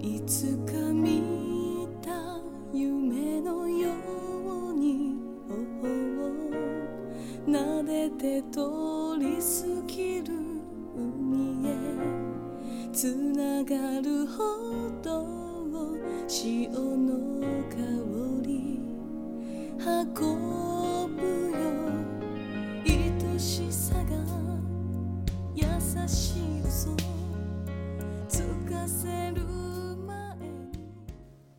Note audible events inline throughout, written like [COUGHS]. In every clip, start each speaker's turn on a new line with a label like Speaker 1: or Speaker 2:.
Speaker 1: いつか見た夢のように頬を撫でて通り過ぎる海へつながるほど潮の香り運ぶよ愛しさが優しい嘘つかせる前に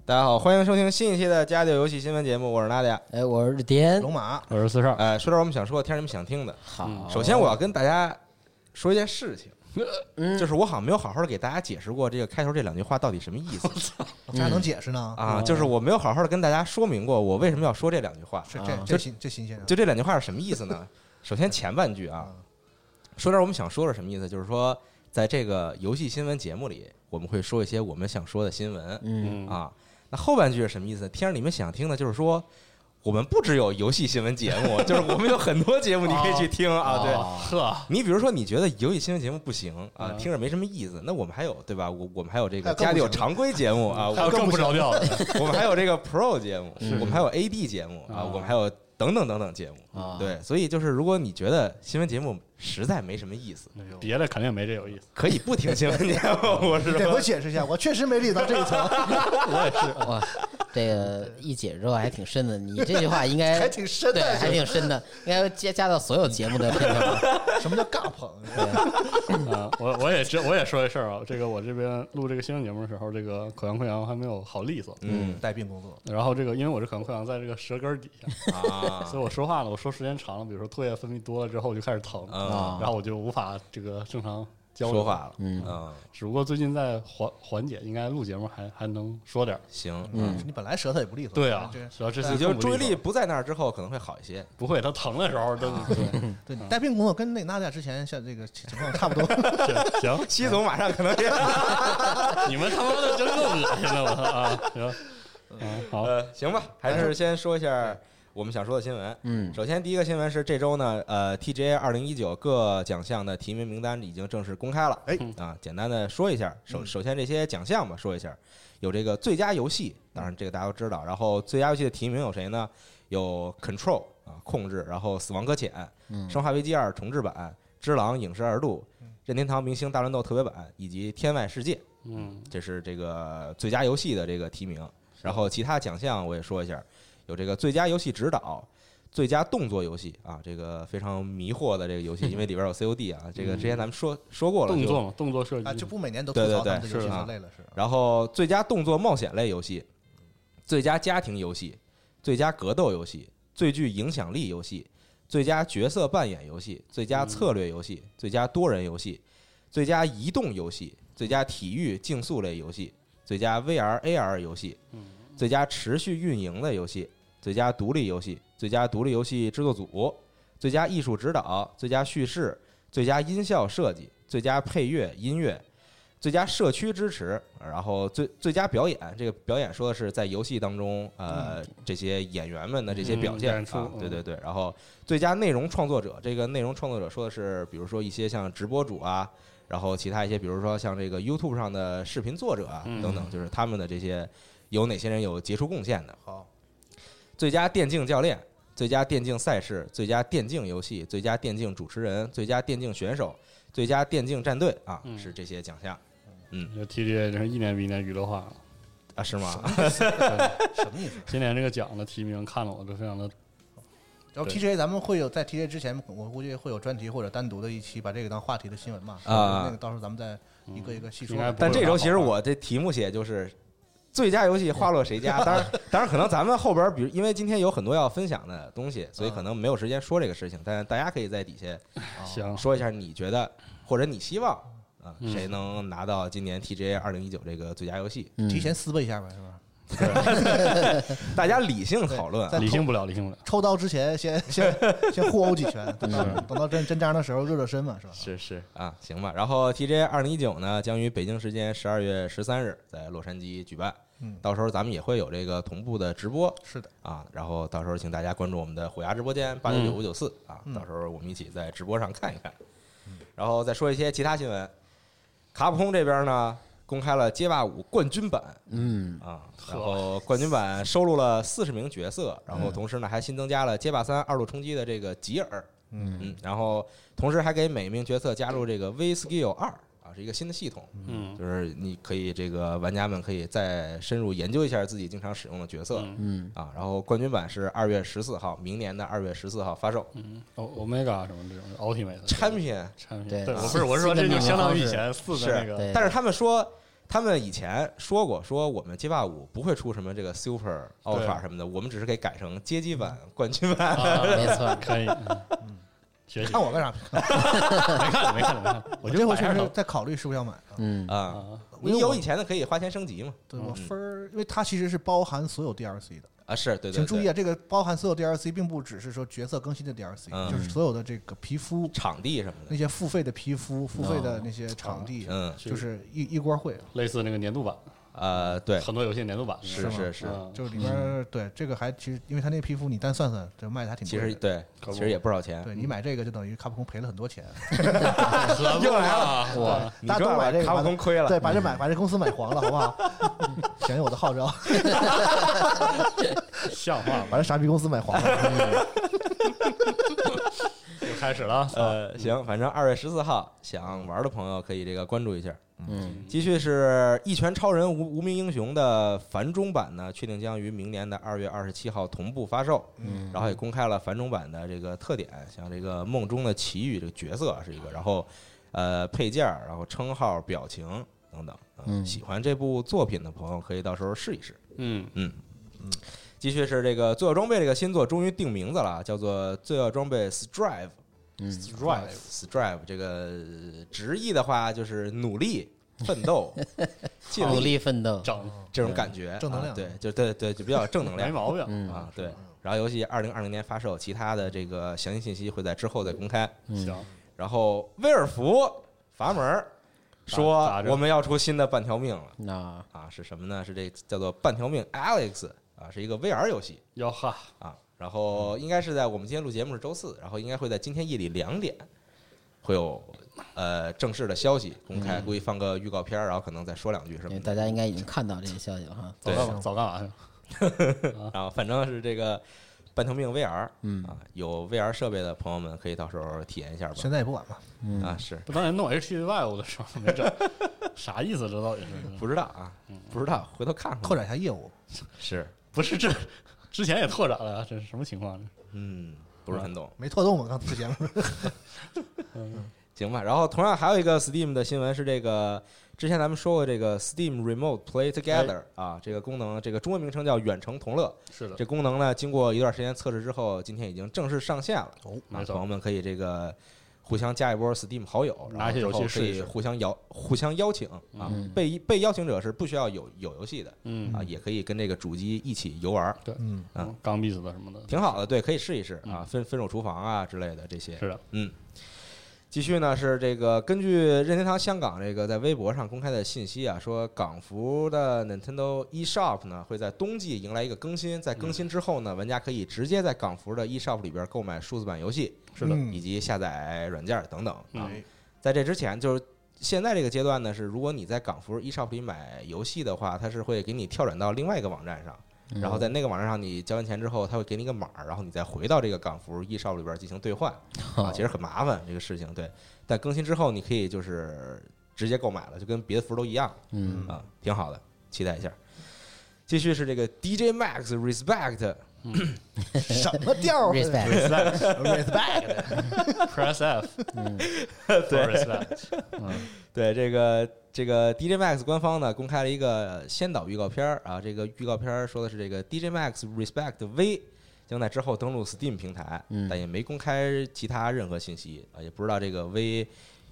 Speaker 2: 大家好，欢迎收听新一期的《家教游戏新闻节目》，我是娜姐，
Speaker 3: 哎，我是田
Speaker 2: 龙马。
Speaker 4: 我是四少，
Speaker 2: 哎，说点我们想说的，听点你们想听的。
Speaker 3: 好。
Speaker 2: 首先，我要跟大家说一件事情，就是我好像没有好好的给大家解释过这个开头这两句话到底什么意思
Speaker 5: 这还能解释呢？
Speaker 2: 啊，就是我没有好好的跟大家说明过我为什么要说这两句话。
Speaker 5: 是
Speaker 3: 啊
Speaker 5: 这
Speaker 2: 就
Speaker 5: 这新这新鲜人，
Speaker 2: 就这两句话是什么意思呢？首先前半句啊，说点我们想说的什么意思，就是说在这个游戏新闻节目里，我们会说一些我们想说的新闻。
Speaker 3: 嗯，
Speaker 2: 啊。那后半句是什么意思？听着你们想听的，就是说我们不只有游戏新闻节目， [LAUGHS] 就是我们有很多节目你可以去听啊。对，
Speaker 4: 哦呵，嗯
Speaker 2: 你比如说你觉得游戏新闻节目不行啊，听着没什么意思，那我们还有对吧？我我们还有这
Speaker 5: 还
Speaker 2: 个
Speaker 5: 有更
Speaker 2: 家
Speaker 5: 不
Speaker 2: 里有
Speaker 5: 行的
Speaker 2: 常规节目
Speaker 4: [LAUGHS]
Speaker 2: 啊，我
Speaker 4: 还有更不着调的，
Speaker 2: 我们还有这个 Pro 节目，我们还有 AD 节目
Speaker 4: 哦
Speaker 2: 啊，我们还有等等等等节目。
Speaker 3: 啊
Speaker 2: 对，所以就是如果你觉得新闻节目实在没什么意思，
Speaker 4: 别的肯定没这有意 [LAUGHS] 思。
Speaker 2: 可以不听新闻节目。 [LAUGHS] 我是
Speaker 5: 你
Speaker 2: 说
Speaker 5: 得给我解释一下，我确实没理到这一层，
Speaker 3: 哇，这个一解释之后还挺深的，你这句话应
Speaker 2: 哎
Speaker 3: 该
Speaker 5: 还挺深
Speaker 3: 对，还
Speaker 5: 的。
Speaker 3: 挺深的，应该加加到所有节目的片
Speaker 2: [LAUGHS]
Speaker 3: 头。
Speaker 5: 什么叫尬捧？
Speaker 4: 啊，我我也知，我也说这事儿啊。这个我这边录这个新闻节目的时候，这个口腔溃疡还没有好利索。 [LAUGHS]
Speaker 2: 嗯
Speaker 5: 带病工作，
Speaker 4: 然后这个，因为我这口腔溃疡在这个舌根儿底下，
Speaker 2: 啊
Speaker 4: 所以我说话呢，我说时间长了，比如说唾液分泌多了之后，我就开始疼，
Speaker 2: 啊
Speaker 4: 然后我就无法这个正常交流
Speaker 2: 说话。了，嗯，
Speaker 4: 只不过最近在缓缓解，应该录节目还还能说点儿。
Speaker 2: 行，
Speaker 5: 你本来舌头也不利索。
Speaker 4: 对啊
Speaker 5: 这，
Speaker 4: 主要这次
Speaker 2: 你就
Speaker 4: 更不
Speaker 2: 注意
Speaker 4: 利
Speaker 2: 力
Speaker 4: 索
Speaker 2: 不在那儿之后，可能会好一 [LAUGHS] 些。
Speaker 4: 不会，它疼的时候都
Speaker 5: 对
Speaker 2: 嗯
Speaker 5: 你带病工作跟那娜姐之前像这个情况差
Speaker 2: [LAUGHS]
Speaker 5: 不多。
Speaker 4: [LAUGHS] 行行，
Speaker 2: 西总马上可能也 [LAUGHS]
Speaker 4: 你们他妈的真够恶心的，我操啊！行，啊好，
Speaker 2: 呃行吧，还是先说一下我们想说的新闻。
Speaker 3: 嗯
Speaker 2: 首先第一个新闻是这周呢，呃，TGA 二零一九各奖项的提名名单已经正式公开了。
Speaker 5: 哎
Speaker 2: 啊，简单的说一下，首首先这些奖项吧，说一下，有这个最佳游戏，当然这个大家都知道。然后最佳游戏的提名有谁呢？有 Control 啊，控制，然后死亡搁浅，生化危机二重制版，只狼影视二度，任天堂明星大乱斗特别版，以及天外世界。
Speaker 4: 嗯，
Speaker 2: 这是这个最佳游戏的这个提名。然后其他奖项我也说一下，有这个最佳游戏指导、最佳动作游戏啊，这个非常迷惑的这个游
Speaker 4: [LAUGHS]
Speaker 2: 戏，因为里边有 COD 啊，这个之前咱们说说过了。
Speaker 4: 动
Speaker 2: 就
Speaker 4: 作嘛，动作设计
Speaker 5: 啊，就不每年都吐
Speaker 2: 对对
Speaker 5: 槽他们
Speaker 2: 对
Speaker 5: 的游戏
Speaker 2: 是啊
Speaker 5: 就累了是。
Speaker 2: [LAUGHS] 然后最佳动作冒险类游戏、最佳家庭游戏、最佳格斗游戏、最具影响力游戏、最佳角色扮演游戏、最佳策略游戏、最佳多人游戏、最佳移动游戏、最佳体育竞速类游戏、最佳 VR AR 游戏、最佳持续运营的游戏、最佳独立游戏、最佳独立游戏制作组、最佳艺术指导、最佳叙事、最佳音效设计、最佳配乐音乐、最佳社区支持，然后最最佳表演，这个表演说的是在游戏当中，呃，这些演员们的这些表现、
Speaker 4: 嗯嗯演出
Speaker 2: 啊，
Speaker 4: 嗯
Speaker 2: 对对对。然后最佳内容创作者，这个内容创作者说的是，比如说一些像直播主啊，然后其他一些，比如说像这个 YouTube 上的视频作者啊
Speaker 4: 嗯
Speaker 2: 等等，就是他们的这些有哪些人有杰出贡献的。
Speaker 5: 好，
Speaker 2: 最佳电竞教练、最佳电竞赛事、最佳电竞游戏、最佳电竞主持人、最佳电竞选手、最佳电竞战队啊，
Speaker 4: 嗯
Speaker 2: 是这些奖项
Speaker 4: 这 TGA 真是一年比一年娱乐化了。
Speaker 2: 啊？是吗？
Speaker 5: 什么意思？
Speaker 4: 今年这个奖的提名看了我都非常的，
Speaker 5: 然后
Speaker 4: 对
Speaker 5: TJ 咱们会有在 TJ 之前，我估计会有专题或者单独的一期把这个当话题的新闻嘛。
Speaker 2: 啊
Speaker 5: 那个到时候咱们再一个一个细说
Speaker 4: 应。该不
Speaker 2: 但这周其实我这题目写就是最佳游戏花落谁家？当然，当然可能咱们后边，比如因为今天有很多要分享的东西，所以可能没有时间说这个事情。但大家可以在底下
Speaker 5: 啊
Speaker 4: 行，
Speaker 2: 说一下，你觉得或者你希望啊
Speaker 4: 哦嗯
Speaker 2: 谁能拿到今年 TGA 二零一九这个最佳游戏？
Speaker 3: 嗯
Speaker 5: 提前撕吧一下吧，是吧？
Speaker 2: 大家理性讨论啊
Speaker 5: 对。
Speaker 4: 理性不了，理性不了。
Speaker 5: 抽刀之前先先先互殴几拳，等到等到真真章的时候热热身嘛，是吧？
Speaker 4: 是是，
Speaker 2: 啊，行吧。然后 TJ 二零一九呢，将于北京时间十二月十三日在洛杉矶举办，
Speaker 5: 嗯
Speaker 2: 到时候咱们也会有这个同步的直播
Speaker 5: 是的，
Speaker 2: 啊。然后到时候请大家关注我们的虎牙直播间八九九五九四啊，
Speaker 5: 嗯
Speaker 2: 到时候我们一起在直播上看一看。然后再说一些其他新闻，卡普空这边呢公开了街霸五冠军版
Speaker 3: 嗯，
Speaker 2: 啊，然后冠军版收录了四十名角色，然后同时呢还新增加了街霸三二度冲击的这个吉尔，
Speaker 5: 嗯，
Speaker 2: 嗯，然后同时还给每一名角色加入这个 V Skill 二啊，是一个新的系统，
Speaker 4: 嗯
Speaker 2: 就是你可以这个玩家们可以再深入研究一下自己经常使用的角色、
Speaker 4: 嗯
Speaker 3: 嗯，
Speaker 2: 啊。然后冠军版是二月十四号，明年的二月十四号发售。
Speaker 4: 嗯，O Omega 什么这种 Ultimate
Speaker 2: 产品，
Speaker 4: 产品，
Speaker 3: 对
Speaker 4: 对，我
Speaker 3: 啊
Speaker 4: 不是我是说
Speaker 3: 四
Speaker 4: 这
Speaker 3: 个
Speaker 4: 就
Speaker 3: 那个
Speaker 4: 相当
Speaker 3: 方
Speaker 4: 于以
Speaker 3: 式
Speaker 4: 前四
Speaker 2: 是
Speaker 4: 的那个
Speaker 3: 对
Speaker 2: 但是他们说。他们以前说过，说我们街霸五不会出什么这个 Super、Ultra 什么的，我们只是给改成街机版、冠军版。
Speaker 4: 啊，
Speaker 3: 没
Speaker 2: [LAUGHS]
Speaker 3: 错，
Speaker 4: 可以，嗯学习
Speaker 5: 看我干啥？
Speaker 4: 没看没看没看，
Speaker 5: 我
Speaker 4: 我
Speaker 5: 这
Speaker 4: 就
Speaker 5: 回
Speaker 4: 摆
Speaker 5: 确
Speaker 4: 上
Speaker 5: 实
Speaker 4: 了
Speaker 5: 在考虑是不是要买啊。
Speaker 3: 嗯，
Speaker 2: 啊，
Speaker 4: 啊，
Speaker 5: 因为
Speaker 2: 你有
Speaker 5: 我
Speaker 2: 以前的可以花钱升级嘛？
Speaker 5: 对
Speaker 4: 嗯
Speaker 5: 我分儿，因为它其实是包含所有 DLC 的，
Speaker 2: 啊，是对对对。
Speaker 5: 请注意啊，这个包含所有 DLC 并不只是说角色更新的 DLC，
Speaker 2: 嗯
Speaker 5: 就是所有的这个皮肤，
Speaker 2: 场地什么
Speaker 5: 那
Speaker 2: 的，
Speaker 5: 些付费的皮肤、付费的那些场地，
Speaker 2: 嗯，
Speaker 5: 就是一一锅烩，啊
Speaker 4: 类似那个年度版，
Speaker 2: 呃，对，
Speaker 4: 很多游戏年度版
Speaker 2: 是啊
Speaker 5: 是吗
Speaker 2: 是是，
Speaker 4: 嗯
Speaker 5: [LAUGHS] 就是里边儿对这个还其实，因为它那皮肤你单算算，这卖的还挺
Speaker 2: 其
Speaker 5: 贵的。
Speaker 2: 实对，
Speaker 4: 可不
Speaker 2: 其实也不少钱。
Speaker 5: 对你买这个就等于卡普空赔了很多钱，
Speaker 4: 又来了，
Speaker 3: 哇，
Speaker 2: 你
Speaker 5: 大家都
Speaker 2: 赚
Speaker 5: 买这
Speaker 2: 了，
Speaker 5: 个
Speaker 2: 卡普
Speaker 5: 吧
Speaker 2: 空亏了。嗯
Speaker 5: 对，把这买把这公司买黄了，好不好？响应我的
Speaker 2: [LAUGHS]
Speaker 5: 号召，
Speaker 4: 像话吗？
Speaker 5: 把这傻逼公司买黄了。
Speaker 4: 又开始了，
Speaker 2: 呃，行，反正二月十四号想玩的朋友可以这个关注一下。
Speaker 3: 嗯，
Speaker 2: 继续是《一拳超人无无名英雄》的繁中版呢，确定将于明年的二月二十七号同步发售。嗯，然后也公开了繁中版的这个特点，像这个梦中的奇遇这个角色是一个，然后呃配件儿，然后称号、表情等等。嗯，喜欢这部作品的朋友可以到时候试一试。
Speaker 4: 嗯，
Speaker 2: 继续是这个《罪恶装备》这个新作终于定名字了，啊叫做《罪恶装备 Strive》。Strive Strive 这个呃直译的话就是努力、奋斗、尽
Speaker 3: 努
Speaker 2: 力
Speaker 3: 力奋斗，
Speaker 4: 整
Speaker 2: 这种感觉，
Speaker 5: 正能
Speaker 2: 啊
Speaker 5: 量
Speaker 2: 对，就对对，就比较正能
Speaker 4: [LAUGHS] 没
Speaker 2: 量
Speaker 4: 毛病，
Speaker 3: 嗯
Speaker 2: 啊，对。然后游戏二零二零年发售，其他的这个详细信息会在之后再公开。
Speaker 4: 行，
Speaker 2: 然后威尔福阀门儿说
Speaker 4: 咋咋着
Speaker 2: 我们要出新的半条命了
Speaker 3: 那
Speaker 2: 啊，是什么呢？是这叫做《半条命 Alex》啊，是一个 VR 游戏。
Speaker 4: 哟哈，
Speaker 2: 啊，然后应该是在我们今天录节目是周四，然后应该会在今天夜里两点会有呃正式的消息公开，估计放个预告片儿，然后可能再说两句什
Speaker 3: 因为
Speaker 2: 么
Speaker 3: 大
Speaker 2: 的。
Speaker 3: 家应该已经看到这些消息了哈。
Speaker 4: 早
Speaker 2: 对
Speaker 4: 干
Speaker 5: 嗯
Speaker 4: 嘛早干嘛去？
Speaker 2: 然后反正是这个半条命 VR
Speaker 3: 嗯
Speaker 2: 啊，有 VR 设备的朋友们可以到时候体验一下吧
Speaker 5: 现。在也不晚嘛，
Speaker 2: 啊，是
Speaker 4: 不当年弄 H T Y 我的时候没整，啥意思？这到底是
Speaker 2: 不知道啊，不知道，回头看看吧。
Speaker 5: 拓展一下业务，
Speaker 2: 是，
Speaker 4: 不是这之前也拓展了呀？这是什么情况？
Speaker 2: 嗯，不是很懂。
Speaker 5: 没拓动嘛，刚之前不是
Speaker 2: 行吧，然后同样还有一个 Steam 的新闻是这个，之前咱们说过这个 Steam Remote Play Together 啊，这个功能，这个中文名称叫远程同乐，
Speaker 4: 是的，
Speaker 2: 这功能呢，经过一段时间测试之后，今天已经正式上线了。
Speaker 5: 哦
Speaker 2: 啊
Speaker 4: 没错
Speaker 2: 朋友们可以这个互相加一波 Steam 好友，然
Speaker 4: 拿
Speaker 2: 后
Speaker 4: 起
Speaker 2: 之
Speaker 4: 游戏
Speaker 2: 后可
Speaker 4: 试一
Speaker 2: 以
Speaker 4: 试
Speaker 2: 互相邀互相邀请啊。被被邀请者是不需要有有游戏的
Speaker 4: 嗯
Speaker 2: 啊，也可以跟这个主机一起游玩，
Speaker 5: 嗯，
Speaker 2: 嗯
Speaker 4: 刚必死的什么的，
Speaker 2: 挺好的。对，可以试一试啊，
Speaker 4: 嗯
Speaker 2: 分分手厨房啊之类的这些。
Speaker 4: 是的，
Speaker 2: 嗯。继续呢是这个根据任天堂香港这个在微博上公开的信息啊，说港服的 Nintendo eShop 呢会在冬季迎来一个更新，在更新之后
Speaker 4: 嗯
Speaker 2: 呢，玩家可以直接在港服的 eShop 里边购买数字版游戏，
Speaker 4: 是的
Speaker 5: 嗯
Speaker 2: 以及下载软件等等啊。
Speaker 4: 嗯
Speaker 2: 在这之前，就是现在这个阶段呢，是如果你在港服 eShop 里买游戏的话，它是会给你跳转到另外一个网站上，
Speaker 3: 嗯
Speaker 2: 然后在那个网站上你交完钱之后，它会给你一个码儿，然后你再回到这个港服 eShop 里边进行兑换啊，其实很麻烦这个事情。对，但更新之后你可以就是直接购买了，就跟别的服都一样
Speaker 3: 嗯
Speaker 2: 啊，挺好的，期待一下。继续是这个 DJ Max Respect
Speaker 5: [LAUGHS] 什么
Speaker 2: 嗯
Speaker 5: 调儿 [LAUGHS]
Speaker 3: ，respect，
Speaker 5: ？respect，respect，
Speaker 4: ，Press F，
Speaker 2: [LAUGHS] 嗯对 [LAUGHS]
Speaker 4: Respect，
Speaker 2: 对这个这个 DJ Max 官方呢公开了一个先导预告片儿啊，这个预告片儿说的是这个 DJ Max Respect V 将在之后登陆 Steam 平台，
Speaker 3: 嗯
Speaker 2: 但也没公开其他任何信息啊，也不知道这个 V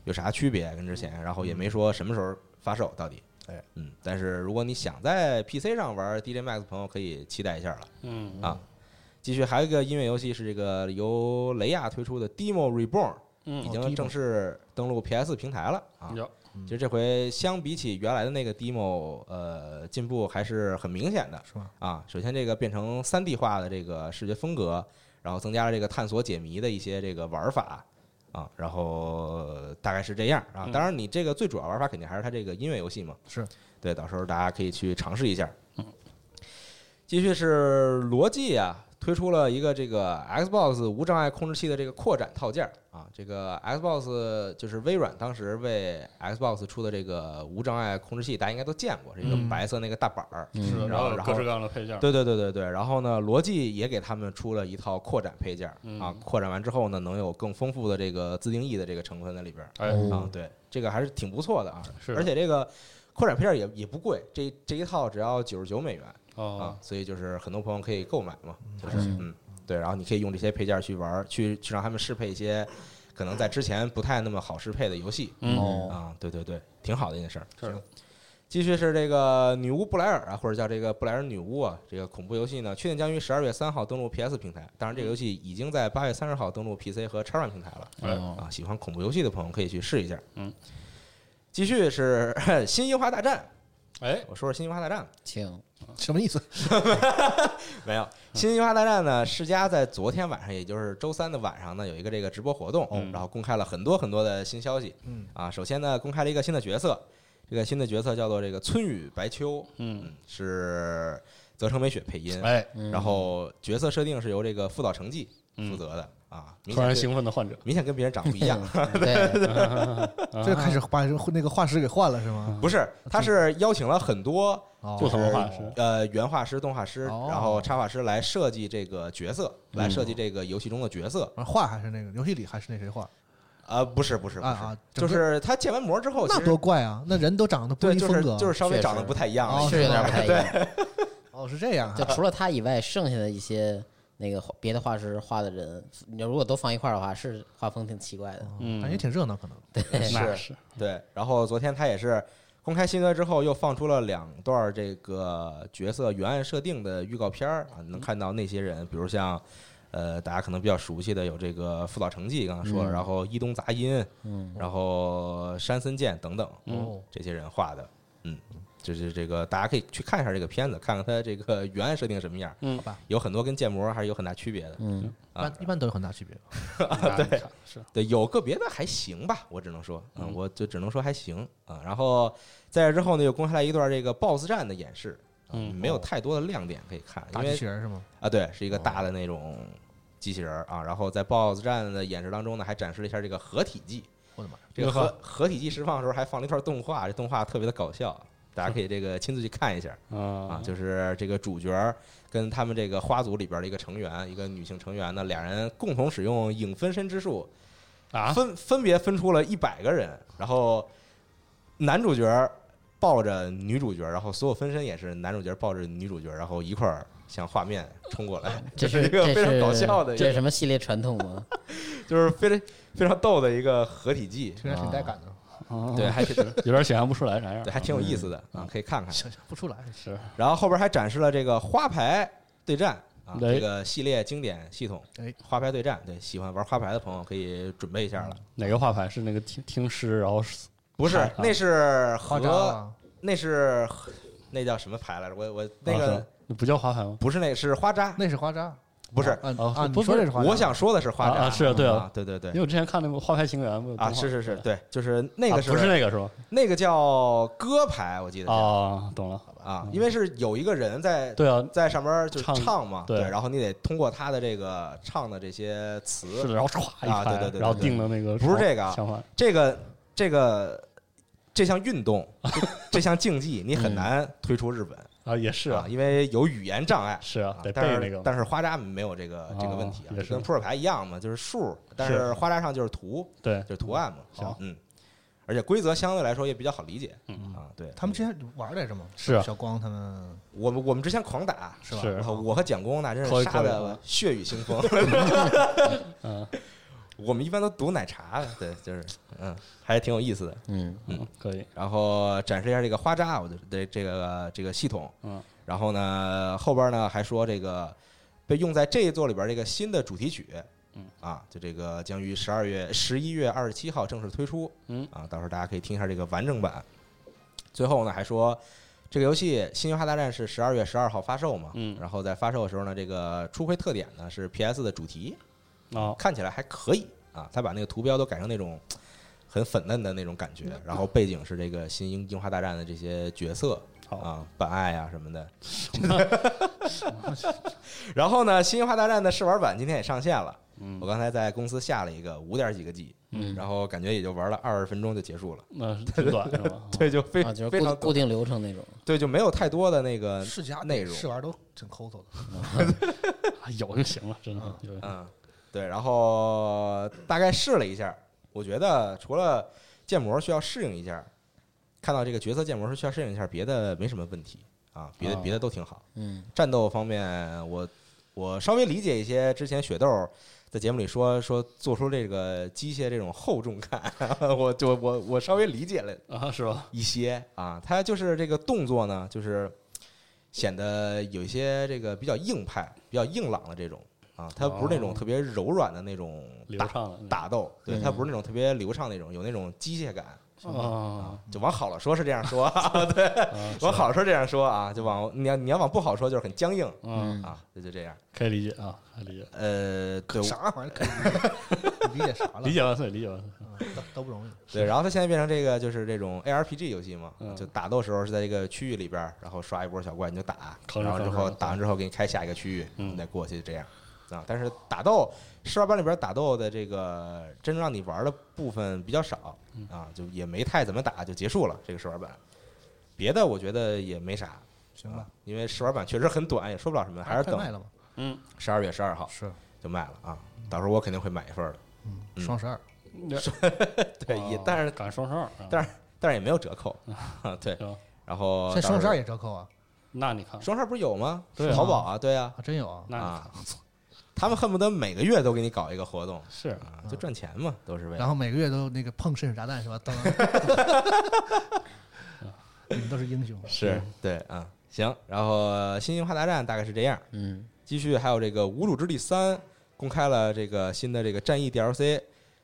Speaker 2: 有啥区别跟之前，然后也没说什么时候发售到底。
Speaker 5: 哎，
Speaker 2: 嗯，但是如果你想在 PC 上玩 DJ Max 的朋友，可以期待一下了。
Speaker 4: 嗯
Speaker 2: 啊。继续还有一个音乐游戏是这个由雷亚推出的 Demo Reborn，已
Speaker 4: 嗯，
Speaker 5: 哦
Speaker 2: 经正式登陆 PS 平台了啊。
Speaker 4: 有
Speaker 2: 其实这回相比起原来的那个 Demo，呃，进步还是很明显的
Speaker 5: 是吗？
Speaker 2: 啊。首先这个变成 3D 化的这个视觉风格，然后增加了这个探索解谜的一些这个玩法。啊，然后大概是这样啊。
Speaker 4: 嗯
Speaker 2: 当然，你这个最主要玩法肯定还是它这个音乐游戏嘛。
Speaker 5: 是，
Speaker 2: 对，到时候大家可以去尝试一下。
Speaker 4: 嗯
Speaker 2: 继续是罗技啊，推出了一个这个 Xbox 无障碍控制器的这个扩展套件儿啊，这个 Xbox 就是微软当时为 Xbox 出的这个无障碍控制器，大家应该都见过，是一个
Speaker 4: 嗯
Speaker 2: 白色那个大板儿。
Speaker 4: 是的，
Speaker 2: 然
Speaker 3: 嗯
Speaker 4: 然
Speaker 2: 后
Speaker 4: 后有
Speaker 2: 然后
Speaker 4: 各式各样的配件，
Speaker 2: 对对对对对，然后呢，罗技也给他们出了一套扩展配件儿啊
Speaker 4: 嗯，
Speaker 2: 扩展完之后呢，能有更丰富的这个自定义的这个成分在里边儿。
Speaker 4: 哎，
Speaker 2: 啊
Speaker 3: 哦，
Speaker 2: 对，这个还是挺不错的啊，
Speaker 4: 是的
Speaker 2: 而且这个扩展片儿也也不贵，这这一套只要九十九美元啊
Speaker 4: 哦，，
Speaker 2: 所以就是很多朋友可以购买嘛，就是
Speaker 3: 嗯
Speaker 2: 嗯，对，然后你可以用这些配件儿去玩儿，去去让他们适配一些可能在之前不太那么好适配的游戏
Speaker 4: 嗯，
Speaker 3: 哦，
Speaker 2: 啊，对对对，挺好的一件事儿。
Speaker 4: 是的
Speaker 2: 继续是这个女巫布莱尔啊，或者叫这个布莱尔女巫啊，这个恐怖游戏呢，确定将于十二月三号登陆 PS 平台。当然，这个游戏已经在八月三十号登陆 PC 和 X One 平台了。
Speaker 3: 哦
Speaker 4: 哎，
Speaker 2: 啊，喜欢恐怖游戏的朋友可以去试一下。
Speaker 4: 嗯，
Speaker 2: 继续是 [LAUGHS] 新樱花大战，
Speaker 4: 哎，
Speaker 2: 我说说新樱花大战吧
Speaker 3: 请
Speaker 5: 什么意思？
Speaker 2: [LAUGHS] 没有。新樱花大战呢，世嘉在昨天晚上，也就是周三的晚上呢，有一个这个直播活动，
Speaker 4: 嗯
Speaker 2: 然后公开了很多很多的新消息。
Speaker 5: 嗯
Speaker 2: 啊，首先呢，公开了一个新的角色，这个新的角色叫做这个村雨白秋，
Speaker 4: 嗯，
Speaker 2: 嗯，是泽城美雪配音，
Speaker 4: 哎，
Speaker 3: 嗯
Speaker 2: 然后角色设定是由这个副岛成纪
Speaker 4: 嗯
Speaker 2: 负责的啊，明
Speaker 4: 突
Speaker 2: 显跟
Speaker 4: 然兴奋的患者，
Speaker 2: 明显跟别人长得不一
Speaker 4: [LAUGHS]
Speaker 2: 样。 [LAUGHS]
Speaker 3: 对，
Speaker 2: 啊
Speaker 5: 这开始把那个画师给换了是吗？
Speaker 2: 不是，他是邀请了很多
Speaker 5: 哦
Speaker 4: [LAUGHS] 不同的画
Speaker 2: 就
Speaker 4: 师，
Speaker 2: 呃原画师、动画师，
Speaker 5: 哦
Speaker 2: 然后插画师来设计这个角色，
Speaker 4: 嗯
Speaker 2: 来设计这个游戏中的角色。
Speaker 5: 啊画还是那个游戏里还是那谁画？
Speaker 2: 啊，不是不是不
Speaker 5: 啊
Speaker 2: 是
Speaker 5: 啊，
Speaker 2: 就
Speaker 5: 整个
Speaker 2: 是他建完模之后，其
Speaker 5: 那
Speaker 2: 实
Speaker 5: 多怪啊！那人都长得不
Speaker 2: 对，
Speaker 5: 一
Speaker 2: 就是
Speaker 5: 风格，啊
Speaker 2: 就是稍微
Speaker 3: 确实
Speaker 2: 长得不太一样
Speaker 5: 哦
Speaker 2: 了。
Speaker 3: 是有点不太一样。
Speaker 5: 哦是这样啊
Speaker 3: 就除了他以外，剩下的一些那个画别的画师画的人，你如果都放一块儿的话，是画风挺奇怪的。
Speaker 5: 哦
Speaker 4: 嗯
Speaker 5: 感觉挺热闹，可能
Speaker 4: 那
Speaker 2: 是
Speaker 4: 是，
Speaker 2: 对，然后昨天他也是公开新歌之后，又放出了两段这个角色原案设定的预告片儿啊，能看到那些人，比如像。呃，大家可能比较熟悉的有这个副岛成纪，刚刚
Speaker 5: 嗯
Speaker 2: 说了，然后伊东杂音，
Speaker 3: 嗯，
Speaker 2: 然后山森健等等，
Speaker 4: 嗯，
Speaker 5: 哦
Speaker 2: 这些人画的，嗯，就是这个大家可以去看一下这个片子，看看它这个原案设定什么样，
Speaker 4: 嗯
Speaker 5: 好吧，
Speaker 2: 有很多跟建模还是有很大区别的，啊
Speaker 3: 嗯，
Speaker 5: 一般一般都有很大区别。
Speaker 4: 对，是，
Speaker 2: 对，有个别的还行吧，我只能说，嗯，我就只能说还行啊。然后在这之后呢，又公开了一段这个 BOSS 战的演示，啊
Speaker 4: 嗯
Speaker 2: 没有太多的亮点可以看，因
Speaker 5: 打哦机
Speaker 2: 为
Speaker 5: 器人是哦吗？
Speaker 2: 啊，对，是一个大的那种机器人儿啊。然后在 BOSS 战的演示当中呢，还展示了一下这个合体技，
Speaker 5: 我的妈呀！
Speaker 2: 这个
Speaker 4: 呵呵
Speaker 2: 合合体技释放的时候还放了一段动画，这动画特别的搞笑，啊大家可以这个亲自去看一下。啊
Speaker 4: 啊，
Speaker 2: 就是这个主角儿跟他们这个花组里边儿的一个成员，一个女性成员呢，俩人共同使用影分身之术，
Speaker 4: 啊，
Speaker 2: 分分别分出了一百个人，然后男主角儿抱着女主角儿，然后所有分身也是男主角儿抱着女主角儿，然后一块儿向画面冲过 [LAUGHS] 来，
Speaker 3: 这
Speaker 2: 是
Speaker 3: 是
Speaker 2: 一个
Speaker 3: 这
Speaker 2: 非常
Speaker 3: 是
Speaker 2: 搞笑的一
Speaker 3: 这是
Speaker 2: 个，
Speaker 3: 什么系列传统吗？
Speaker 2: 就是非常非常逗的一个合体技，啊
Speaker 5: 听着挺带感的，
Speaker 2: 对，还挺
Speaker 4: 啊有点想象不出来啥样
Speaker 2: 对，还挺有意思的啊，可以看看。
Speaker 5: 想象不出来。
Speaker 4: 是，
Speaker 2: 然后后边还展示了这个花牌对战啊，
Speaker 4: 哎
Speaker 2: 这个系列经典系统
Speaker 5: 哎，
Speaker 2: 花牌对战，对喜欢玩花牌的朋友可以准备一下了。
Speaker 4: 哪个画牌是那个听听诗，然后嗯是
Speaker 2: 不是
Speaker 4: 啊，
Speaker 2: 那是
Speaker 5: 夸张
Speaker 2: 和
Speaker 5: 啊！
Speaker 2: 那是和那叫什么牌来着？我我那
Speaker 4: 啊是
Speaker 2: 个
Speaker 4: 吗那不叫花牌吗？
Speaker 2: 不是那个是花渣，
Speaker 5: 那是花渣，
Speaker 2: 不是，
Speaker 5: 啊
Speaker 4: 哦
Speaker 5: 啊！
Speaker 4: 不
Speaker 5: 你说这是花渣？
Speaker 2: 我想说的是花
Speaker 4: 啊
Speaker 2: 渣，
Speaker 4: 啊是对啊
Speaker 2: 啊，对对
Speaker 4: 因为
Speaker 2: 对。
Speaker 4: 我之前看那个《花牌情缘》不有
Speaker 2: 啊，
Speaker 4: 动画
Speaker 2: 是是是，对，就是那
Speaker 4: 啊
Speaker 2: 个
Speaker 4: 不是那个是吧？
Speaker 2: 那个叫歌牌，我记得叫
Speaker 4: 啊，懂了，
Speaker 2: 啊，因为是有一个人在
Speaker 4: 对啊，
Speaker 2: 在上面就是
Speaker 4: 唱
Speaker 2: 唱嘛，
Speaker 4: 对
Speaker 2: 对，然后你得通过他的这个唱的这些词，
Speaker 4: 是的，然后歘一
Speaker 2: 啊对
Speaker 4: 拍，
Speaker 2: 对对对
Speaker 4: 然后
Speaker 2: 对
Speaker 4: 定的那个
Speaker 2: 不是这个啊
Speaker 4: 相反，
Speaker 2: 这个这个这项运动，这这项竞技，你很难推出日本、
Speaker 4: 啊，也嗯是
Speaker 2: 啊
Speaker 4: 啊，，
Speaker 2: 因为有语言障碍。
Speaker 4: 是啊
Speaker 2: 啊，
Speaker 4: 得背
Speaker 2: 但是
Speaker 4: 那个嘛，
Speaker 2: 但是花渣没有这个、这个问题啊
Speaker 4: 哦，也
Speaker 2: 就是跟扑克牌一样嘛，就是数，但是
Speaker 4: 是
Speaker 2: 花渣上就是图，
Speaker 4: 对
Speaker 2: 就，是图案嘛。
Speaker 4: 行
Speaker 2: 嗯，而且规则相对来说也比较好理解。
Speaker 4: 嗯
Speaker 2: 啊，对
Speaker 5: 他们之前玩来着吗？
Speaker 4: 是啊
Speaker 5: 小光他们
Speaker 2: 我们我们之前狂打，
Speaker 5: 是吧？
Speaker 4: 是啊
Speaker 2: 我我和蒋工那真
Speaker 4: 可
Speaker 2: 是
Speaker 4: 以啊
Speaker 2: 杀
Speaker 4: 可以
Speaker 2: 的
Speaker 4: 嗯 [LAUGHS]
Speaker 2: 血雨腥风。
Speaker 4: 嗯
Speaker 2: 我们一般都读奶茶的，对，就是嗯，还挺有意思的。
Speaker 3: 嗯，
Speaker 4: 嗯，可以，
Speaker 2: 然后展示一下这个花扎，我的这这个这个系统。
Speaker 4: 嗯，
Speaker 2: 然后呢，后边呢还说这个被用在这一座里边这个新的主题曲。
Speaker 4: 嗯，
Speaker 2: 啊，就这个将于十二月十一月二十七号正式推出。
Speaker 4: 嗯，
Speaker 2: 啊，到时候大家可以听一下这个完整版。最后呢，还说这个游戏《新文化大战》是十二月十二号发售嘛？
Speaker 4: 嗯
Speaker 2: 然后在发售的时候呢，这个初回特点呢是 PS 的主题。
Speaker 4: 啊，
Speaker 2: 看起来还可以啊。他把那个图标都改成那种很粉嫩的那种感觉，
Speaker 3: 嗯
Speaker 2: 然后背景是这个新樱樱花大战的这些角色
Speaker 4: 好
Speaker 2: 啊，本爱啊什么 [LAUGHS] 的。然后呢，新樱花大战的试玩版今天也上线了。
Speaker 4: 嗯
Speaker 2: 我刚才在公司下了一个五点几个 G，
Speaker 3: 嗯
Speaker 2: 然后感觉也就玩了二十分钟就结束了，
Speaker 4: 那是挺短是吧？
Speaker 2: 对，就 [LAUGHS] 非
Speaker 3: 啊，就是
Speaker 2: 非
Speaker 3: 固
Speaker 2: 常
Speaker 3: 固定流程那种。
Speaker 2: 对，就没有太多的那个
Speaker 5: 世家
Speaker 2: 呃内容
Speaker 5: 试玩都挺抠搜的，
Speaker 4: 啊有就行了，真的有就。
Speaker 2: 嗯，对，然后大概试了一下，我觉得除了建模需要适应一下，看到这个角色建模是需要适应一下，别的没什么问题啊，别的
Speaker 4: 啊
Speaker 2: 别的都挺好。
Speaker 3: 嗯
Speaker 2: 战斗方面，我我稍微理解一些之前雪豆在节目里说说做出这个机械这种厚重感， [LAUGHS] 我就我我稍微理解了
Speaker 4: 啊，是吧？
Speaker 2: 一些啊，它就是这个动作呢，就是显得有一些这个比较硬派、比较硬朗的这种啊，它不是那种
Speaker 4: 哦
Speaker 2: 特别柔软的那种
Speaker 4: 流
Speaker 2: 打
Speaker 4: 畅了，
Speaker 2: 打斗，对，
Speaker 3: 嗯
Speaker 2: 它不是那种特别流畅那种，有那种机械感。
Speaker 4: 啊，
Speaker 2: 就往好了说是这样说，对， [LAUGHS]
Speaker 4: 啊
Speaker 2: 往，好了说这样说啊，就往你要你要往不好说就是很僵硬
Speaker 4: 是嗯，
Speaker 2: 啊，就就这样。
Speaker 4: 可以理解啊，可以理解，
Speaker 2: 呃，对
Speaker 5: 啥玩意儿可以理解？你理解啥了？
Speaker 4: 理解万岁，理解万岁。
Speaker 5: 嗯都都不容易。 [LAUGHS]
Speaker 2: 对，然后它现在变成这个就是这种 ARPG 游戏嘛，
Speaker 4: 嗯
Speaker 2: 就打斗时候是在这个区域里边儿，然后刷一波小怪你就打，
Speaker 4: 坑人
Speaker 2: 然后之
Speaker 4: 坑
Speaker 2: 后
Speaker 4: 人
Speaker 2: 打完之后给你开下一个区域，
Speaker 4: 嗯
Speaker 2: 你再过去这样啊。但是打斗试玩版里边打斗的这个真正让你玩的部分比较少
Speaker 4: 嗯
Speaker 2: 啊，就也没太怎么打就结束了这个试玩版，别的我觉得也没啥。
Speaker 5: 行吧哎
Speaker 2: 啊，因为试玩版确实很短，也说不了什么，啊还是
Speaker 5: 快
Speaker 2: 等啊
Speaker 5: 卖了嗯吧？
Speaker 4: 嗯，
Speaker 2: 十二月十二号
Speaker 5: 是，
Speaker 2: 就卖了啊。到时候我肯定会买一份儿的，
Speaker 5: 嗯，
Speaker 2: 嗯
Speaker 5: 双十二
Speaker 2: [LAUGHS] 对，也但是
Speaker 4: 哦赶双十二，嗯啊
Speaker 2: 但但是也没有折扣， [LAUGHS] 啊对
Speaker 4: 行。
Speaker 2: 然后
Speaker 5: 现在
Speaker 2: 到
Speaker 5: 双
Speaker 2: 时
Speaker 5: 十
Speaker 2: 候
Speaker 5: 二也折扣啊？
Speaker 4: 那你看，
Speaker 2: 双十二不是有吗？
Speaker 4: 对啊
Speaker 2: 淘宝啊，对啊，
Speaker 5: 啊，真有啊！
Speaker 4: 那你看
Speaker 2: 啊，他们恨不得每个月都给你搞一个活动
Speaker 4: 是啊
Speaker 2: 啊，就赚钱嘛，都是为
Speaker 5: 然
Speaker 2: 了。
Speaker 5: 后每个月都那个碰深水炸弹是吧？当当你们都是英雄。
Speaker 2: 是
Speaker 4: 嗯
Speaker 2: 对啊，行。然后《新樱花大战》大概是这样，
Speaker 3: 嗯
Speaker 2: 继续还有这个《无主之地三》公开了这个新的这个战役 DLC，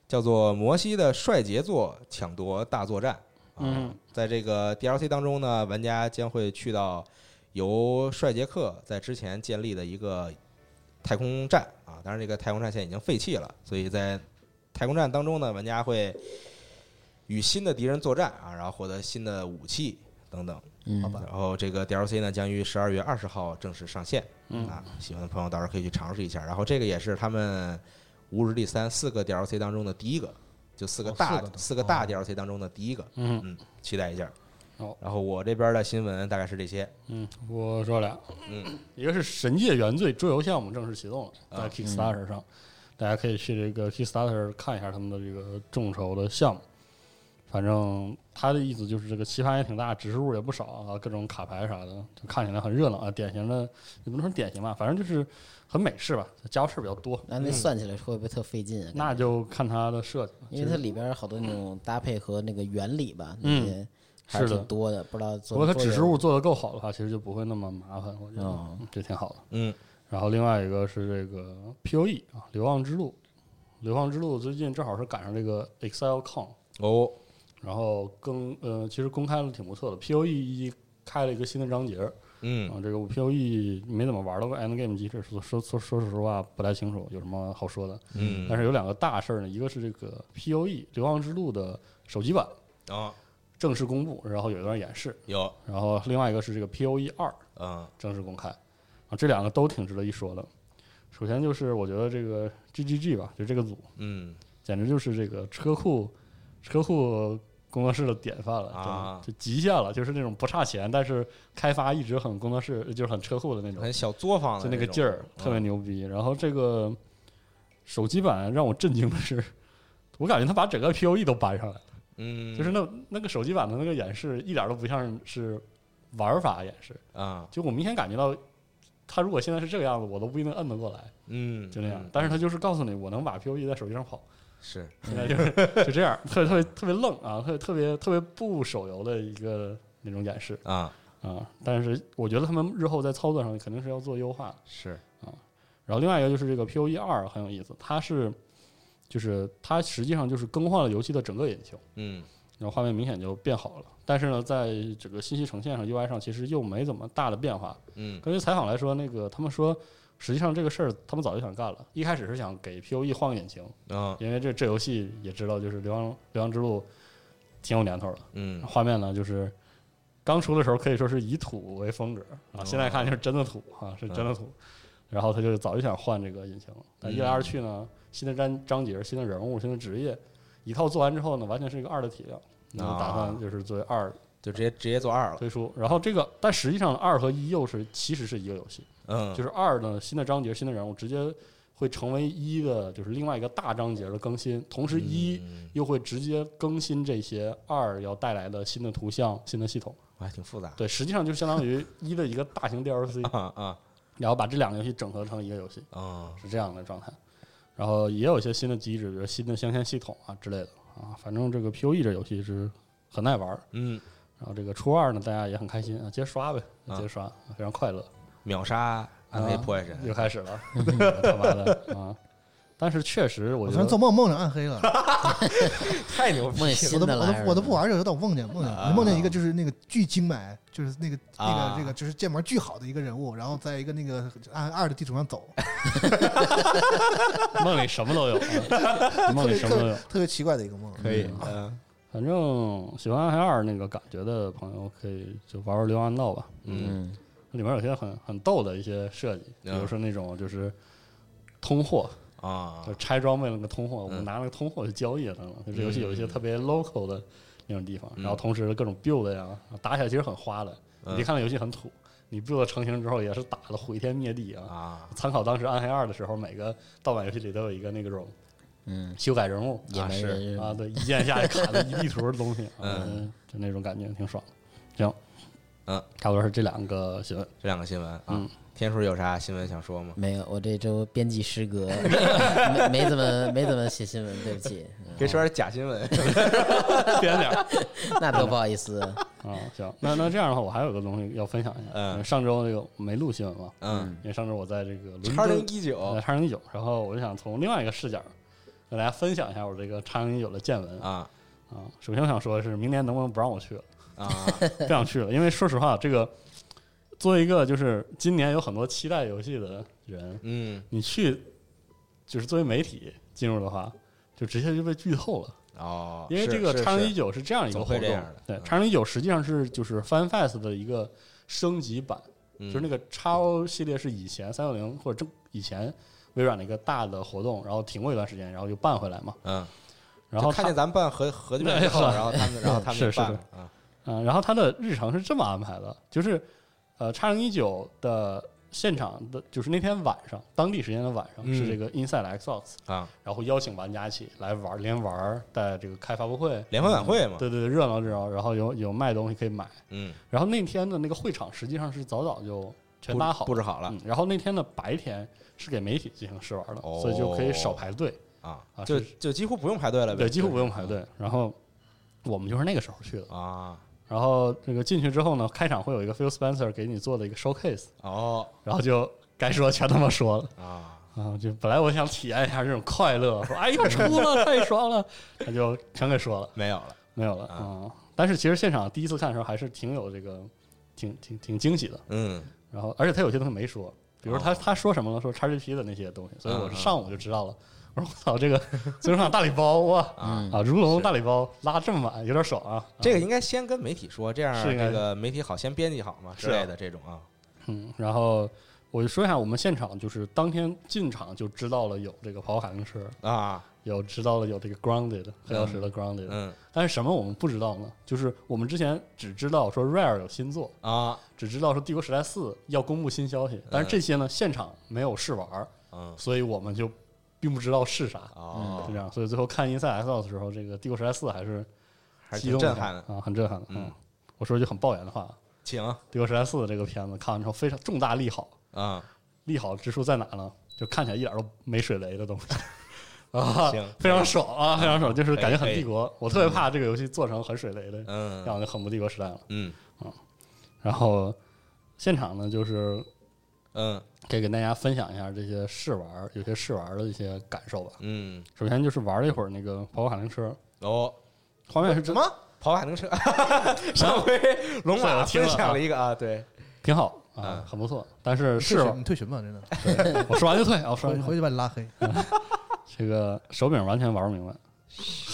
Speaker 2: 叫做《摩西的帅杰作抢夺大作战》。啊
Speaker 4: 嗯，
Speaker 2: 在这个 DLC 当中呢，玩家将会去到由帅杰克在之前建立的一个太空站啊，当然这个太空站现在已经废弃了，所以在太空站当中呢，玩家会与新的敌人作战啊，然后获得新的武器等等。
Speaker 3: 嗯，
Speaker 5: 好吧
Speaker 2: 然后这个 DLC 呢，将于十二月二十号正式上线。
Speaker 4: 嗯
Speaker 2: 啊，喜欢的朋友到时候可以去尝试一下。然后这个也是他们《无日第三》四个 DLC 当中的第一个，就四个
Speaker 5: 哦
Speaker 2: 大、
Speaker 5: 四个的
Speaker 2: 四个大 DLC 当中的第一个，
Speaker 4: 嗯哦
Speaker 2: 嗯，期待一下。
Speaker 4: 好
Speaker 2: 然后我这边的新闻大概是这些。
Speaker 4: 嗯，我说俩，
Speaker 2: 嗯，
Speaker 4: 一个是《神界原罪》桌游项目正式启动
Speaker 2: 啊
Speaker 4: 了，在 Kickstarter 上，大家可以去这个 Kickstarter 看一下他们的这个众筹的项目。反正他的意思就是这个棋盘也挺大，指示物也不少啊，各种卡牌啥的，就看起来很热闹啊。典型的也不能说典型吧，反正就是很美式吧，家伙事儿比较多。
Speaker 3: 那
Speaker 2: 嗯
Speaker 3: 那算起来会不会特费劲啊？
Speaker 4: 那就看他的设计了，
Speaker 3: 因为它里边儿好多那种搭配和那个原理吧，那
Speaker 4: 嗯
Speaker 3: 些还
Speaker 4: 是的
Speaker 3: 挺多的，不知道
Speaker 4: 不
Speaker 3: 做。
Speaker 4: 过它指示物
Speaker 3: 做
Speaker 4: 做得够好的话，其实就不会那么麻烦，我觉得、
Speaker 5: 啊
Speaker 3: 哦
Speaker 4: 嗯这挺好的。
Speaker 2: 嗯
Speaker 4: 然后另外一个是这个 P O E 啊，《流浪之路》，《流浪之路》最近正好是赶上这个 ExileCon，
Speaker 2: 哦，
Speaker 4: 然后更呃，其实公开了挺不错的。P O E 一开了一个新的章节，
Speaker 2: 嗯
Speaker 4: 啊，这个 P O E 没怎么玩到过 End Game 机制，说说说说实话不太清楚有什么好说的。
Speaker 2: 嗯，
Speaker 4: 但是有两个大事儿呢，一个是这个 P O E《流浪之路》的手机版
Speaker 2: 啊
Speaker 4: 正式公布，然后有一段演示，
Speaker 2: 有
Speaker 4: 然后另外一个是这个 P O E 二。
Speaker 2: 嗯
Speaker 4: 正式公开啊，这两个都挺值得一说的。首先就是我觉得这个 GGG 吧，就这个组
Speaker 2: 嗯
Speaker 4: 简直就是这个车库车库工作室的典范了，
Speaker 2: 啊
Speaker 4: 真的就极限了，就是那种不差钱，但是开发一直很工作室，就是很车库的那种
Speaker 2: 很，小作坊的
Speaker 4: 就那个
Speaker 2: 种嗯
Speaker 4: 劲儿特别牛逼。然后这个手机版让我震惊的是，我感觉他把整个 POE 都搬上来了。
Speaker 2: 嗯，
Speaker 4: 就是那那个手机版的那个演示，一点都不像是玩法演示，
Speaker 2: 啊
Speaker 4: 就我明显感觉到他如果现在是这个样子，我都不一定摁得过来，
Speaker 2: 嗯，
Speaker 4: 就那样
Speaker 2: 嗯。
Speaker 4: 但是他就是告诉你，我能把
Speaker 2: [LAUGHS]
Speaker 4: POE 在手机上跑，
Speaker 2: 是
Speaker 4: 现在就是就这样， [LAUGHS] 特别特别特别愣啊，特别特别特别不手游的一个那种演示
Speaker 2: 啊，
Speaker 4: 啊。但是我觉得他们日后在操作上肯定是要做优化的。
Speaker 2: 是
Speaker 4: 然后另外一个就是这个 POE 二很有意思，它是就是它实际上就是更换了游戏的整个引擎，
Speaker 2: 嗯
Speaker 4: 然后画面明显就变好了。但是呢，在整个信息呈现上、UI 上其实又没怎么大的变化。
Speaker 2: 嗯
Speaker 4: 根据采访来说，那个他们说。实际上这个事儿他们早就想干了，一开始是想给 E POE 换个引擎，
Speaker 2: 啊
Speaker 4: 因为这这游戏也知道就是《流浪流浪之路》挺有年头的，
Speaker 2: 嗯
Speaker 4: 画面呢就是刚出的时候可以说是以土为风格啊，现在看就是真的土啊，是真的土。然后他就早就想换这个引擎，但一来二去呢，新的章章节、新的人物、新的职业，一套做完之后呢，完全是一个二的体量。然后打算就是作为二
Speaker 2: 就直接直接做二了，
Speaker 4: 推出，然后这个但实际上二和一又是其实是一个游戏，
Speaker 2: 嗯，
Speaker 4: 就是二呢新的章节、新的人物直接会成为一的，就是另外一个大章节的更新，同时一
Speaker 2: 嗯
Speaker 4: 又会直接更新这些二要带来的新的图像、新的系统。
Speaker 2: 我还挺复杂
Speaker 4: 对，实际上就相当于一的一个大
Speaker 2: [LAUGHS]
Speaker 4: 型 DLC，
Speaker 2: 啊啊
Speaker 4: 然后把这两个游戏整合成一个游戏，
Speaker 2: 啊
Speaker 4: 是这样的状态。然后也有一些新的机制，比如新的镶嵌系统啊之类的啊。反正这个 POE 这游戏是很耐玩儿。
Speaker 2: 嗯，
Speaker 4: 然后这个初二呢，大家也很开心啊，接着刷呗，
Speaker 2: 啊
Speaker 4: 接着刷，非常快乐。
Speaker 2: 秒杀
Speaker 4: 啊
Speaker 2: 暗黑破坏 [LAUGHS] 神，
Speaker 4: 又开始 [LAUGHS] 了，他妈的啊！但是确实，我
Speaker 5: 我
Speaker 4: 觉
Speaker 5: 昨天
Speaker 4: 得
Speaker 5: 做梦梦着暗黑了，
Speaker 2: 太牛逼了
Speaker 3: 梦见
Speaker 5: 我
Speaker 3: 新
Speaker 5: 都
Speaker 3: 的
Speaker 5: 我
Speaker 3: 来着
Speaker 5: 都我都不。玩这个，但我梦见梦见
Speaker 2: 啊
Speaker 5: 梦见一个就是那个巨精买，就是那个那
Speaker 2: 啊
Speaker 5: 个这个就是建模巨好的一个人物，然后在一个那个按二的地图上走，
Speaker 4: 梦里什么都有，啊梦里什么都有。
Speaker 5: 特别奇怪的一个梦。
Speaker 2: 可以
Speaker 4: 嗯
Speaker 2: 嗯
Speaker 4: 反正喜欢《暗黑二》那个感觉的朋友，可以就玩玩《流浪道》吧。
Speaker 2: 嗯
Speaker 3: 嗯，
Speaker 4: 里面有些很很逗的一些设计，比
Speaker 2: 嗯
Speaker 4: 如说那种就是通货，
Speaker 2: 啊
Speaker 4: 就拆装备那个通货，我
Speaker 2: 嗯
Speaker 4: 拿那个通货去交易等等。就这游戏有一些
Speaker 2: 嗯
Speaker 4: 特别 local 的那种地方，
Speaker 2: 嗯
Speaker 4: 然后同时各种 build 呀，打起来其实很花的。
Speaker 2: 嗯
Speaker 4: 你一看那游戏很土，你 build 成型之后也是打的毁天灭地啊。
Speaker 2: 啊
Speaker 4: 参考当时《暗黑二》的时候，每个盗版游戏里都有一个那种
Speaker 3: 嗯，
Speaker 4: 修改人物，
Speaker 3: 野蛮人
Speaker 4: 啊，对，一键下来砍了一地图的东
Speaker 2: [LAUGHS]
Speaker 4: 西，
Speaker 2: 嗯
Speaker 4: 啊，就那种感觉挺爽的。行，
Speaker 2: 嗯，
Speaker 4: 差不多是这两个新闻。
Speaker 2: [LAUGHS] 这两个新闻啊
Speaker 4: 嗯，
Speaker 2: 天叔有啥新闻想说吗？
Speaker 3: 没有，我这周编辑失格，没没怎么没怎么写新闻，对不起，
Speaker 2: 可以说点假新闻 [LAUGHS]
Speaker 4: 嗯编点儿
Speaker 3: 那多不好意思。
Speaker 4: 啊，行，那那这样的话，我还有个东西要分享一下。
Speaker 2: 嗯
Speaker 4: 上周那个我没录新闻嘛，
Speaker 2: 嗯，
Speaker 4: 因为上周我在这个伦
Speaker 2: 叉零
Speaker 4: 敦呃
Speaker 2: 一
Speaker 4: [LAUGHS]
Speaker 2: 九
Speaker 4: 叉零一九，然后我就想从另外一个视角跟大家分享一下我这个叉零一九的见闻啊。
Speaker 2: 啊
Speaker 4: 首先我想说的是，明年能不能不让我去了？
Speaker 2: 啊
Speaker 4: 不想去了，因为说实话，这个作为一个就是今年有很多期待游戏的人， [LAUGHS]
Speaker 2: 嗯
Speaker 4: 你去就是作为媒体进入的话，就直接就被剧透了，
Speaker 2: 哦，
Speaker 4: 因为
Speaker 2: 是
Speaker 4: 这个
Speaker 2: 是
Speaker 4: 叉零一
Speaker 2: 是
Speaker 4: 九是这样一个
Speaker 2: 总
Speaker 4: 活
Speaker 2: 会
Speaker 4: 动
Speaker 2: 这样的，
Speaker 4: 对
Speaker 2: 嗯，
Speaker 4: 叉零一九实际上是就是 FanFest 的一个升级版，
Speaker 2: 嗯
Speaker 4: 就是那个叉 O 系列是以前三六零或者正以前微软的一个大的活动，然后停过一段时间，然后又办回来嘛，
Speaker 2: 嗯，
Speaker 4: 然后
Speaker 2: 就看见
Speaker 4: 它
Speaker 2: 咱们办合
Speaker 4: [LAUGHS]
Speaker 2: 合计办以后，
Speaker 4: 对
Speaker 2: 然后他们然后他们
Speaker 4: 是
Speaker 2: 就是办了啊
Speaker 4: 嗯，然后它的日程是这么安排的，就是呃叉零一九的。现场的就是那天晚上，当地时间的晚上、
Speaker 2: 嗯
Speaker 4: 是这个 Inside Xbox，
Speaker 2: 啊，
Speaker 4: 然后邀请玩家一起来玩儿，连玩儿带这个开发布会，嗯
Speaker 2: 联欢晚会嘛，
Speaker 4: 对对对，热闹热闹，然后有有卖东西可以买。
Speaker 2: 嗯，
Speaker 4: 然后那天的那个会场实际上是早早就全
Speaker 2: 布
Speaker 4: 搭好
Speaker 2: 布置好了
Speaker 4: 嗯，然后那天的白天是给媒体进行试玩的，
Speaker 2: 哦
Speaker 4: 所以就可以少排队，
Speaker 2: 啊
Speaker 4: 啊，
Speaker 2: 就是就几乎不用排队了呗，嗯
Speaker 4: 对，几乎不用
Speaker 2: 就
Speaker 4: 排
Speaker 2: 是
Speaker 4: 队。然后我们就是那个时候去的。
Speaker 2: 啊，
Speaker 4: 然后这个进去之后呢，开场会有一个 Phil Spencer 给你做的一个 showcase，
Speaker 2: 哦
Speaker 4: 然后就该说全他妈说了。
Speaker 2: 啊，
Speaker 4: 啊，就本来我想体验一下这种快乐，说哎呀出了太爽了，他就全给说了。
Speaker 2: 没有了，
Speaker 4: 没有了
Speaker 2: 啊
Speaker 4: 啊、嗯但是其实现场第一次看的时候还是挺有这个，挺挺挺惊喜的。
Speaker 2: 嗯
Speaker 4: 然后而且他有些东西没说，比如说他、
Speaker 2: 哦
Speaker 4: 他说什么了，说 XGP 的那些东西，所以我
Speaker 2: 嗯嗯
Speaker 4: 上午就知道了。我说我操，这个最终场大礼包哇
Speaker 3: 嗯
Speaker 2: 啊，
Speaker 4: 啊，如龙大礼包拉这么满，有点爽啊。
Speaker 2: 这
Speaker 4: 个
Speaker 2: 个应该先跟媒体说，这样
Speaker 4: 是应
Speaker 2: 这
Speaker 4: 该
Speaker 2: 个媒体好先编辑好嘛之
Speaker 4: 是啊
Speaker 2: 类的这种啊，
Speaker 4: 嗯，然后我就说一下，我们现场就是当天进场就知道了有这个跑跑卡丁车，
Speaker 2: 啊，
Speaker 4: 有知道了有这个 Grounded 黑曜石的 Grounded，、
Speaker 2: 嗯
Speaker 4: 但是什么我们不知道呢？就是我们之前只知道说 Rare 有新作，
Speaker 2: 啊，
Speaker 4: 只知道说《帝国时代四》要公布新消息，但是这些呢现场没有试玩儿，
Speaker 2: 嗯
Speaker 4: 所以我们就并不知道是啥，就
Speaker 2: 哦
Speaker 4: 这，样。所以最后看《Inside Xbox》的时候，这个《帝国时代四》还是
Speaker 2: 还是
Speaker 4: 激
Speaker 2: 挺
Speaker 4: 动
Speaker 2: 震
Speaker 4: 的
Speaker 2: 撼的，
Speaker 4: 啊，很震撼的。
Speaker 2: 嗯
Speaker 4: 嗯，我说一句很抱怨的话，
Speaker 2: 请
Speaker 4: [LAUGHS] 《帝国时代四》这个片子看完之后非常重大利好，
Speaker 2: 啊，
Speaker 4: 利好之处在哪呢？就看起来一点都没水雷的东西啊
Speaker 2: 行，
Speaker 4: 非常爽啊，非常爽，就是感觉
Speaker 2: 可
Speaker 4: 很
Speaker 2: 以
Speaker 4: 帝国。我特别怕这个游戏做成很水雷的，
Speaker 2: 嗯
Speaker 4: 这样就很不帝国时代了。
Speaker 2: 嗯
Speaker 4: 然后现场呢，就是
Speaker 2: 嗯
Speaker 4: 可以跟大家分享一下这些试玩儿，有些试玩儿的一些感受吧。
Speaker 2: 嗯，
Speaker 4: 首先就是玩了一会儿那个跑跑卡丁车，
Speaker 2: 哦，
Speaker 4: 画面是
Speaker 5: 什
Speaker 4: 真
Speaker 5: 么？
Speaker 2: 跑卡丁车， [LAUGHS] 上
Speaker 4: [LAUGHS]
Speaker 2: 回龙
Speaker 4: 是
Speaker 2: 马
Speaker 4: 我听
Speaker 2: 分
Speaker 4: 了
Speaker 2: 享了一个啊，对，
Speaker 4: 挺好
Speaker 2: 啊
Speaker 4: 啊，很不错。但是
Speaker 5: 你
Speaker 4: 试
Speaker 5: 退
Speaker 4: 玩
Speaker 5: 群，你退群吧，真的，
Speaker 4: 对我说完就退啊，我说
Speaker 5: 回
Speaker 4: 完就
Speaker 5: 回
Speaker 4: 退。
Speaker 5: 去把你拉黑，
Speaker 4: 这个手柄完全玩不明白，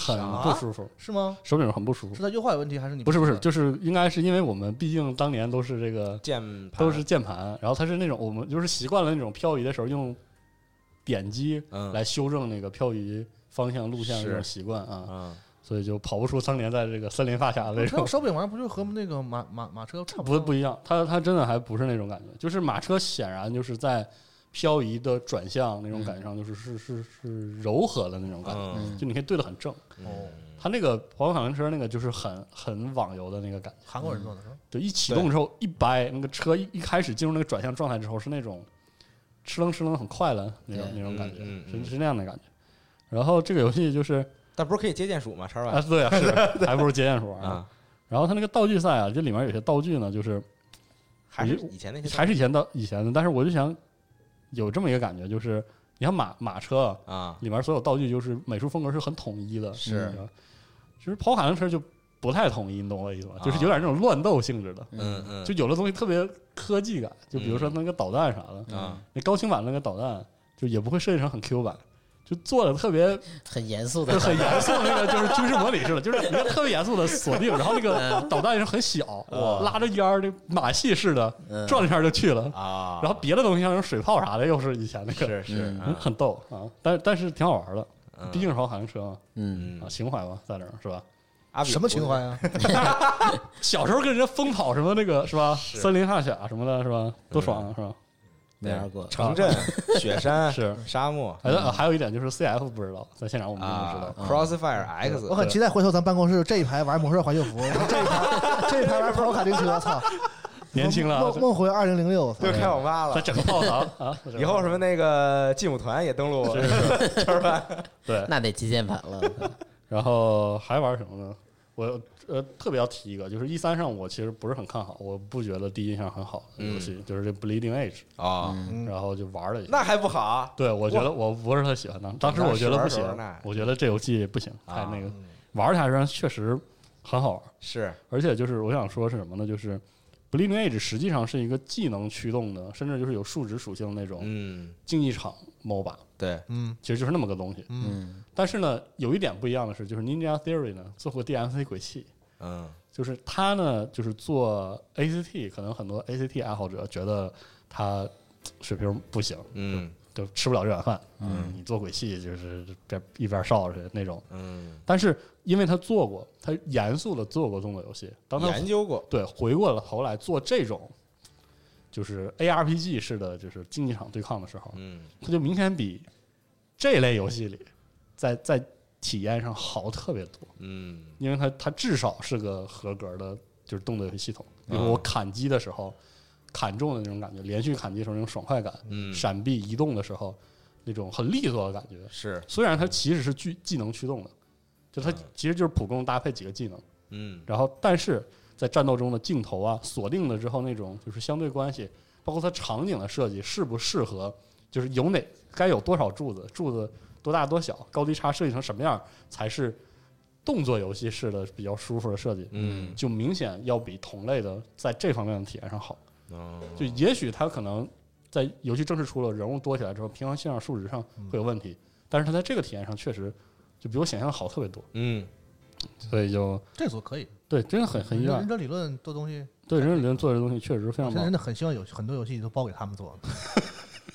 Speaker 4: 很不舒服，
Speaker 5: 是吗？
Speaker 4: 手柄很不舒服
Speaker 5: 是。他优化有问题还是你
Speaker 4: 不是
Speaker 2: 嗯
Speaker 4: 不是，就是应该是因为我们毕竟当年都是这个
Speaker 2: 键盘
Speaker 4: 都是键盘，然后它是那种我们就是习惯了那种漂移的时候用点击
Speaker 2: 嗯
Speaker 4: 来修正那个漂移方向路线的这种
Speaker 2: 是
Speaker 4: 习惯啊，
Speaker 2: 嗯
Speaker 4: 所以就跑不出当年在这个森林发卡的那
Speaker 5: 这
Speaker 4: 种
Speaker 5: 手柄玩意儿不就和那个马马马车差
Speaker 4: [LAUGHS] 不
Speaker 5: 多
Speaker 4: 不
Speaker 5: 吗？
Speaker 4: 一样，它它真的还不是那种感觉，就是马车显然就是在漂移的转向那种感觉上，就是是是是柔和的那种感觉，
Speaker 2: 嗯
Speaker 4: 就你可以对得很正。
Speaker 5: 哦，
Speaker 4: 它那个跑跑卡丁车那个就是很很网游的那个感觉，
Speaker 5: 韩国人做的是吧？
Speaker 4: 就一启动之后一掰，那个车一一开始进入那个转向状态之后是那种哧楞哧楞很快的那种
Speaker 3: 对
Speaker 4: 那种感觉
Speaker 2: 嗯嗯，嗯
Speaker 4: 是是那样的感觉。然后这个
Speaker 2: [LAUGHS]
Speaker 4: 游戏就是
Speaker 2: 但不是可以接键鼠吗？叉
Speaker 4: 啊，
Speaker 2: Y
Speaker 4: 对啊，
Speaker 2: [LAUGHS]
Speaker 4: 是还不如接鼹鼠玩呢。
Speaker 2: 啊，
Speaker 4: 然后它那个道具赛啊，这里面有些道具呢，就是
Speaker 2: 还是
Speaker 4: 我就
Speaker 2: 以前那些
Speaker 4: 还是以前的以前的，但是我就想有这么一个感觉，就是你看马马车
Speaker 2: 啊，
Speaker 4: 里面所有道具，就是美术风格是很统一的，
Speaker 2: 是
Speaker 4: 嗯，其实跑卡丁车就不太统一，你懂我意思吧？
Speaker 2: 啊
Speaker 4: 就是有点那种乱斗性质的，
Speaker 2: 嗯嗯，
Speaker 4: 就有的东西特别科技感，就比如说那个导弹啥的，
Speaker 2: 啊
Speaker 4: 那高清版那个导弹就也不会设计成很 Q 版。就做的特别 [LAUGHS]
Speaker 3: 很严肃
Speaker 4: 就
Speaker 3: 的，
Speaker 4: 很严肃，那个就是军事模拟似的，就是一个特别严肃的锁定，然后那个导弹也是很小，
Speaker 2: 嗯
Speaker 4: 拉着烟儿，那马戏似的
Speaker 3: 嗯
Speaker 4: 转了一圈就去了，
Speaker 2: 啊，
Speaker 4: 然后别的东西像什么水炮啥的，又是以前那个，
Speaker 2: 是是
Speaker 3: 嗯
Speaker 4: 很很逗啊。但是但是挺好玩的，
Speaker 2: 嗯
Speaker 4: 毕竟是跑卡丁车嘛，
Speaker 3: 嗯，
Speaker 4: 啊，
Speaker 2: 嗯
Speaker 4: 情怀嘛，在这儿是吧？
Speaker 2: 阿比
Speaker 5: 什么情怀啊？
Speaker 4: 小时候跟人家疯跑什么那个是吧？森林大侠什么的是吧？多爽啊是吧？
Speaker 3: 没玩过，
Speaker 2: [LAUGHS] 城镇、
Speaker 5: 啊
Speaker 2: 雪山、
Speaker 4: 是
Speaker 2: 沙漠
Speaker 4: 还有啊还有一点就是 CF 不知道，在现场我们并不知
Speaker 2: 啊
Speaker 4: 道。
Speaker 2: ，Crossfire X，
Speaker 5: 我很期待回头咱办公室这一排玩魔兽环球服，这一排这一排玩跑卡丁车，操！
Speaker 4: 年轻了啊
Speaker 5: 梦梦回二零零六，操
Speaker 2: 又开网吧
Speaker 4: 在
Speaker 2: 了。
Speaker 4: 整个炮堂啊，
Speaker 2: 以后什么那个劲舞团也登录，是吧？
Speaker 4: 对，
Speaker 3: 那得接键盘了，
Speaker 4: 然后还玩什么呢？我呃特别要提一个，就是一三上我其实不是很看好，我不觉得第一印象很好的游戏，就是这 Bleeding Edge，
Speaker 2: 啊，
Speaker 5: 嗯
Speaker 4: 然后就玩了一下。
Speaker 2: 嗯那还不好啊
Speaker 4: 对，我觉得我不是特喜欢当，当时我觉得不行
Speaker 2: 那是玩儿呢，
Speaker 4: 我觉得这游戏不行，太
Speaker 2: 啊
Speaker 4: 那个玩儿起来上确实很好玩儿，
Speaker 2: 是
Speaker 4: 而且就是我想说是什么呢？就是 Bleeding Edge 实际上是一个技能驱动的，甚至就是有数值属性的那种
Speaker 2: 嗯，
Speaker 4: 竞技场 MOBA，
Speaker 2: 对，
Speaker 5: 嗯
Speaker 4: 其实就是那么个东西。
Speaker 5: 嗯，
Speaker 3: 嗯
Speaker 4: 但是呢，有一点不一样的是，就是 Ninja Theory 呢做过 DMC 鬼泣，
Speaker 2: 嗯
Speaker 4: 就是他呢就是做 ACT，可能很多 ACT 爱好者觉得他水平不行，
Speaker 2: 嗯
Speaker 4: 就吃不了这碗饭。嗯，你做鬼戏就是边一边烧去那种。
Speaker 2: 嗯，
Speaker 4: 但是因为他做过，他严肃的做过动作游戏，当他
Speaker 2: 研究过，
Speaker 4: 对回过了头来做这种就是 ARPG 式的就是竞技场对抗的时候，
Speaker 2: 嗯
Speaker 4: 他就明显比这类游戏里在在体验上好特别多，
Speaker 2: 嗯
Speaker 4: 因为他他至少是个合格的就是动作游戏系统。比如说我砍击的时候，砍中的那种感觉，连续砍击的时候那种爽快感，
Speaker 2: 嗯，
Speaker 4: 闪避移动的时候那种很利索的感觉。
Speaker 2: 是，
Speaker 4: 虽然它其实是技技能驱动的，就它其实就是普攻搭配几个技能，
Speaker 2: 嗯
Speaker 4: 然后但是在战斗中的镜头啊锁定了之后那种就是相对关系，包括它场景的设计适不适合，就是有哪该有多少柱子，柱子多大多小，高低差设计成什么样才是动作游戏式的比较舒服的设计，
Speaker 2: 嗯
Speaker 4: 就明显要比同类的在这方面的体验上好。
Speaker 2: 哦
Speaker 4: 就也许他可能在游戏正式出了，人物多起来之后，平衡性上、数值上会有问题，但是他在这个体验上确实就比我想象的好特别多，
Speaker 2: 嗯
Speaker 4: 所以就
Speaker 5: 这组可以，
Speaker 4: 对，真的很很意外
Speaker 5: 忍。者理论做东西，
Speaker 4: 对，人人做这东西确实非
Speaker 5: 我
Speaker 4: 常
Speaker 5: 现在真
Speaker 4: 棒。
Speaker 5: 的很希望有很多游戏都包给他们做，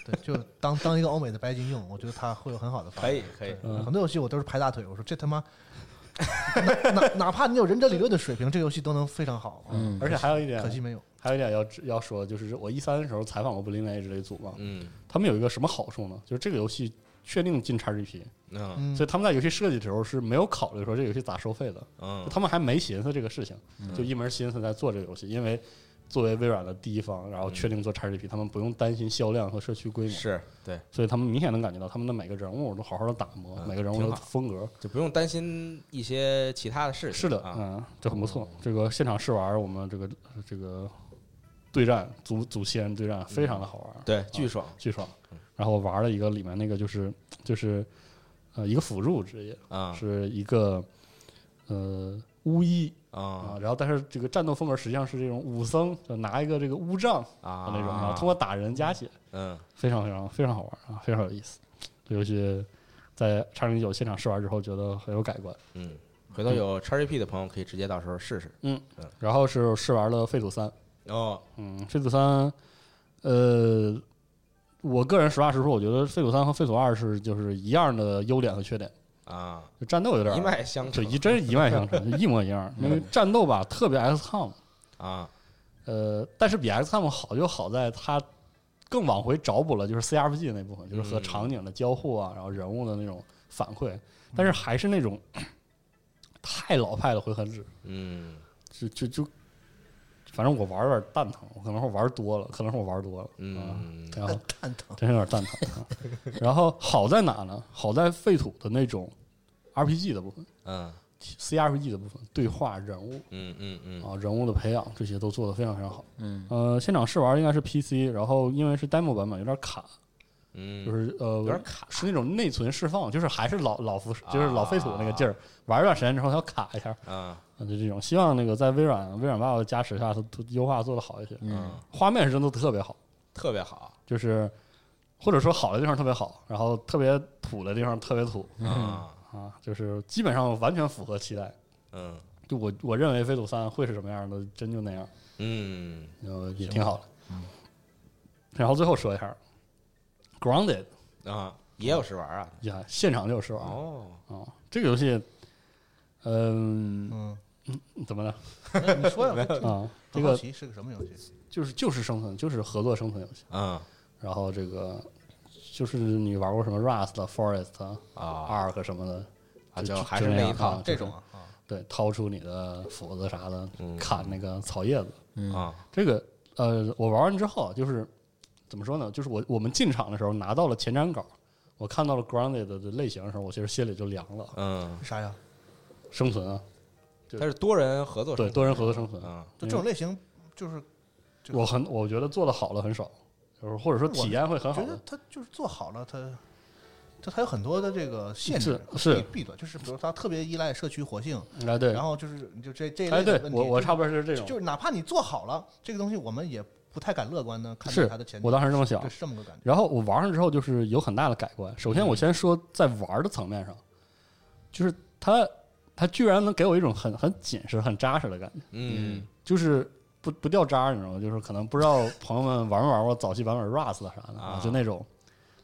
Speaker 5: 对，就当当一个欧美的白金用，我觉得它会有很好的发展。
Speaker 2: 可以可以，
Speaker 4: 嗯
Speaker 5: 很多游戏我都是拍大腿，我说这他妈哪哪哪怕你有忍者理论的水平，这个游戏都能非常好。啊
Speaker 3: 嗯
Speaker 4: 而且还有一点
Speaker 5: 可，惜没有。
Speaker 4: 还有一点要要说，就是我一三的时候采访过 b l i n Edge 这一组嘛，
Speaker 2: 嗯
Speaker 4: 他们有一个什么好处呢？就是这个游戏确定进 XGP，
Speaker 2: 嗯
Speaker 5: 嗯
Speaker 4: 所以他们在游戏设计的时候是没有考虑说这个游戏咋收费的，
Speaker 2: 嗯
Speaker 4: 就他们还没寻思这个事情，就一门心思在做这个游戏，因为作为微软的第一方，然后确定做 XGP，他们不用担心销量和社区规模，
Speaker 2: 是对，
Speaker 4: 所以他们明显能感觉到他们的每个人物都好好的打磨，
Speaker 2: 嗯
Speaker 4: 每个人物
Speaker 2: 挺
Speaker 4: 的
Speaker 2: 好
Speaker 4: 风格。
Speaker 2: 就不用担心一些其他的事情。
Speaker 4: 是的，
Speaker 2: 啊，
Speaker 4: 嗯，就很不错。这个现场试玩，我们这个这个对战祖祖先对战非常的好玩，
Speaker 2: 对，巨爽。
Speaker 4: 巨爽。然后玩了一个里面那个就是就是呃一个辅助职业，
Speaker 2: 啊
Speaker 4: 是一个呃巫医啊
Speaker 2: 啊，
Speaker 4: 然后但是这个战斗风格实际上是这种武僧，就拿一个这个巫杖
Speaker 2: 啊
Speaker 4: 的那种，然后通过打人加血，
Speaker 2: 嗯
Speaker 4: 非常非常非常好玩啊，非常有意思。这游戏在叉零九现场试玩之后，觉得很有改观。
Speaker 2: 嗯，回头有 XGP 的朋友可以直接到时候试试。
Speaker 4: 然后是试玩了《废土三》，
Speaker 2: 哦，
Speaker 4: 嗯，《废土三》，呃，我个人实话实说，我觉得《废土三》和《废土二》是就是一样的优点和缺点，
Speaker 2: 啊，
Speaker 4: 就战斗有点
Speaker 2: 一
Speaker 4: 儿
Speaker 2: 脉相
Speaker 4: 就
Speaker 2: 承
Speaker 4: 一真是一脉相承，就一模一
Speaker 2: [LAUGHS]
Speaker 4: 样。因为战斗吧特别 XCOM，
Speaker 2: 啊，
Speaker 4: 呃，但是比 XCOM 好就好在它更往回找补了，就是 CRPG 那部分，就是和
Speaker 2: 嗯
Speaker 4: 场景的交互啊，然后人物的那种反馈，但是还是那种 [CLEARS THROAT] 太老派的回合制，
Speaker 2: 嗯
Speaker 4: 就就就，反正我玩儿有点蛋疼，我可能是玩儿多了，可能是我玩儿多了，啊
Speaker 2: 嗯
Speaker 4: 然后
Speaker 5: 蛋疼。
Speaker 4: 真是有点蛋疼。啊 [LAUGHS] 然后好在哪呢？好在废土的那种 RPG 的部分
Speaker 2: 嗯
Speaker 4: ，CRPG 的部分，对话、人物
Speaker 2: 嗯嗯嗯
Speaker 4: 啊、人物的培养这些都做得非常非常好。
Speaker 3: 嗯，
Speaker 4: 呃，现场试玩应该是 PC，然后因为是 demo 版本，有点卡，
Speaker 2: 嗯，
Speaker 4: 就是呃有
Speaker 2: 点
Speaker 4: 卡，是那种内存释放，就是还是老老服，就是老废土那个
Speaker 2: 啊
Speaker 4: 劲儿，玩一段时间之后它要卡一下，
Speaker 2: 啊
Speaker 4: 啊就这种。希望那个在微软微软爸爸的加持下，它它优化做得好一些，
Speaker 2: 嗯，
Speaker 4: 画面是真的特别好。
Speaker 2: 特别好
Speaker 4: 就是或者说好的地方特别好，然后特别土的地方特别土
Speaker 2: 啊，
Speaker 4: 啊，就是基本上完全符合期待。
Speaker 2: 嗯
Speaker 4: 就我我认为《飞土三》会是什么样的，真就那样，
Speaker 2: 嗯
Speaker 4: 呃，也挺好的。然后最后说一下，《Grounded》
Speaker 2: 啊，也有试玩啊，
Speaker 4: 呀，现场就是啊
Speaker 2: 哦，
Speaker 4: 啊，这个游戏，嗯，
Speaker 5: 嗯，
Speaker 4: 怎么了
Speaker 5: 哎你说呀，
Speaker 2: 嗯
Speaker 4: 啊？这
Speaker 5: 很好
Speaker 4: 个
Speaker 5: 奇是个什么游戏？
Speaker 4: 就是就是生存，就是合作生存游戏。
Speaker 2: 嗯
Speaker 4: 然后这个就是你玩过什么 Rust、Forest、
Speaker 2: 啊
Speaker 4: Ark 什么的，
Speaker 2: 啊，
Speaker 4: 就
Speaker 2: 就
Speaker 4: 就
Speaker 2: 还
Speaker 4: 就是那
Speaker 2: 那一
Speaker 4: 样
Speaker 2: 套
Speaker 4: 啊
Speaker 5: 这种啊，啊
Speaker 4: 对，掏出你的斧子啥的，
Speaker 2: 嗯
Speaker 4: 砍那个草叶子。
Speaker 2: 啊，
Speaker 4: 嗯这个呃，我玩完之后啊就是怎么说呢？就是我我们进场的时候拿到了前瞻稿，我看到了 grounded 的类型的时候，我其实心里就凉了。
Speaker 2: 嗯，
Speaker 5: 啥呀？
Speaker 4: 生存 [LAUGHS] 啊，
Speaker 2: 它是多人合作，
Speaker 4: 对，多人合作生存，
Speaker 2: 嗯
Speaker 5: 就这种类型，就是就
Speaker 4: 我很我觉得做的好的很少，就是或者说体验会很好
Speaker 5: 觉得
Speaker 4: 的。
Speaker 5: 它就是做好了，它它它有很多的这个限制
Speaker 4: 是是
Speaker 5: 弊弊端，就是比如它特别依赖社区活性，
Speaker 4: 哎对
Speaker 5: 然，后就是你就这这一
Speaker 4: 哎
Speaker 5: 类的
Speaker 4: 对
Speaker 5: 问，题，
Speaker 4: 我我
Speaker 5: 就
Speaker 4: 差不多是这
Speaker 5: 就就
Speaker 4: 种，
Speaker 5: 是哪怕你做好了这个东西，我们也不太敢乐观的看
Speaker 4: 是
Speaker 5: 待它的前景。
Speaker 4: 我当时这么想
Speaker 5: 对，。是这么个感觉。
Speaker 4: 然后我玩上之后，就是有很大的改观。首先，我先说在玩的层面上，就是它它居然能给我一种很很紧实、很扎实的感觉，
Speaker 2: 嗯
Speaker 4: 就是不不掉渣儿，你知道吗？就是可能不知道朋友们玩没玩过早期版本 Rust 啥的，
Speaker 2: 啊
Speaker 4: 就那种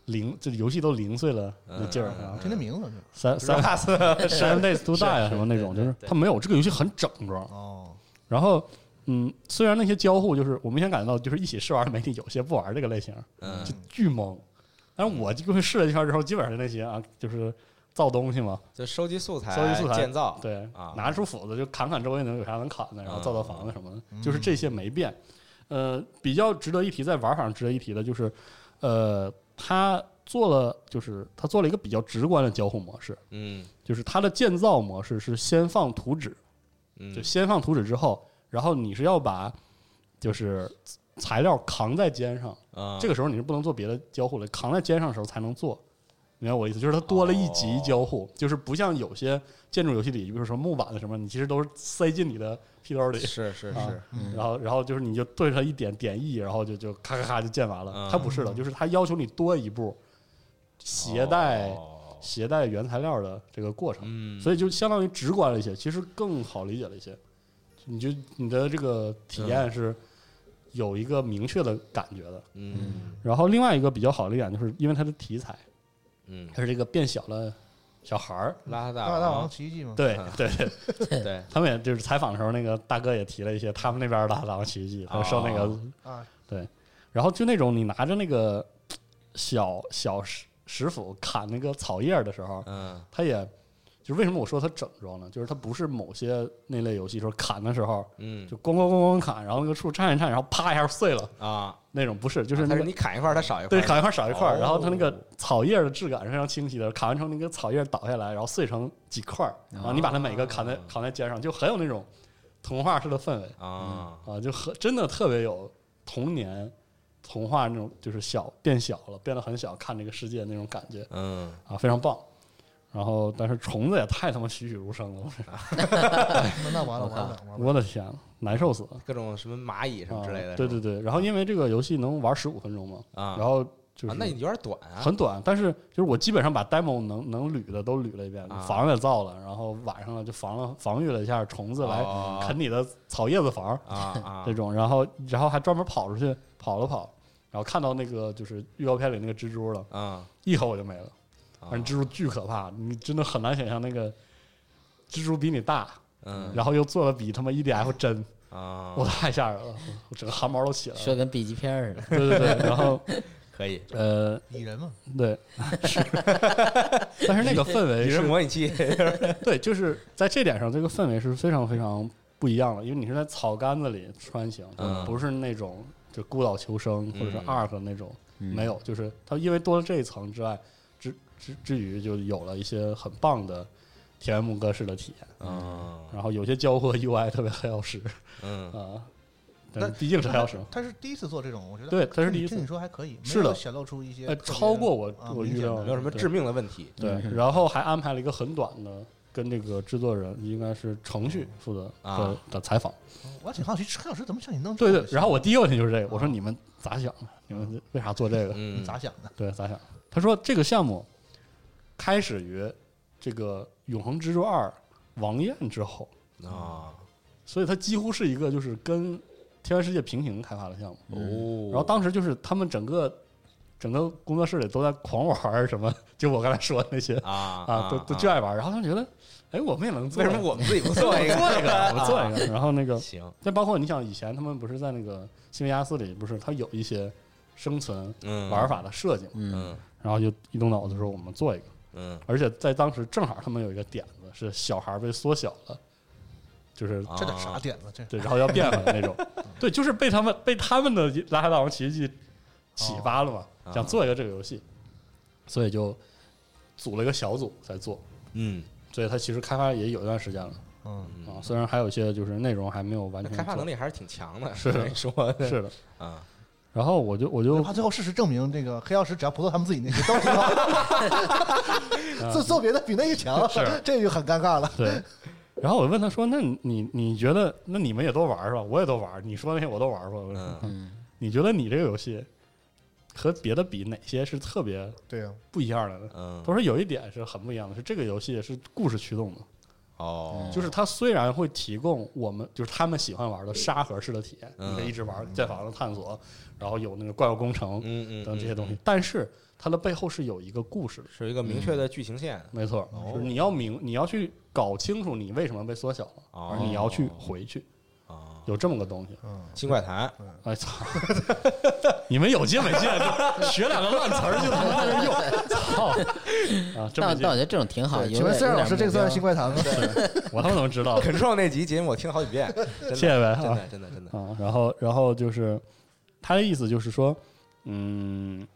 Speaker 4: 零，就游戏都零碎了那劲儿啊，
Speaker 5: 听这名字就
Speaker 4: 三三
Speaker 2: [LAUGHS]
Speaker 4: 三 days to die 啊什么那种， [LAUGHS] 就是它没有这个游戏很整装。
Speaker 5: 哦，
Speaker 4: 然后，嗯，虽然那些交互就是我明显感觉到，就是一起试玩的媒体有些不玩这个类型，
Speaker 2: 嗯
Speaker 4: 就，巨懵。但是我就试了一圈之后，基本上就那些啊，就是造东西嘛，
Speaker 2: 就收集素材，
Speaker 4: 收集素材
Speaker 2: 建造，
Speaker 4: 对，
Speaker 2: 啊
Speaker 4: 拿出斧子就砍砍周围能有啥能砍的，然后
Speaker 2: 嗯
Speaker 4: 造造房子什么的，就是这些没变。呃，比较值得一提，在玩法上值得一提的就是，呃，他做了就是他做了一个比较直观的交互模式，
Speaker 2: 嗯
Speaker 4: 就是它的建造模式是先放图纸，
Speaker 2: 嗯，
Speaker 4: 就先放图纸之后，然后你是要把就是材料扛在肩上。
Speaker 2: 啊，
Speaker 4: 这个时候你是不能做别的交互了，扛在肩上的时候才能做。明白我意思？就是它多了一
Speaker 2: 哦
Speaker 4: 级交互，就是不像有些建筑游戏里，比如说木板的什么，你其实都是塞进你的屁兜里，
Speaker 2: 是是
Speaker 4: 啊
Speaker 2: 是，
Speaker 4: 然后然后就是你就对着它一点点 E，然后就就咔咔咔就建完了
Speaker 2: 嗯。
Speaker 4: 它不是的，就是它要求你多一步携带
Speaker 2: 哦
Speaker 4: 携带原材料的这个过程，
Speaker 2: 嗯，
Speaker 4: 所以就相当于直观了一些，其实更好理解了一些。你就你的这个体
Speaker 2: 嗯
Speaker 4: 验是有一个明确的感觉的，
Speaker 2: 嗯
Speaker 4: 然后另外一个比较好的一点，就是因为它的题材，
Speaker 2: 嗯，
Speaker 4: 它是这个变小了小孩儿。
Speaker 2: 拉
Speaker 5: 大
Speaker 2: 大
Speaker 5: 大王奇迹嘛，嗯
Speaker 4: 嗯对
Speaker 2: 啊
Speaker 4: 对，
Speaker 2: 对，
Speaker 4: 他们也就是采访的时候，那个大哥也提了一些他们那边儿的《大王奇迹》，他受那个
Speaker 2: 哦，
Speaker 5: 啊，
Speaker 4: 然后就那种你拿着那个小小石石斧砍那个草叶儿的时候，
Speaker 2: 嗯
Speaker 4: 他也就是为什么我说它整装呢？就是它不是某些那类游戏说砍的时候
Speaker 2: 嗯
Speaker 4: 就咣咣咣咣砍，然后那个树颤一颤，然后啪一下碎了
Speaker 2: 啊，
Speaker 4: 那种，不是，就是
Speaker 2: 它
Speaker 4: 那
Speaker 2: 是
Speaker 4: 个
Speaker 2: 你砍一块儿，它少一块
Speaker 4: 对
Speaker 2: 儿，
Speaker 4: 砍一块儿少一块儿，然后它那
Speaker 2: 哦
Speaker 4: 个草叶的质感是非常清晰的，砍完成那个草叶倒下来，然后碎成几块儿，然后你把它每个
Speaker 2: 哦
Speaker 4: 砍在扛在肩上，就很有那种童话式的氛围
Speaker 2: 啊，
Speaker 4: 啊，就很真的特别有童年童话那种，就是小变小了，变得很小，看这个世界那种感觉。
Speaker 2: 嗯，
Speaker 4: 啊，非常棒。然后，但是虫子也太他妈栩栩如生了，
Speaker 5: 那那完了完了完了，
Speaker 4: 我的天呐，难受死了
Speaker 2: 各种什么蚂蚁什么
Speaker 4: 啊
Speaker 2: 之类的，
Speaker 4: 对对对，然后因为这个游戏能玩十五分钟嘛，
Speaker 2: 啊，
Speaker 4: 然后就是、
Speaker 2: 啊，那你有点短啊，
Speaker 4: 很短，但是就是我基本上把 demo 能能捋的都捋了一遍，
Speaker 2: 啊
Speaker 4: 房也造了，然后晚上了就防了防御了一下虫子来
Speaker 2: 哦
Speaker 4: 啃你的草叶子房、
Speaker 2: 啊
Speaker 4: [LAUGHS]
Speaker 2: 啊
Speaker 4: 这种，然后然后还专门跑出去跑了跑，然后看到那个就是预告片里那个蜘蛛了，
Speaker 2: 啊，
Speaker 4: 一口我就没了。
Speaker 2: 啊
Speaker 4: 反正蜘蛛巨可怕，你真的很难想象那个蜘蛛比你大，
Speaker 2: 嗯
Speaker 4: 然后又做的比他妈 EDF 真，
Speaker 2: 啊，
Speaker 4: 我太吓人了，我整个汗毛都起来
Speaker 3: 说
Speaker 4: 了。
Speaker 3: 跟 B 级片儿
Speaker 4: [LAUGHS]
Speaker 3: 似的。
Speaker 4: 对对对，然后
Speaker 2: 可
Speaker 4: [LAUGHS]
Speaker 2: 以，
Speaker 4: 呃，
Speaker 5: 蚁人嘛，
Speaker 2: [LAUGHS]
Speaker 4: 对，是，但是那个氛围
Speaker 2: 你是
Speaker 4: 是，
Speaker 2: 模拟
Speaker 4: [LAUGHS]
Speaker 2: 器， [LAUGHS]
Speaker 4: 对，就是在这点上，这个氛围是非常非常不一样的，因为你是在草杆子里穿行，
Speaker 2: 嗯
Speaker 4: 不是那种就孤岛求生或者是
Speaker 2: 嗯
Speaker 4: ARK 那种，没有，就是它因为多了这一层之外，之之之余就有了一些很棒的田园牧歌式的体验。
Speaker 2: 嗯
Speaker 4: 然后有些交互 UI 特别黑曜石
Speaker 2: 嗯
Speaker 4: 啊，
Speaker 5: 那
Speaker 4: 但是毕竟是黑曜石嘛，
Speaker 5: 他是第一次做这种，我觉得
Speaker 4: 对它是
Speaker 5: 听你
Speaker 4: 第一次
Speaker 5: 听你说还可以，没
Speaker 4: 是的
Speaker 5: 有显露出一些
Speaker 4: 呃
Speaker 5: 特别
Speaker 4: 超过我
Speaker 5: 啊
Speaker 4: 我
Speaker 5: 明
Speaker 4: 预
Speaker 5: 显
Speaker 4: 料
Speaker 5: 的
Speaker 2: 没有什么
Speaker 4: 对
Speaker 2: 致命的问题
Speaker 4: 对，然后还安排了一个很短的跟这个制作人应该是程序负责
Speaker 2: 啊
Speaker 4: 的的采访，
Speaker 5: 我还挺好奇，陈老师怎么像你弄
Speaker 4: 对
Speaker 5: 这
Speaker 2: [LAUGHS]
Speaker 5: 个，
Speaker 4: 对然后我第一个问题就是这个，我说你们咋想的？你们为啥做这个？
Speaker 2: 嗯，
Speaker 5: 咋想的？
Speaker 4: 对，咋想？他说这个项目开始于这个《永恒之柱二》王宴之后，
Speaker 2: 啊
Speaker 4: 所以它几乎是一个就是跟《天元世界》平行开发的项
Speaker 2: 哦，
Speaker 4: 目。嗯然后当时就是他们整个整个工作室里都在狂玩儿什么， [LAUGHS] 就我刚才说的那些
Speaker 2: 啊
Speaker 4: 啊，都都巨爱玩儿。然后他们觉得，哎，我们也能做
Speaker 2: 为
Speaker 4: 呀，
Speaker 2: 什么我们啊自己不做一个？
Speaker 4: 做一个， [LAUGHS] 我们做一
Speaker 2: 个，
Speaker 4: 个。然后那个，
Speaker 2: 行，
Speaker 4: 那包括你想，以前他们不是在那个《新维亚斯》里，不是它有一些生存
Speaker 2: 嗯，
Speaker 4: 玩，法的设计嘛？
Speaker 3: 嗯，
Speaker 2: 嗯
Speaker 4: 然后就一动脑子说我们做一个，
Speaker 2: 嗯，
Speaker 4: 而且在当时正好他们有一个点子是小孩儿被缩小了，就是
Speaker 2: 啊嗯
Speaker 5: 这叫啥点子？这嗯
Speaker 4: 对，然后要变回来
Speaker 2: [LAUGHS]
Speaker 4: 那种。对，就是被他们被他们的《拉海大王奇遇记》启发了嘛，
Speaker 2: 哦
Speaker 4: 想做一个这个游戏，所以就组了一个小组在做。
Speaker 2: 嗯，
Speaker 4: 所以它其实开发也有一段时间了
Speaker 5: 嗯，
Speaker 4: 啊，虽然还有一些就是内容还没有完
Speaker 2: 那嗯
Speaker 4: 全
Speaker 2: [LAUGHS] 开发
Speaker 4: 做
Speaker 2: 能力还是挺强的，
Speaker 4: 是的
Speaker 2: 没说的 [LAUGHS]
Speaker 4: 是的。
Speaker 2: 啊，
Speaker 4: 然后我就我就
Speaker 5: 他最后事实证明，这个黑曜石只要不做他们自己那些都挺
Speaker 4: [LAUGHS]
Speaker 5: 好，
Speaker 4: 嗯
Speaker 5: 做做别的比那个强，这就很尴尬了。
Speaker 4: 对，然后我问他说：“那你你觉得那你们也都玩儿是吧？我也都玩儿，你说那些我都玩儿过。我说
Speaker 2: 嗯
Speaker 4: 你觉得你这个游戏和别的比，哪些是特别
Speaker 5: 对啊呀，
Speaker 4: 不一样的呢？”
Speaker 2: 嗯
Speaker 4: 他，说有一点是很不一样的，是这个游戏是故事驱动的，
Speaker 2: 哦，
Speaker 4: 就是它虽然会提供我们就是他们喜欢玩的沙盒式的体验，
Speaker 2: 嗯
Speaker 4: 你可以一直玩建房子探索，然后有那个怪物工程
Speaker 2: 嗯嗯，
Speaker 4: 等这些东西，但是它的背后是有一个故事的。
Speaker 2: 是一个明确的剧情线，
Speaker 4: 没错，
Speaker 2: 哦
Speaker 4: 就是你要明，你要去搞清楚你为什么被缩小了，
Speaker 2: 哦
Speaker 4: 而你要去回去，
Speaker 2: 啊，
Speaker 4: 有这么个东西。
Speaker 5: 嗯
Speaker 2: 新怪 [LAUGHS] 谈，
Speaker 4: 哎操！ [LAUGHS] 你们有劲没劲？啊就学两个烂词儿就他妈在这用，操！啊，
Speaker 3: [LAUGHS]
Speaker 4: 真
Speaker 3: 但
Speaker 4: 没
Speaker 3: 但我觉
Speaker 4: 劲！
Speaker 3: 得这种挺好。
Speaker 5: 对
Speaker 3: 啊有
Speaker 5: 请问
Speaker 3: 点
Speaker 5: 四然老师，
Speaker 3: 有
Speaker 5: 这
Speaker 3: 点
Speaker 5: 个算是新怪谈吗？ [LAUGHS]
Speaker 4: 我他妈怎么知
Speaker 2: [LAUGHS]
Speaker 4: 道？
Speaker 2: Control 那集节目我听了好几 [LAUGHS] 遍，真的
Speaker 4: 谢谢呗
Speaker 2: 真
Speaker 4: 啊
Speaker 2: 的真的真的，
Speaker 4: 啊！然后然后就是他的意思就是说，嗯，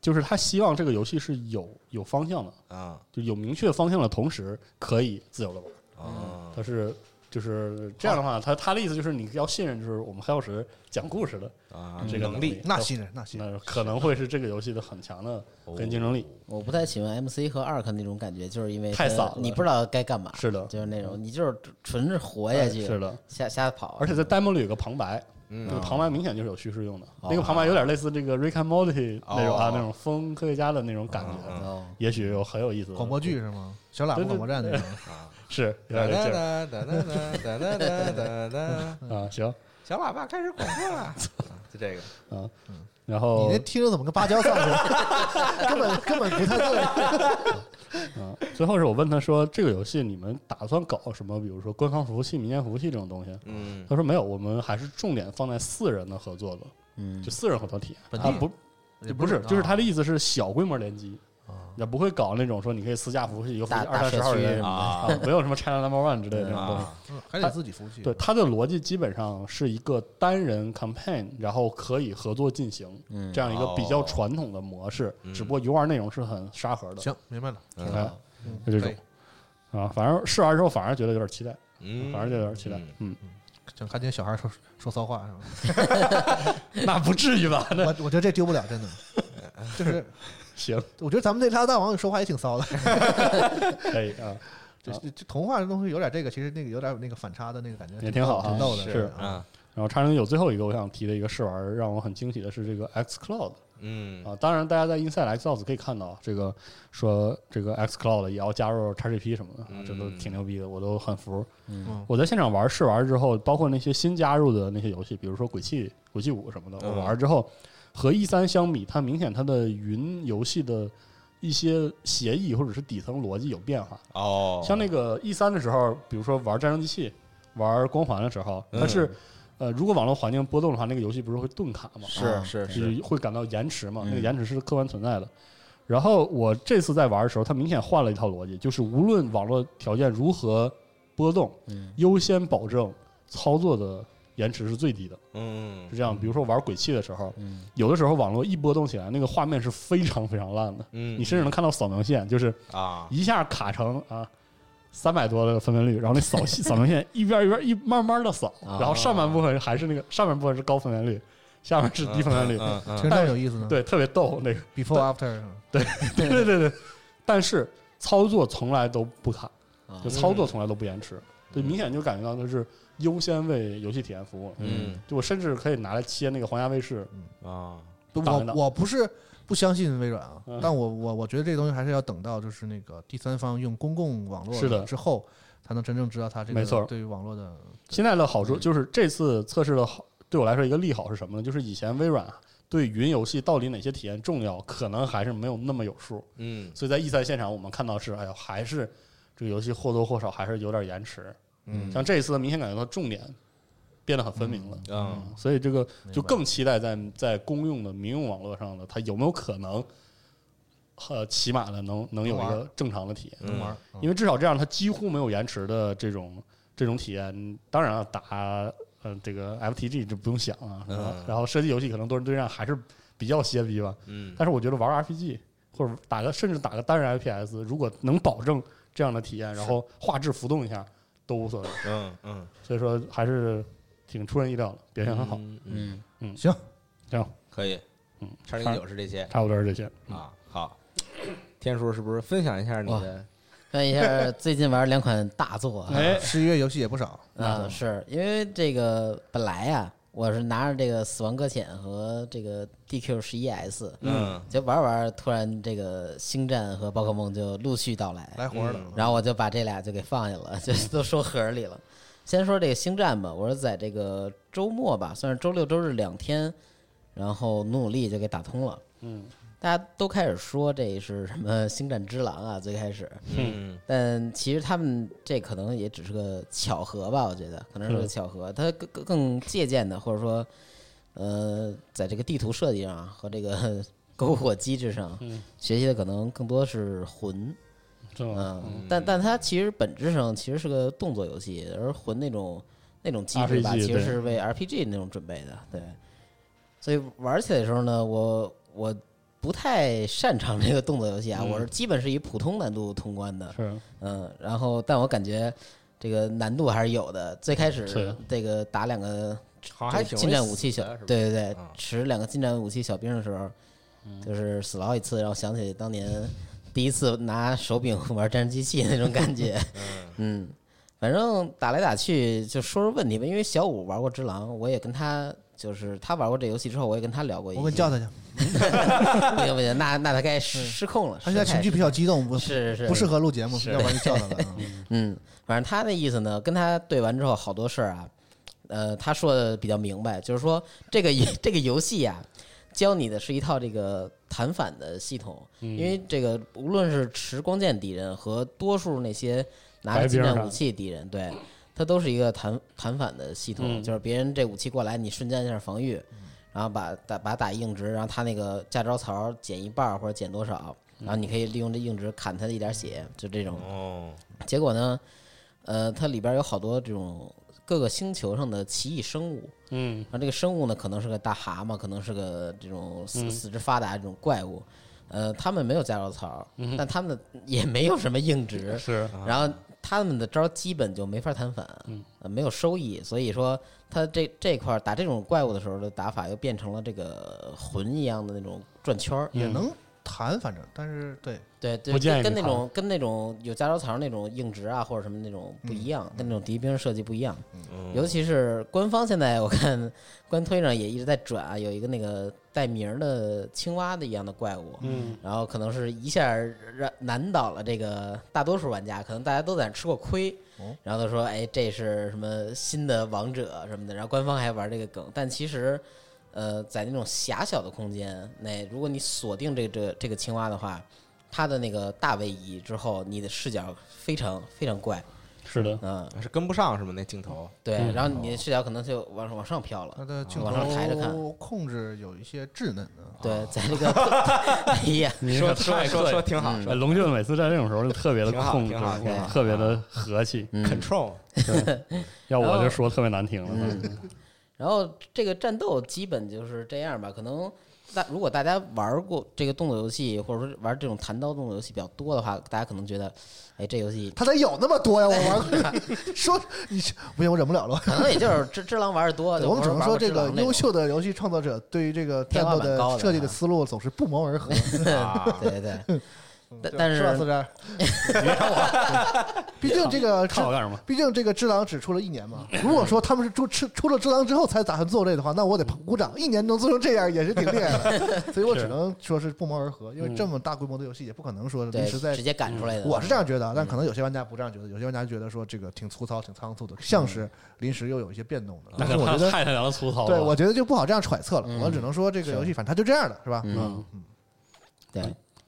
Speaker 4: 就是他希望这个游戏是有有方向的，
Speaker 2: 啊
Speaker 4: 就有明确方向的同时可以自由的玩。
Speaker 2: 啊
Speaker 4: 他是就是这样的话，他他的意思就是你要信任，就是我们黑曜石讲故事的
Speaker 2: 啊，
Speaker 4: 这个
Speaker 2: 能
Speaker 4: 力
Speaker 2: 力，
Speaker 5: 那信任，那信
Speaker 4: [LAUGHS]
Speaker 5: 任。
Speaker 4: 那可能会是这个游戏的很强的
Speaker 2: 哦
Speaker 4: 跟竞争力。
Speaker 3: 我不太喜欢 MC 和 ARK 那种感觉，就是因为
Speaker 4: 太
Speaker 3: 它
Speaker 4: 散了
Speaker 3: 你不知道该干嘛。
Speaker 4: 是的
Speaker 3: 就是那种你就是纯是活下去，
Speaker 4: 是的，
Speaker 3: 瞎瞎跑。
Speaker 4: 而且在 demo 里有个旁白，
Speaker 2: 嗯
Speaker 4: 那个旁白明显就是有叙事用的。那个旁白有点类似这个 Rick and Morty 那种啊
Speaker 2: 哦，
Speaker 4: 那种疯科学家的那种感觉，
Speaker 3: 哦，
Speaker 4: 也许有很有意思的
Speaker 5: 广播剧是吗？小喇叭广播站那种。
Speaker 2: [LAUGHS]
Speaker 4: 是有
Speaker 2: 哒
Speaker 4: 点这劲儿
Speaker 2: 啊哒哒哒哒哒哒哒哒哒，
Speaker 4: 啊。行
Speaker 2: 小喇叭开始广播了，啊就这个，
Speaker 4: 啊，然
Speaker 5: 你
Speaker 4: 后
Speaker 5: 那听着怎么跟芭蕉散似的？ [LAUGHS] 根本根本不太对。
Speaker 4: 啊，最后是我问他说，这个游戏你们打算搞什么？比如说官方服务器、民间服务器这种东西？
Speaker 2: 嗯
Speaker 4: 他说没有，我们还是重点放在四人的合作的，
Speaker 3: 嗯
Speaker 4: 就，四人合作体验。
Speaker 5: 本
Speaker 4: 啊
Speaker 5: 地
Speaker 4: 不
Speaker 5: 也
Speaker 4: 不是，
Speaker 5: 啊
Speaker 4: 就是他的意思是小规模联机，也不会搞那种说你可以私家服务器，一个服务器
Speaker 3: 大
Speaker 4: 二
Speaker 3: 大
Speaker 4: 三
Speaker 3: 社
Speaker 4: 十号
Speaker 3: 区
Speaker 4: 人，
Speaker 2: 啊
Speaker 4: 没有什么 China Number One 之类的这种东西。
Speaker 2: 啊，
Speaker 5: 嗯还得自己服务器。
Speaker 4: 对，它的逻辑基本上是一个单人 campaign，然后可以合作进行
Speaker 3: 嗯
Speaker 4: 这样一个比
Speaker 2: 哦
Speaker 4: 较传统的模式，
Speaker 2: 嗯
Speaker 4: 只不过游玩内容是很沙盒
Speaker 5: [LAUGHS]
Speaker 4: 的，
Speaker 5: 行，明白了。
Speaker 2: 嗯
Speaker 4: 哎
Speaker 5: 嗯
Speaker 4: 就这
Speaker 2: 可
Speaker 4: 种啊，反正试玩之后反而觉得有点期待，
Speaker 2: 嗯，
Speaker 4: 反而觉得有点期待
Speaker 2: 嗯，
Speaker 4: 嗯，
Speaker 5: 想看见小孩说说骚话是吧？
Speaker 4: 啊那不至于吧？
Speaker 5: 我我觉得这丢不了，真的。就是
Speaker 4: [LAUGHS] 行，
Speaker 5: 我觉得咱们这拉大王说话也挺骚的，
Speaker 4: 可以啊，
Speaker 5: 这这这童话这东西有点这个，其实那个有点那个反差的那个感觉，
Speaker 4: 也挺好哈
Speaker 5: 挺逗的。
Speaker 4: 是
Speaker 5: 啊，
Speaker 2: 啊，
Speaker 4: 然后叉零有最后一个我想提的一个试玩，让我很惊喜的是这个 X Cloud
Speaker 2: 嗯
Speaker 4: 啊，当然大家在 Inside Xbox 可以看到这个说这个 X Cloud 也要加入 XGP 什么的，啊这都
Speaker 2: 嗯
Speaker 4: 挺牛逼的，我都很服。
Speaker 3: 嗯
Speaker 4: 我在现场玩试玩之后，包括那些新加入的那些游戏，比如说《鬼泣》《鬼泣五》什么的，
Speaker 2: 嗯
Speaker 4: 我玩之后和一三相比，它明显它的云游戏的一些协议或者是底层逻辑有变化。
Speaker 2: 哦，
Speaker 4: 像那个 E 三的时候，比如说玩战争机器、玩光环的时候，
Speaker 2: 嗯
Speaker 4: 但是、呃，如果网络环境波动的话，那个游戏不是会顿卡吗？
Speaker 2: 是是，
Speaker 4: 就是是会感到延迟嘛，
Speaker 3: 嗯
Speaker 4: 那个延迟是客观存在的。然后我这次在玩的时候，它明显换了一套逻辑，就是无论网络条件如何波动，
Speaker 3: 嗯
Speaker 4: 优先保证操作的延迟是最低的，
Speaker 2: 嗯
Speaker 4: 是这样。比如说玩鬼泣的时候，
Speaker 3: 嗯
Speaker 4: 有的时候网络一波动起来，那个画面是非常非常烂的，
Speaker 2: 嗯，
Speaker 4: 你甚至能看到扫描线，就是
Speaker 2: 啊，
Speaker 4: 一下卡成啊三百多的分辨率，然后那扫扫描线一边一边一慢慢的扫，
Speaker 3: 啊
Speaker 4: 然后上半部分还是那个上半部分是高分辨率，下面是低分辨率，
Speaker 2: 嗯嗯
Speaker 5: 挺有意思的。
Speaker 4: 对，特别逗那个，
Speaker 5: ，before after，嗯
Speaker 4: 对对对对，但是操作从来都不卡，
Speaker 3: 啊
Speaker 2: 嗯
Speaker 4: 就操作从来都不延迟，对，明显就感觉到它是优先为游戏体验服务，
Speaker 2: 嗯
Speaker 4: 就我甚至可以拿来切那个皇家卫视，
Speaker 2: 嗯啊，
Speaker 5: 不
Speaker 4: 打
Speaker 5: 我
Speaker 4: 完了
Speaker 5: 我不是不相信微软啊
Speaker 4: 嗯，
Speaker 5: 但我我我觉得这东西还是要等到就是那个第三方用公共网络
Speaker 4: 是的
Speaker 5: 之后，才能真正知道它这
Speaker 4: 没错
Speaker 5: 个对于网络的
Speaker 4: 现在的好处就是这次测试的好，对我来说一个利好是什么呢？就是以前微软啊对云游戏到底哪些体验重要，可能还是没有那么有数。
Speaker 2: 嗯
Speaker 4: 所以在 E 三现场，我们看到是，哎呀，还是这个游戏或多或少还是有点延迟。
Speaker 2: 嗯
Speaker 4: 像这一次，明显感觉到重点变得很分明了。
Speaker 2: 嗯
Speaker 4: 所以这个
Speaker 5: 明白
Speaker 4: 就更期待在在公用的民用网络上的，它有没有可能，呃，起码的能能有一
Speaker 5: 能
Speaker 4: 个正常的体验。
Speaker 5: 能玩儿。嗯
Speaker 4: 因为至少这样它几乎没有延迟的这种这种体验。当然了，打呃这个 FTG 就不用想了，然后
Speaker 2: 嗯
Speaker 4: 然后射击游戏可能多人对战还是比较歇逼吧。
Speaker 2: 嗯
Speaker 4: 但是我觉得玩 RPG 或者打个甚至打个单人 FPS，如果能保证这样的体验，然后画质浮动一下都无所谓。
Speaker 2: 嗯嗯，
Speaker 4: 所以说还是挺出人意料的，表现很好。
Speaker 2: 嗯，
Speaker 3: 嗯
Speaker 5: 行，
Speaker 2: 可以，
Speaker 4: 嗯，
Speaker 2: 叉零九是这些
Speaker 4: 差不多是这些。
Speaker 2: 啊，好，天叔是不是分享一下你的？
Speaker 3: 看一下最近玩两款大作
Speaker 5: [LAUGHS]
Speaker 3: 啊，
Speaker 4: 哎，
Speaker 5: 十一月游戏也不少，嗯
Speaker 3: 啊，是因为这个本来呀、我是拿着这个《死亡搁浅》和这个 DQ 十一 S，
Speaker 2: 嗯
Speaker 3: 就玩玩，突然这个《星战》和《宝可梦》就陆续到来，
Speaker 5: 来活儿嗯了。
Speaker 3: 嗯然后我就把这俩就给放下了，就 [LAUGHS] 都收盒里了。先说这个《星战》吧，我是在这个周末吧，算是周六周日两天，然后努努力就给打通了。
Speaker 4: 嗯，
Speaker 3: 大家都开始说这是什么《星战之狼》啊，最开始，
Speaker 2: 嗯
Speaker 3: 但其实他们这可能也只是个巧合吧，我觉得可能是个
Speaker 4: 是
Speaker 3: 巧合。它更更更借鉴的，或者说，呃，在这个地图设计上啊和这个 [LAUGHS] 篝火机制上，
Speaker 4: 嗯哦
Speaker 3: 学习的可能更多是魂，
Speaker 4: 是吗？
Speaker 3: 嗯，但但它其实本质上其实是个动作游戏，而魂那种那种机制吧，
Speaker 4: RPG
Speaker 3: 其实
Speaker 4: 对
Speaker 3: 是为 RPG 那种准备的，对。所以玩起来的时候呢，我我不太擅长这个动作游戏啊，
Speaker 4: 嗯
Speaker 3: 我是基本是以普通难度通关的，
Speaker 4: 是，
Speaker 3: 嗯，然后但我感觉这个难度还是有的。最开始
Speaker 4: 是
Speaker 3: 这个打两个
Speaker 2: 好哦还挺
Speaker 3: 这个近战武器小，对对对
Speaker 2: 啊，
Speaker 3: 持两个近战武器小兵的时候，就是死了好几次，让我想起当年第一次拿手柄玩战争机器那种感觉。 [LAUGHS] 嗯，反正打来打去就说说问题吧，因为小五玩过《只狼》，我也跟他。就是他玩过这游戏之后，我也跟他聊过一。
Speaker 5: 我给你叫他去，
Speaker 3: 不行不行，那那他该失失控了。
Speaker 5: 嗯他现在
Speaker 3: 失
Speaker 5: 情
Speaker 3: 态
Speaker 5: 绪比较激动，不
Speaker 3: 是是
Speaker 5: 不适合录节目，要不然就叫他
Speaker 3: [LAUGHS]
Speaker 5: 了。嗯
Speaker 3: 嗯，反正他的意思呢，跟他对完之后，好多事儿啊，呃，他说的比较明白，就是说这个 [LAUGHS] 这个游戏啊，教你的是一套这个弹反的系统，因为这个无论是持光剑敌人和多数那些拿着
Speaker 4: 白
Speaker 3: 近
Speaker 4: 边儿
Speaker 3: 战
Speaker 4: 上
Speaker 3: 武器敌人，对，它都是一个弹弹反的系统，
Speaker 4: 嗯
Speaker 3: 就是别人这武器过来，你瞬间一下防御，然后把打把打硬直，然后他那个架招槽减一半儿或者减多少，然后你可以利用这硬直砍它的一点血，就这种。
Speaker 2: 哦，
Speaker 3: 结果呢，呃，它里边有好多这种各个星球上的奇异生物，
Speaker 4: 嗯
Speaker 3: 然后这个生物呢，可能是个大蛤蟆，可能是个这种四四肢发达这种怪物，呃，他们没有驾照槽，但他们的也没有什么硬直，
Speaker 4: 是
Speaker 3: 然后他们的招儿基本就没法弹反，呃没有收益，所以说他这这块儿打这种怪物的时候的打法又变成了这个魂一样的那种转圈儿，
Speaker 4: 嗯
Speaker 5: 也能弹，反正但是对，
Speaker 3: 对，对
Speaker 4: 不建议
Speaker 3: 跟
Speaker 4: 你
Speaker 3: 那
Speaker 4: 弹
Speaker 3: 种跟那种有加州槽那种硬直啊或者什么那种
Speaker 4: 嗯
Speaker 3: 不一样，跟那种敌兵设计不一样。尤其是官方现在我看官推上也一直在转啊，有一个那个带名儿的青蛙的一样的怪物，
Speaker 4: 嗯
Speaker 3: 然后可能是一下儿让难倒了这个大多数玩家，可能大家都在那儿吃过亏，然后他说：“哎，这是什么新的王者什么的。”然后官方还玩这个梗，但其实，呃，在那种狭小的空间内，如果你锁定这个这个这个青蛙的话，它的那个大位移之后，你的视角非常非常怪，
Speaker 4: 是的，
Speaker 3: 嗯，
Speaker 2: 是跟不上是吗？那镜头
Speaker 3: 对，
Speaker 4: 嗯
Speaker 3: 然后你的视角可能就往往上飘
Speaker 5: 它
Speaker 3: 了。
Speaker 5: 的镜
Speaker 3: 啊往上抬着看
Speaker 5: 头控制有一些稚嫩啊的，
Speaker 3: 对，在这个， [LAUGHS] 哎呀，
Speaker 4: 你
Speaker 2: 说
Speaker 4: 可嗯太
Speaker 2: 说
Speaker 4: 客
Speaker 2: 说
Speaker 4: 气
Speaker 2: 挺好，
Speaker 3: 嗯
Speaker 4: 哎龙俊每次在这种时候就特别的
Speaker 2: 挺好
Speaker 4: 控制
Speaker 2: 挺好，挺好啊
Speaker 4: 特别的和气。
Speaker 3: 嗯
Speaker 2: control
Speaker 4: 要我
Speaker 3: 然后
Speaker 4: 就说特别难听了， [LAUGHS]
Speaker 3: 嗯，然后这个战斗基本就是这样吧。可能大如果大家玩过这个动作游戏，或者说玩这种弹刀动作游戏比较多的话，大家可能觉得，哎，这游戏
Speaker 5: 它得有那么多呀！我
Speaker 3: [LAUGHS]
Speaker 5: 玩过，说你不行，我忍不了了。
Speaker 3: 可能也就是只只狼玩的多。就
Speaker 5: [LAUGHS] 我们只能
Speaker 3: 玩
Speaker 5: 说
Speaker 3: 过
Speaker 5: 这
Speaker 3: 只
Speaker 5: 个
Speaker 3: 狼那
Speaker 5: 优
Speaker 3: 种。
Speaker 5: 秀的游戏创作者对于这个
Speaker 3: 天
Speaker 5: 战
Speaker 3: 花
Speaker 5: 斗
Speaker 3: 板高的啊
Speaker 5: 的设计的
Speaker 3: 哈
Speaker 5: 思路总是不谋而合。
Speaker 2: 啊，
Speaker 3: 对对
Speaker 5: [LAUGHS]
Speaker 3: 嗯对，但但
Speaker 5: 是吧，四
Speaker 3: 是
Speaker 5: 十二？ [LAUGHS] 毕竟这个
Speaker 4: 看我干什么？
Speaker 5: 毕竟这个《只狼》只出了一年嘛，如果说他们是出出出了《只狼》之后才打算做这个的话，那我得鼓掌。一年能做成这样也是挺厉
Speaker 3: [LAUGHS]
Speaker 5: 害的，所以我只能说是不谋而合，因为这么大规模的游戏 [LAUGHS] 也不可能说临时
Speaker 3: 对
Speaker 5: 在
Speaker 3: 直。接赶出来的。
Speaker 5: 我是这样觉得啊，
Speaker 3: 嗯
Speaker 5: 但可能有些玩家不这样觉得，有些玩家觉得说这个挺粗糙、挺仓促的，像是临时又有一些变动的。
Speaker 4: 那
Speaker 5: 但是我觉
Speaker 4: 可
Speaker 5: 得，
Speaker 4: 太他娘的粗糙了。
Speaker 5: 对我觉得就不好这样揣测了。
Speaker 3: 嗯
Speaker 5: 我只能说这个游戏反正它就这样的是吧？
Speaker 3: 嗯
Speaker 4: 嗯，
Speaker 3: 对，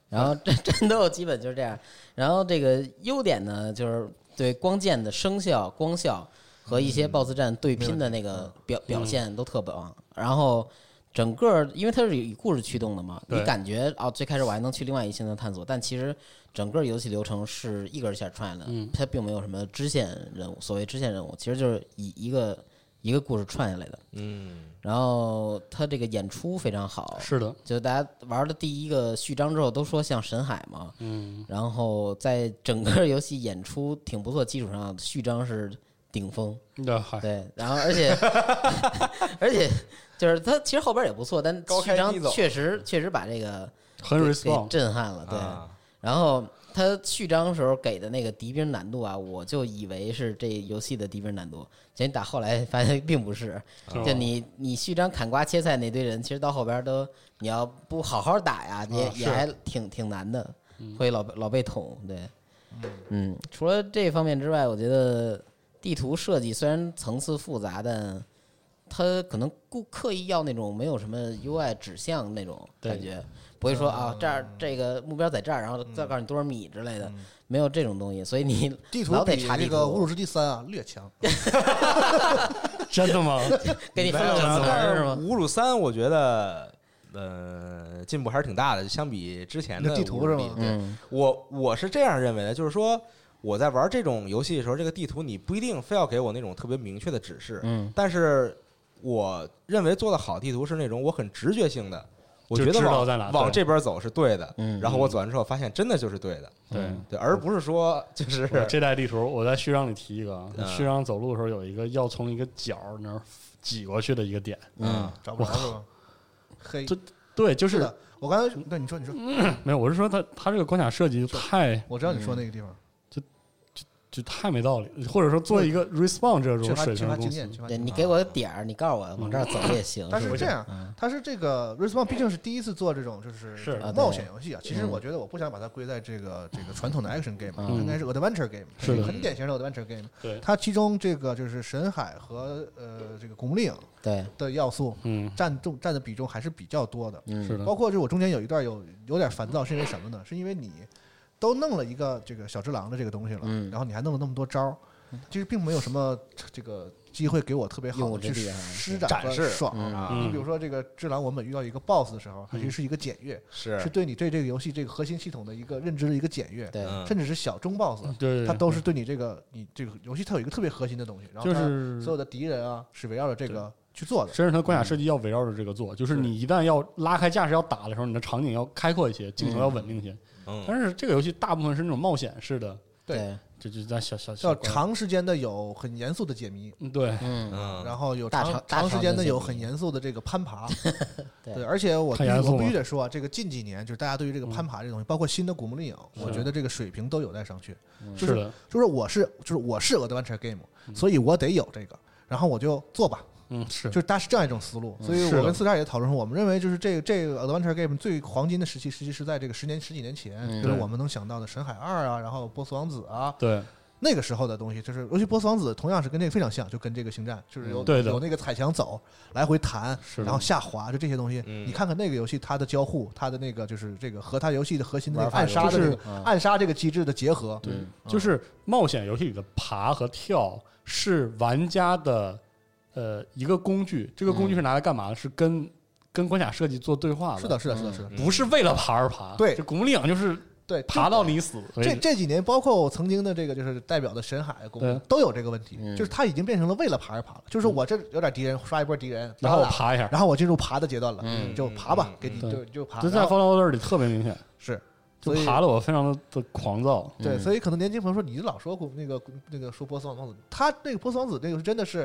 Speaker 3: 然后战战斗基本就是这样。然后这个优点呢，就是对光剑的声效、光效和一些 BOSS 战对拼的那个表表现都特棒。然后整个因为它是以故事驱动的嘛，你
Speaker 4: 对
Speaker 3: 感觉哦，最开始我还能去另外一线的探索，但其实整个游戏流程是一根线串的，它并没有什么支线任务。所谓支线任务，其实就是以一个一个故事串下来的。
Speaker 2: 嗯，
Speaker 3: 然后它这个演出非常好，
Speaker 5: 嗯
Speaker 4: 是的，
Speaker 3: 就大家玩了第一个序章之后，都说像神海嘛，嗯，然后在整个游戏演出挺不错基础上，序章是顶峰，
Speaker 4: 那
Speaker 2: 哎
Speaker 4: 嗨，
Speaker 3: 对，然后
Speaker 2: [LAUGHS]
Speaker 3: 而且而且就是它其实后边也不错，但
Speaker 2: 高
Speaker 3: 序
Speaker 2: 开
Speaker 3: 章
Speaker 2: 低走
Speaker 3: 确实确实把这个
Speaker 4: 很
Speaker 3: 给
Speaker 4: respond
Speaker 3: 给。震撼了，对。
Speaker 2: 啊
Speaker 3: 然后它序章时候给的那个敌兵难度啊，我就以为是这游戏的敌兵难度，结果你打后来发现并不是，
Speaker 4: 是
Speaker 3: 就
Speaker 4: 吧
Speaker 3: 你你序章砍瓜切菜那堆人，其实到后边都你要不好好打呀，你也,、
Speaker 4: 啊
Speaker 3: 也
Speaker 4: 是
Speaker 3: 还挺挺难的，会老被老被捅。对，嗯，除了这方面之外，我觉得地图设计虽然层次复杂，但它可能故刻意要那种没有什么 UI 指向那种
Speaker 4: 对
Speaker 3: 感觉，不会说啊这儿这个目标在这儿，然后再告诉你多少米之类的，没有这种东西，所以你
Speaker 5: 地图
Speaker 3: 老得
Speaker 5: 比
Speaker 3: 查
Speaker 5: 这
Speaker 3: 地
Speaker 5: 个《侮
Speaker 3: 图，
Speaker 5: 辱之地三》啊略强，
Speaker 4: 真
Speaker 5: [LAUGHS]
Speaker 4: 的吗？
Speaker 3: 给你分
Speaker 2: 没有
Speaker 3: 了
Speaker 2: 没有
Speaker 3: 两
Speaker 2: 但
Speaker 3: 分
Speaker 2: 是
Speaker 3: 是吗？
Speaker 2: 侮辱三，我觉得呃进步还是挺大的，相比之前的
Speaker 5: 那地图是吗
Speaker 2: 侮辱地对，
Speaker 3: 嗯，
Speaker 2: 我我是这样认为的，就是说我在玩这种游戏的时候，这个地图你不一定非要给我那种特别明确的指示，
Speaker 3: 嗯，
Speaker 2: 但是我认为做的好地图是那种我很直觉性的，我
Speaker 4: 就
Speaker 2: 觉得
Speaker 4: 知道
Speaker 2: 往
Speaker 4: 在哪
Speaker 2: 往
Speaker 4: 对
Speaker 2: 这边走是对的，
Speaker 3: 嗯
Speaker 2: 然后我走完之后发现真的就是对的，
Speaker 4: 对，
Speaker 2: 对，而不是说就是
Speaker 4: 我这代地图，我在序章里提一个啊
Speaker 2: 嗯，
Speaker 4: 序章走路的时候有一个要从一个角儿那儿挤过去的一个点，
Speaker 2: 嗯
Speaker 5: 找不着是吧？黑
Speaker 4: 这对，就是是
Speaker 5: 的，我刚才对你说，你说，
Speaker 4: 没有，我是说它它这个关卡设计就太
Speaker 5: 我知道你说那个地方，
Speaker 4: 就太没道理，或者说做一个 respawn 这
Speaker 5: 缺
Speaker 4: 种
Speaker 5: 乏
Speaker 4: 嗯水
Speaker 5: 缺
Speaker 4: 平
Speaker 5: 乏
Speaker 4: 的
Speaker 5: 经
Speaker 4: 公司
Speaker 5: 验，，缺乏
Speaker 3: 对
Speaker 5: 经验
Speaker 3: 你给我个点儿，你告诉我往这儿走也行，
Speaker 5: 嗯但
Speaker 3: 不
Speaker 5: 是这样，它是这个 Respawn 毕竟是第一次做这种就是
Speaker 4: 是
Speaker 5: 这种
Speaker 3: 啊对
Speaker 5: 冒险游戏啊。其实我觉得我不想把它归在这个这个传统的 action game，啊
Speaker 3: 嗯
Speaker 5: 它应该是 adventure game，
Speaker 4: 是的
Speaker 5: 一个很典型的 adventure game。
Speaker 4: 对，
Speaker 5: 它其中这个就是神海和呃这个古墓丽影
Speaker 3: 对，
Speaker 5: 的要素
Speaker 4: 嗯，
Speaker 5: 占重占的比重还是比较多的。
Speaker 3: 嗯，
Speaker 4: 是的
Speaker 5: 包，括就我中间有一段有有点烦躁，是因为什么呢？是因为你都弄了一个这个小只狼的这个东西了，
Speaker 3: 嗯
Speaker 5: 然后你还弄了那么多招儿，其实并没有什么这个机会给我特别好
Speaker 3: 用武
Speaker 5: 的
Speaker 3: 之
Speaker 5: 去
Speaker 3: 地啊
Speaker 5: 施
Speaker 3: 对
Speaker 5: 展
Speaker 2: 展
Speaker 5: 和
Speaker 2: 示
Speaker 5: 爽。
Speaker 3: 嗯
Speaker 2: 啊，
Speaker 4: 嗯
Speaker 5: 你比如说这个《智狼》，我们每遇到一个 BOSS 的时候，它其实是一个检阅，
Speaker 2: 是
Speaker 5: 是对你对这个游戏这个核心系统的一个认知的一个检阅，
Speaker 3: 对，
Speaker 2: 嗯
Speaker 5: 甚至是小中 BOSS，
Speaker 4: 对，
Speaker 5: 它都是对你这个你这个游戏它有一个特别核心的东西，然后
Speaker 4: 就
Speaker 5: 它
Speaker 4: 是
Speaker 5: 所有的敌人啊是围绕着这个去做的。
Speaker 4: 身上它关卡设计要围绕着这个做，就是你一旦要拉开架势要打的时候，你的场景要开阔一些，镜头要稳定一些。
Speaker 2: 嗯，
Speaker 4: 但是这个游戏大部分是那种冒险式的，
Speaker 5: 对
Speaker 3: 对，
Speaker 4: 就就在小小小
Speaker 5: 要
Speaker 4: 关
Speaker 5: 长时间的有很严肃的解谜，
Speaker 4: 嗯对，
Speaker 3: 嗯，
Speaker 2: 嗯，
Speaker 5: 然后有
Speaker 3: 大
Speaker 5: 长
Speaker 3: 长大
Speaker 5: 长时
Speaker 3: 长
Speaker 5: 间
Speaker 3: 的
Speaker 5: 的
Speaker 3: 解
Speaker 5: 有
Speaker 3: 谜
Speaker 5: 很严肃的这个攀爬，
Speaker 3: [LAUGHS] 对嗯
Speaker 5: 而且我必
Speaker 4: 太
Speaker 5: 须
Speaker 4: 严肃
Speaker 5: 我必
Speaker 4: 了
Speaker 5: 须得说啊，这个近几年就是大家对于这个攀爬这东西，包括新的古墓丽影，我
Speaker 4: 是
Speaker 5: 觉得这个水平都有待上去。
Speaker 3: 嗯
Speaker 5: 就是
Speaker 4: 的，
Speaker 5: 就是我是就是我是 adventure game，所以我得有这个，然后我就做吧，
Speaker 4: 嗯是
Speaker 5: 就，是大家是这样一种思路。
Speaker 3: 嗯
Speaker 5: 所以
Speaker 4: 是
Speaker 5: 我
Speaker 4: 的
Speaker 5: 跟四十二也讨论说，我们认为就是这个这个 adventure game 最黄金的时期，实际是在这个十年十几年前，
Speaker 3: 嗯
Speaker 5: 就是
Speaker 4: 对
Speaker 5: 我们能想到的《神海二》啊，然后《波斯王子》啊，
Speaker 4: 对
Speaker 5: 那个时候的东西，就是尤其《波斯王子》同样是跟这个非常像，就跟这个星战，就是有
Speaker 4: 嗯对的
Speaker 5: 有那个踩墙走，来回弹，
Speaker 4: 是的
Speaker 5: 然后下滑，就这些东西。
Speaker 2: 嗯
Speaker 5: 你看看那个游戏它的交互，它的那个就是这个和它游戏的核心的那个
Speaker 3: 玩
Speaker 5: 暗
Speaker 3: 法
Speaker 5: 杀的
Speaker 4: 游戏
Speaker 5: 这个
Speaker 3: 嗯
Speaker 5: 暗杀这个机制的结合，
Speaker 4: 对
Speaker 3: 嗯，
Speaker 4: 就是冒险游戏里的爬和跳是玩家的呃一个工具，这个工具是拿来干嘛的？是跟跟关卡设计做对话
Speaker 5: 是的，，是的，是的，
Speaker 3: 嗯
Speaker 5: 是的，
Speaker 4: 不是为了爬而爬。
Speaker 5: 对
Speaker 4: 这古墓丽影就是
Speaker 5: 对，
Speaker 4: 爬到你死为
Speaker 5: 这
Speaker 4: 止。
Speaker 5: 这几年，包括我曾经的这个就是代表的神海公
Speaker 4: 对嗯
Speaker 5: 都有这个问题，
Speaker 3: 嗯
Speaker 5: 就是他已经变成了为了爬而爬了，就是说我这有点敌人，刷一波敌人，
Speaker 4: 然后
Speaker 5: 打打
Speaker 4: 爬一下，
Speaker 5: 然后我进入爬的阶段了，
Speaker 3: 嗯
Speaker 5: 就爬吧
Speaker 2: 嗯，
Speaker 5: 给你
Speaker 4: 嗯
Speaker 5: 就就爬，
Speaker 4: 这在
Speaker 5: 然
Speaker 4: 《
Speaker 5: 后
Speaker 4: Fallout 二》里特别明显，
Speaker 5: 是，
Speaker 4: 就
Speaker 5: 所以
Speaker 4: 爬的我非常的的狂躁。
Speaker 5: 对，
Speaker 3: 嗯
Speaker 5: 所以可能年轻朋友说，你老说过那个那个说波斯王子，他那个波斯王子那个是真的是，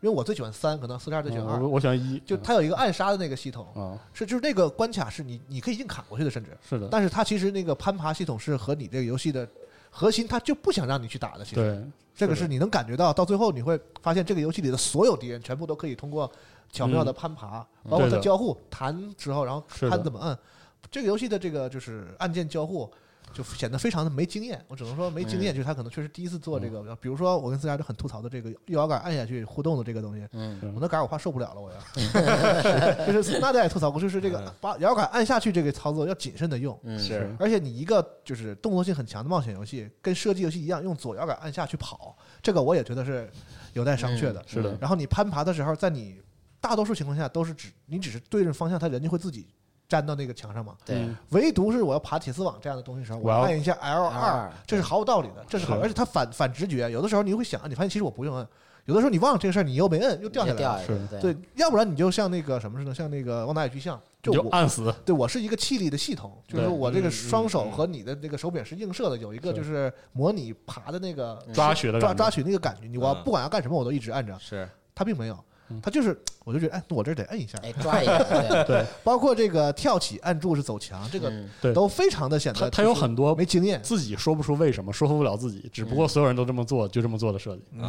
Speaker 5: 因为我最喜欢三，可能四十二最喜欢
Speaker 4: 嗯我
Speaker 5: 二，
Speaker 4: 我喜欢一，
Speaker 5: 就他有一个暗杀的那个系统，
Speaker 4: 嗯啊，
Speaker 5: 是就是那个关卡是你你可以硬砍过去的，甚至，
Speaker 4: 是的，
Speaker 5: 但是它其实那个攀爬系统是和你这个游戏的核心，它就不想让你去打的，其实。
Speaker 4: 对，
Speaker 5: 这个
Speaker 4: 是的
Speaker 5: 是你能感觉到，到最后你会发现这个游戏里的所有敌人全部都可以通过巧妙的攀爬，包括
Speaker 4: 嗯对
Speaker 5: 它
Speaker 4: 的
Speaker 5: 交互弹之后，然后
Speaker 4: 是的
Speaker 5: 看怎么按。嗯这个游戏的这个就是按键交互。就显得非常的没经验，我只能说没经验，就是他可能确实第一次做这
Speaker 4: 嗯
Speaker 5: 个。比如说，我跟思佳就很吐槽的这个右摇杆按下去互动的这个东西，
Speaker 3: 嗯
Speaker 5: 我那杆儿我怕受不了了，
Speaker 4: [LAUGHS]
Speaker 5: 我要。 [LAUGHS] 就是娜姐也吐槽过，就是这
Speaker 4: 嗯
Speaker 5: 个把摇杆按下去这个操作要谨慎的用，
Speaker 3: 嗯
Speaker 2: 是
Speaker 5: 而且你一个就是动作性很强的冒险游戏，跟射击游戏一样，用左摇杆按下去跑，这个我也觉得是有待商
Speaker 3: 嗯
Speaker 5: 榷的。
Speaker 4: 是的，嗯
Speaker 5: 然后你攀爬的时候，在你大多数情况下都是只你只是对着方向，它人就会自己粘到那个墙上嘛。
Speaker 4: 嗯
Speaker 3: 对，
Speaker 5: 唯独是我要爬铁丝网这样的东西的时候，我
Speaker 4: 我要
Speaker 5: 按一下 L 二
Speaker 3: L2，
Speaker 5: 这是毫无道理的，这是好，
Speaker 4: 是
Speaker 5: 而且它反反直觉，有的时候你会想，你发现其实我不用摁，有的时候你忘了这个事儿，你又没摁，又掉下
Speaker 3: 要
Speaker 5: 来
Speaker 3: 掉
Speaker 5: 了。
Speaker 3: 下
Speaker 4: 是
Speaker 3: 来，
Speaker 5: 对，要不然你就像那个什么似的，像那个旺达与巨像，就
Speaker 4: 你就
Speaker 5: 我
Speaker 4: 按死，
Speaker 5: 对我是一个气力的系统，就是
Speaker 4: 对
Speaker 5: 我这个
Speaker 2: 嗯
Speaker 5: 双手
Speaker 2: 嗯
Speaker 5: 和你的那个手柄是映射的，有一个
Speaker 4: 是
Speaker 5: 就是模拟爬的那个
Speaker 3: 嗯
Speaker 4: 抓血的
Speaker 5: 抓
Speaker 4: 感觉
Speaker 5: 抓取那个感觉。你我
Speaker 2: 嗯
Speaker 5: 不管要干什么，我都一直按着。
Speaker 2: 是，
Speaker 5: 它并没有
Speaker 4: 嗯，
Speaker 5: 它就是我就觉得，哎，我这得摁一下。
Speaker 3: 哎，抓一下，对，
Speaker 4: [LAUGHS] 对，
Speaker 5: 包括这个跳起、按住是走墙，这个
Speaker 3: 嗯
Speaker 4: 对
Speaker 5: 都非常的显
Speaker 4: 他
Speaker 5: 得
Speaker 4: 他有
Speaker 5: 就是
Speaker 4: 很多
Speaker 5: 没经验。
Speaker 4: 自己说不出为什么，说服不了自己，只不
Speaker 3: 嗯
Speaker 4: 过所有人都这么做，就这么做的设计。
Speaker 2: 嗯，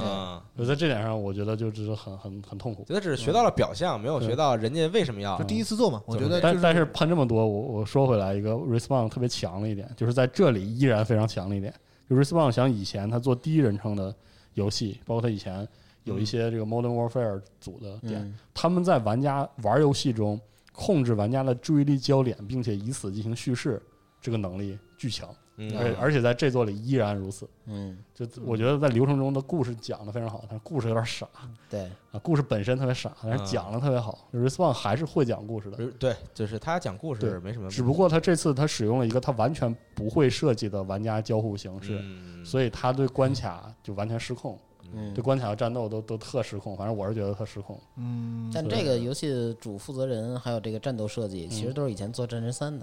Speaker 4: 所以在这点上，我觉得就只是很很很痛苦。
Speaker 2: 觉得只是学到了表象，没有学到人家为什么要
Speaker 5: 就第一次做嘛，我觉得就
Speaker 4: 但
Speaker 5: 是
Speaker 4: 但是喷这么多，我我说回来一个 respawn 特别强的一点，就是在这里依然非常强的一点，就 respawn 想以前他做第一人称的游戏，包括他以前有一些这个 Modern Warfare 组的点，
Speaker 3: 嗯
Speaker 4: 他们在玩家玩游戏中控制玩家的注意力焦点，并且以此进行叙事，这个能力巨强，
Speaker 2: 嗯
Speaker 3: 哎
Speaker 4: 而而且在这座里依然如此。
Speaker 3: 嗯，
Speaker 4: 就我觉得在流程中的故事讲的非常好，但是故事有点傻
Speaker 3: 对，
Speaker 4: 啊，故事本身特别傻，但是
Speaker 2: 嗯
Speaker 4: 讲
Speaker 5: 啊
Speaker 4: 的特别好。Respawn 还是会讲故事的，
Speaker 2: 而对，就是他讲故事
Speaker 4: 对
Speaker 2: 没什么问题，
Speaker 4: 只不过他这次他使用了一个他完全不会设计的玩家交互形式，
Speaker 2: 嗯
Speaker 4: 所以他对关卡就完全失控，
Speaker 3: 嗯
Speaker 4: 对，关卡和战斗都都特失控。反正我是觉得特失控。
Speaker 5: 嗯，
Speaker 3: 但
Speaker 4: 是
Speaker 3: 这个游戏的主负责人还有这个战斗设计，其实都是以前做《战神三》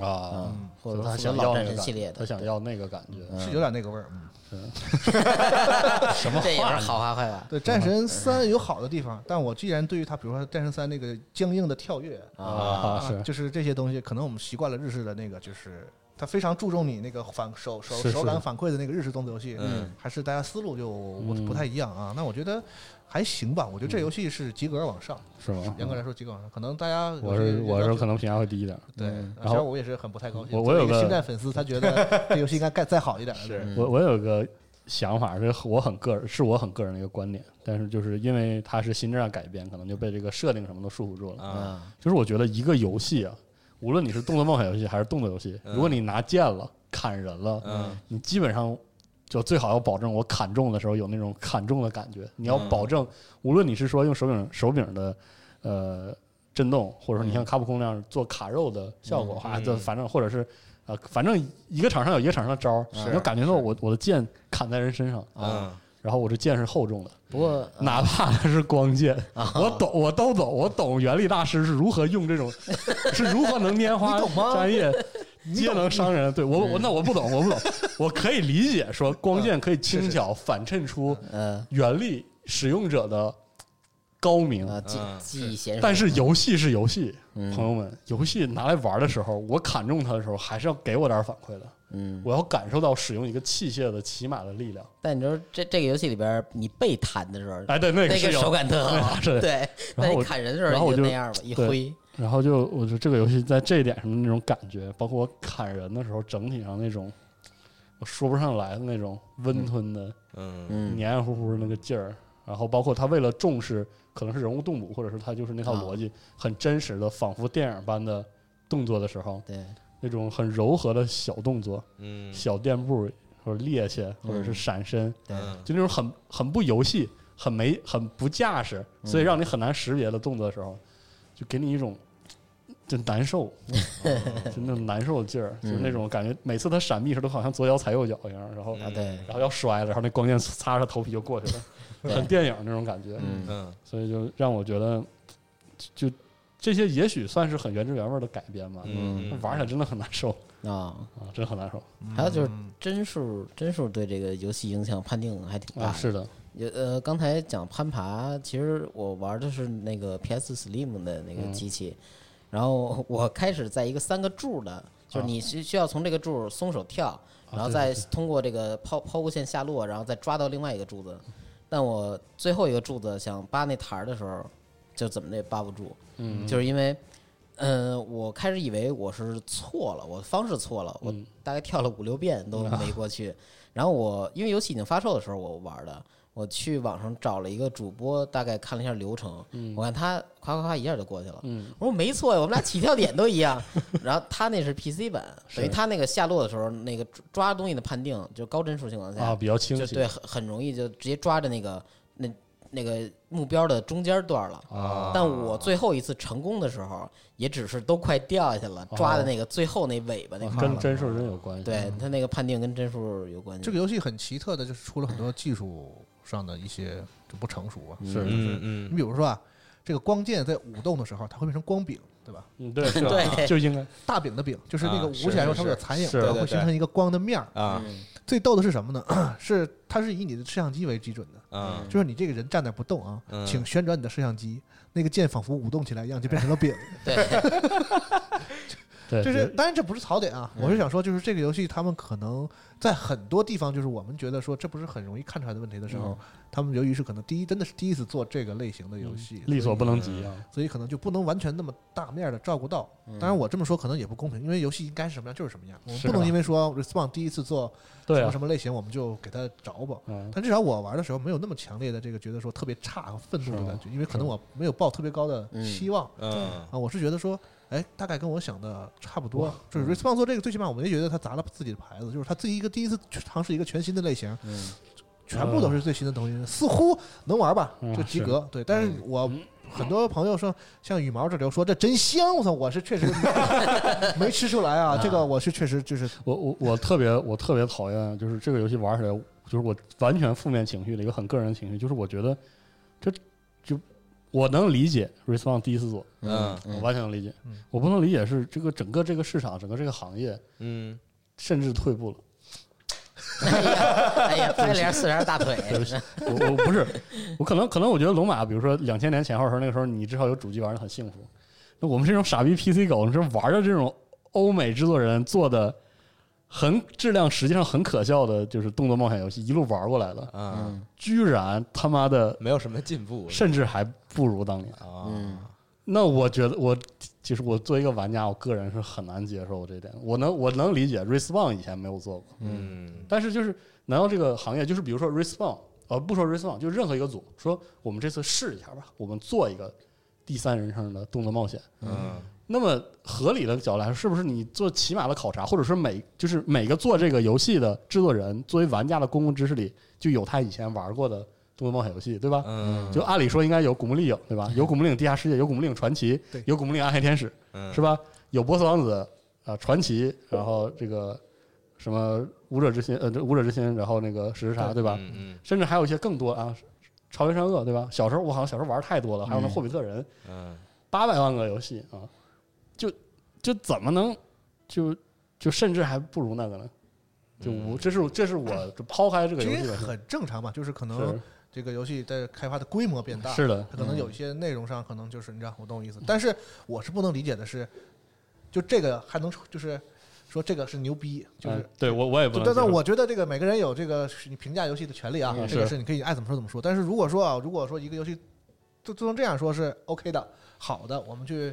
Speaker 3: 的
Speaker 4: 啊，
Speaker 3: 啊
Speaker 5: 嗯，
Speaker 3: 或者
Speaker 4: 嗯他
Speaker 3: 负责
Speaker 4: 想
Speaker 3: 老
Speaker 4: 要那
Speaker 3: 战
Speaker 4: 个
Speaker 3: 神
Speaker 4: 感
Speaker 3: 系列
Speaker 4: 觉，
Speaker 3: 的，
Speaker 4: 他想
Speaker 3: 对
Speaker 4: 要那个感觉，
Speaker 5: 是有点那个味儿。嗯
Speaker 3: 什么这也是好话坏话
Speaker 5: 对，战神三有好的地方，但我既然对于它，比如说战神三那个僵硬的跳跃，
Speaker 4: 啊
Speaker 5: 啊，
Speaker 4: 是
Speaker 5: 就是这些东西，可能我们习惯了日式的那个，就是它非常注重你那个反手手
Speaker 4: 是是
Speaker 5: 手感反馈的那个日式动作游戏，
Speaker 2: 嗯
Speaker 5: 还是大家思路就不
Speaker 4: 嗯
Speaker 5: 不太一样啊。那我觉得还行吧，我觉得这游戏是及格往上，
Speaker 4: 是吗？
Speaker 5: 严格来说及格往上，可能大家有
Speaker 4: 嗯我
Speaker 5: 些
Speaker 4: 是我是
Speaker 5: 要
Speaker 4: 可能评价会低一点。
Speaker 5: 对
Speaker 3: 嗯，
Speaker 5: 啊虽
Speaker 4: 然后
Speaker 5: 然我也是很不太高兴，
Speaker 4: 我我
Speaker 5: 作为
Speaker 4: 有
Speaker 5: 一
Speaker 4: 个
Speaker 5: 星战粉丝，他觉得这游戏应该盖再好一点，
Speaker 2: 是
Speaker 3: 嗯
Speaker 4: 我我有个想法，这我很个人，是我很个人的一个观点，但是就是因为它是新质量改编，可能就被这个设定什么都束缚住了。
Speaker 2: 啊，
Speaker 3: 啊，
Speaker 4: 就是我觉得一个游戏啊，无论你是动作冒险游戏还是动作游戏，
Speaker 2: 嗯
Speaker 4: 如果你拿剑了、砍人了，
Speaker 2: 嗯
Speaker 4: 你基本上就最好要保证我砍中的时候有那种砍中的感觉。你要
Speaker 2: 嗯
Speaker 4: 保证，无论你是说用手柄手柄的呃震动，或者说你像卡普空那样做卡肉的效果，
Speaker 2: 嗯
Speaker 4: 啊，
Speaker 2: 嗯
Speaker 4: 就反正或者是呃，反正一个厂商有一个厂商的招儿，
Speaker 3: 是
Speaker 4: 你就感觉到
Speaker 3: 是
Speaker 4: 我我的剑砍在人身上，
Speaker 3: 啊，
Speaker 2: 嗯
Speaker 4: 然后我这剑是厚重的，
Speaker 3: 不过
Speaker 4: 哪怕它是光剑，我懂，我都懂，我懂原力大师是如何用这种， [LAUGHS] 是如何能拈花
Speaker 5: 你懂吗
Speaker 4: 摘叶，皆能伤人。对我，我那我不懂，我不懂，我可以理解说光剑可以轻巧反衬出
Speaker 3: 呃
Speaker 4: 原力使用者的高明，
Speaker 3: 啊技
Speaker 2: 嗯
Speaker 3: 技艺娴
Speaker 4: 但
Speaker 3: 熟，
Speaker 4: 是游戏是游戏，朋
Speaker 3: 嗯
Speaker 4: 友们，游戏拿来玩的时候，我砍中它的时候，还是要给我点反馈的，
Speaker 3: 嗯，
Speaker 4: 我要感受到使用一个器械的起码的力量。
Speaker 3: 但你说这这个游戏里边，你被弹的时候，
Speaker 4: 哎，对，那个
Speaker 3: 那
Speaker 4: 是
Speaker 3: 个
Speaker 4: 有啊
Speaker 3: 手感特好，
Speaker 4: 是的
Speaker 3: 对，那
Speaker 4: 然后
Speaker 3: 你
Speaker 4: 我
Speaker 3: 砍人的时候
Speaker 4: 然后我
Speaker 3: 也
Speaker 4: 就
Speaker 3: 那样吧，一
Speaker 4: 对
Speaker 3: 挥，
Speaker 4: 然后就我觉得这个游戏在这一点上的那种感觉，包括我砍人的时候，整体上那种我说不上来的那种温吞的、
Speaker 2: 嗯
Speaker 3: 嗯，
Speaker 4: 黏黏糊糊的那个劲儿，然后包括他为了重视可能是人物动捕，或者是他就是那套
Speaker 3: 啊
Speaker 4: 逻辑，很真实的，仿佛电影般的动作的时候，
Speaker 3: 对，
Speaker 4: 那种很柔和的小动作、
Speaker 2: 嗯
Speaker 4: 小垫步或者趔趄或者是闪身，
Speaker 3: 对
Speaker 2: 嗯
Speaker 4: 就那种很很不游戏、很没很不架势，所以让你很难识别的动作的时候，就给你一种就难受，就那种难受的劲儿，就是那种感觉。每次他闪避时都好像左脚踩右脚一样，然
Speaker 2: 嗯
Speaker 4: 后
Speaker 3: 啊对，
Speaker 4: 然后要摔了，然后那光剑擦着头皮就过去了，
Speaker 3: [LAUGHS] 对
Speaker 4: 很电影那种感觉。
Speaker 3: 嗯
Speaker 2: 嗯
Speaker 4: 所以就让我觉得，就这些也许算是很原汁原味的改编吧，
Speaker 2: 嗯
Speaker 4: 玩起来真的很难受
Speaker 3: 啊，
Speaker 4: 啊，真的很难受
Speaker 5: 嗯
Speaker 3: 还有就是帧数，帧数对这个游戏影响判定还挺大
Speaker 4: 啊，
Speaker 3: 的。
Speaker 4: 是的，
Speaker 3: 有呃，刚才讲攀爬，其实我玩的是那个 PS Slim 的那个
Speaker 4: 嗯
Speaker 3: 机器，然后 [LAUGHS] 我开始在一个三个柱的，就是你需需要从这个柱松手跳，然后
Speaker 4: 啊对
Speaker 3: 再
Speaker 4: 对
Speaker 3: 通过这个抛抛物线下落，然后再抓到另外一个柱子。但我最后一个柱子想扒那台儿的时候，就怎么也扒不住，
Speaker 4: 嗯，
Speaker 3: 就是因为，嗯，我开始以为我是错了，我方式错了，我
Speaker 4: 嗯啊
Speaker 3: 大概跳了五六遍都没过去。然后我因为游戏已经发售的时候我玩的，我去网上找了一个主播，大概看了一下流程，我看他夸夸夸一下就过去了。
Speaker 4: 嗯
Speaker 3: 我说没错呀，我们俩起跳点都一样。 [LAUGHS] 然后他那是 PC 版，
Speaker 4: 是
Speaker 3: 等于他那个下落的时候，那个抓东西的判定就高帧数情况下
Speaker 4: 啊，比较清
Speaker 3: 就
Speaker 4: 晰，
Speaker 3: 对，很很容易就直接抓着那个那那个目标的中间段了。
Speaker 2: 啊
Speaker 3: 但我最后一次成功的时候，也只是都快掉下去了，抓
Speaker 4: 哦
Speaker 3: 的那个最后那尾巴那
Speaker 4: 啊
Speaker 3: 块儿。
Speaker 4: 跟帧数真有关系。
Speaker 3: 对他那个判定跟帧数有关系。
Speaker 5: 这个游戏很奇特的，就是出了很多技术上的一些就不成熟啊。
Speaker 4: 是
Speaker 2: 嗯
Speaker 5: 你
Speaker 2: 嗯
Speaker 5: 比如说啊，这个光剑在舞动的时候，它会变成光饼，对吧？
Speaker 4: 嗯，对，是吧
Speaker 3: [LAUGHS] 对
Speaker 4: 就应该
Speaker 5: 大饼的饼，就是那
Speaker 2: 啊
Speaker 5: 个舞
Speaker 2: 是
Speaker 5: 起来时候
Speaker 2: 是
Speaker 5: 它会有残影，
Speaker 4: 是
Speaker 5: 它
Speaker 2: 对
Speaker 5: 会
Speaker 2: 对
Speaker 5: 形
Speaker 2: 对
Speaker 5: 成一个光的面儿。
Speaker 2: 啊
Speaker 3: 嗯
Speaker 5: 最逗的是什么呢？ [COUGHS] 是它是以你的摄像机为基准的，
Speaker 2: 啊
Speaker 3: 嗯
Speaker 5: 就是你这个人站那不动啊，
Speaker 2: 嗯
Speaker 5: 请旋转你的摄像机，那个剑仿佛舞动起来一样，就变成了饼。
Speaker 3: 对，
Speaker 4: 对，嗯
Speaker 5: 就是，当然这不是槽点啊，我是想说，就是这个游戏他们可能在很多地方，就是我们觉得说这不是很容易看出来的问题的时
Speaker 4: 嗯
Speaker 5: 候，他们由于是可能第一真的是第一次做这个类型的游戏，
Speaker 4: 力所不能
Speaker 3: 嗯
Speaker 4: 及啊。
Speaker 5: 所以可能就不能完全那么大面的照顾到。当然，我这么说可能也不公平，因为游戏应该是什么样就是什么样，我们
Speaker 4: 嗯是
Speaker 5: 不能
Speaker 4: 啊
Speaker 5: 因为说 Respawn 第一次做
Speaker 4: 对
Speaker 5: 什么
Speaker 4: 啊
Speaker 5: 什，么类型，我们就给它着吧。
Speaker 4: 嗯，
Speaker 5: 但至少我玩的时候没有那么强烈的这个觉得说特别差和愤怒的
Speaker 4: 啊
Speaker 5: 感觉，因为可能我没有抱特别高的期望
Speaker 2: 嗯
Speaker 5: 啊，我是觉得说，哎，大概跟我想的差不多。就是 Respawn 做这个，最起码我没觉得他砸了自己的牌子，就是他自己一个第一次去尝试一个全新的类型，
Speaker 3: 嗯
Speaker 5: 全部都是最新的东西，似乎能玩吧，
Speaker 4: 嗯
Speaker 5: 就及格。对，但是我。很多朋友说，像羽毛这流说这真香，我操！我是确实没吃出来啊，这个我是确实就是
Speaker 4: 我我我特别我特别讨厌，就是这个游戏玩起来，就是我完全负面情绪的一个很个人的情绪，就是我觉得这就我能理解 Respawn 第一次做，
Speaker 2: 嗯
Speaker 4: 我完全能理解
Speaker 5: 嗯，
Speaker 4: 我不能理解是这个整个这个市场，整个这个行业
Speaker 2: 嗯
Speaker 4: 甚至退步了。
Speaker 3: [LAUGHS] 哎呀，拍脸四十二大腿，
Speaker 4: 对不起，我我不是，我可能可能我觉得龙马，比如说两千年前后的时候，那个时候你至少有主机玩的很幸福。那我们这种傻逼 PC 狗，你说玩的这种欧美制作人做的很质量，实际上很可笑的，就是动作冒险游戏一路玩过来的，
Speaker 2: 啊，
Speaker 3: 嗯
Speaker 4: 居然他妈的
Speaker 2: 没有什么进步
Speaker 4: 甚至还不如当年。
Speaker 2: 啊
Speaker 3: 嗯
Speaker 4: 那我觉得我其实我作为一个玩家，我个人是很难接受这一点。我能我能理解 Respawn 以前没有做过，
Speaker 2: 嗯
Speaker 4: 但是就是难道这个行业就是比如说 Respawn，呃，不说 Respawn，就任何一个组说我们这次试一下吧，我们做一个第三人称的动作冒险，
Speaker 2: 嗯
Speaker 4: 那么合理的角度来说，是不是你做起码的考察，或者说每就是每个做这个游戏的制作人，作为玩家的公共知识里，就有他以前玩过的动作冒险游戏，对吧？
Speaker 2: 嗯，
Speaker 4: 就按理说应该有《古墓丽影》，对吧？有《古墓丽影：地下世界》，有《古墓丽影传奇》
Speaker 5: 对，
Speaker 4: 有《古墓丽影：暗黑天使》，
Speaker 2: 嗯
Speaker 4: 是吧？有《波斯王子》啊，《传奇》，然后这个什么《舞者之心》呃，这《舞者之心》，然后那个《史诗杀》，对吧？
Speaker 2: 嗯
Speaker 4: 甚至还有一些更多啊，《朝元善恶》，对吧？小时候我好像小时候玩太多了，还有那
Speaker 3: 嗯
Speaker 4: 《霍比特人》
Speaker 2: 嗯
Speaker 4: 八百万个游戏啊，就就怎么能就就甚至还不如那个呢？就我这是这是我就抛开这个
Speaker 5: 其
Speaker 4: 游戏
Speaker 5: 实
Speaker 4: 的
Speaker 5: 嗯很正常嘛，就是可能
Speaker 4: 是
Speaker 5: 这个游戏在开发的规模变大，
Speaker 4: 是的，
Speaker 5: 它可能有一些内容上可能就是你知道，我懂我意思。但是我是不能理解的是，就这个还能就是说这个是牛逼，就是。
Speaker 4: 嗯对我我也不
Speaker 5: 就
Speaker 4: 能
Speaker 5: 但
Speaker 4: 接
Speaker 5: 但
Speaker 4: 受
Speaker 5: 我觉得这个每个人有这个你评价游戏的权利啊，
Speaker 4: 嗯
Speaker 5: 这个
Speaker 4: 是
Speaker 5: 是你可以爱怎么说怎么说。但是如果说啊，如果说一个游戏就就能这样说是 OK 的、好的，我们去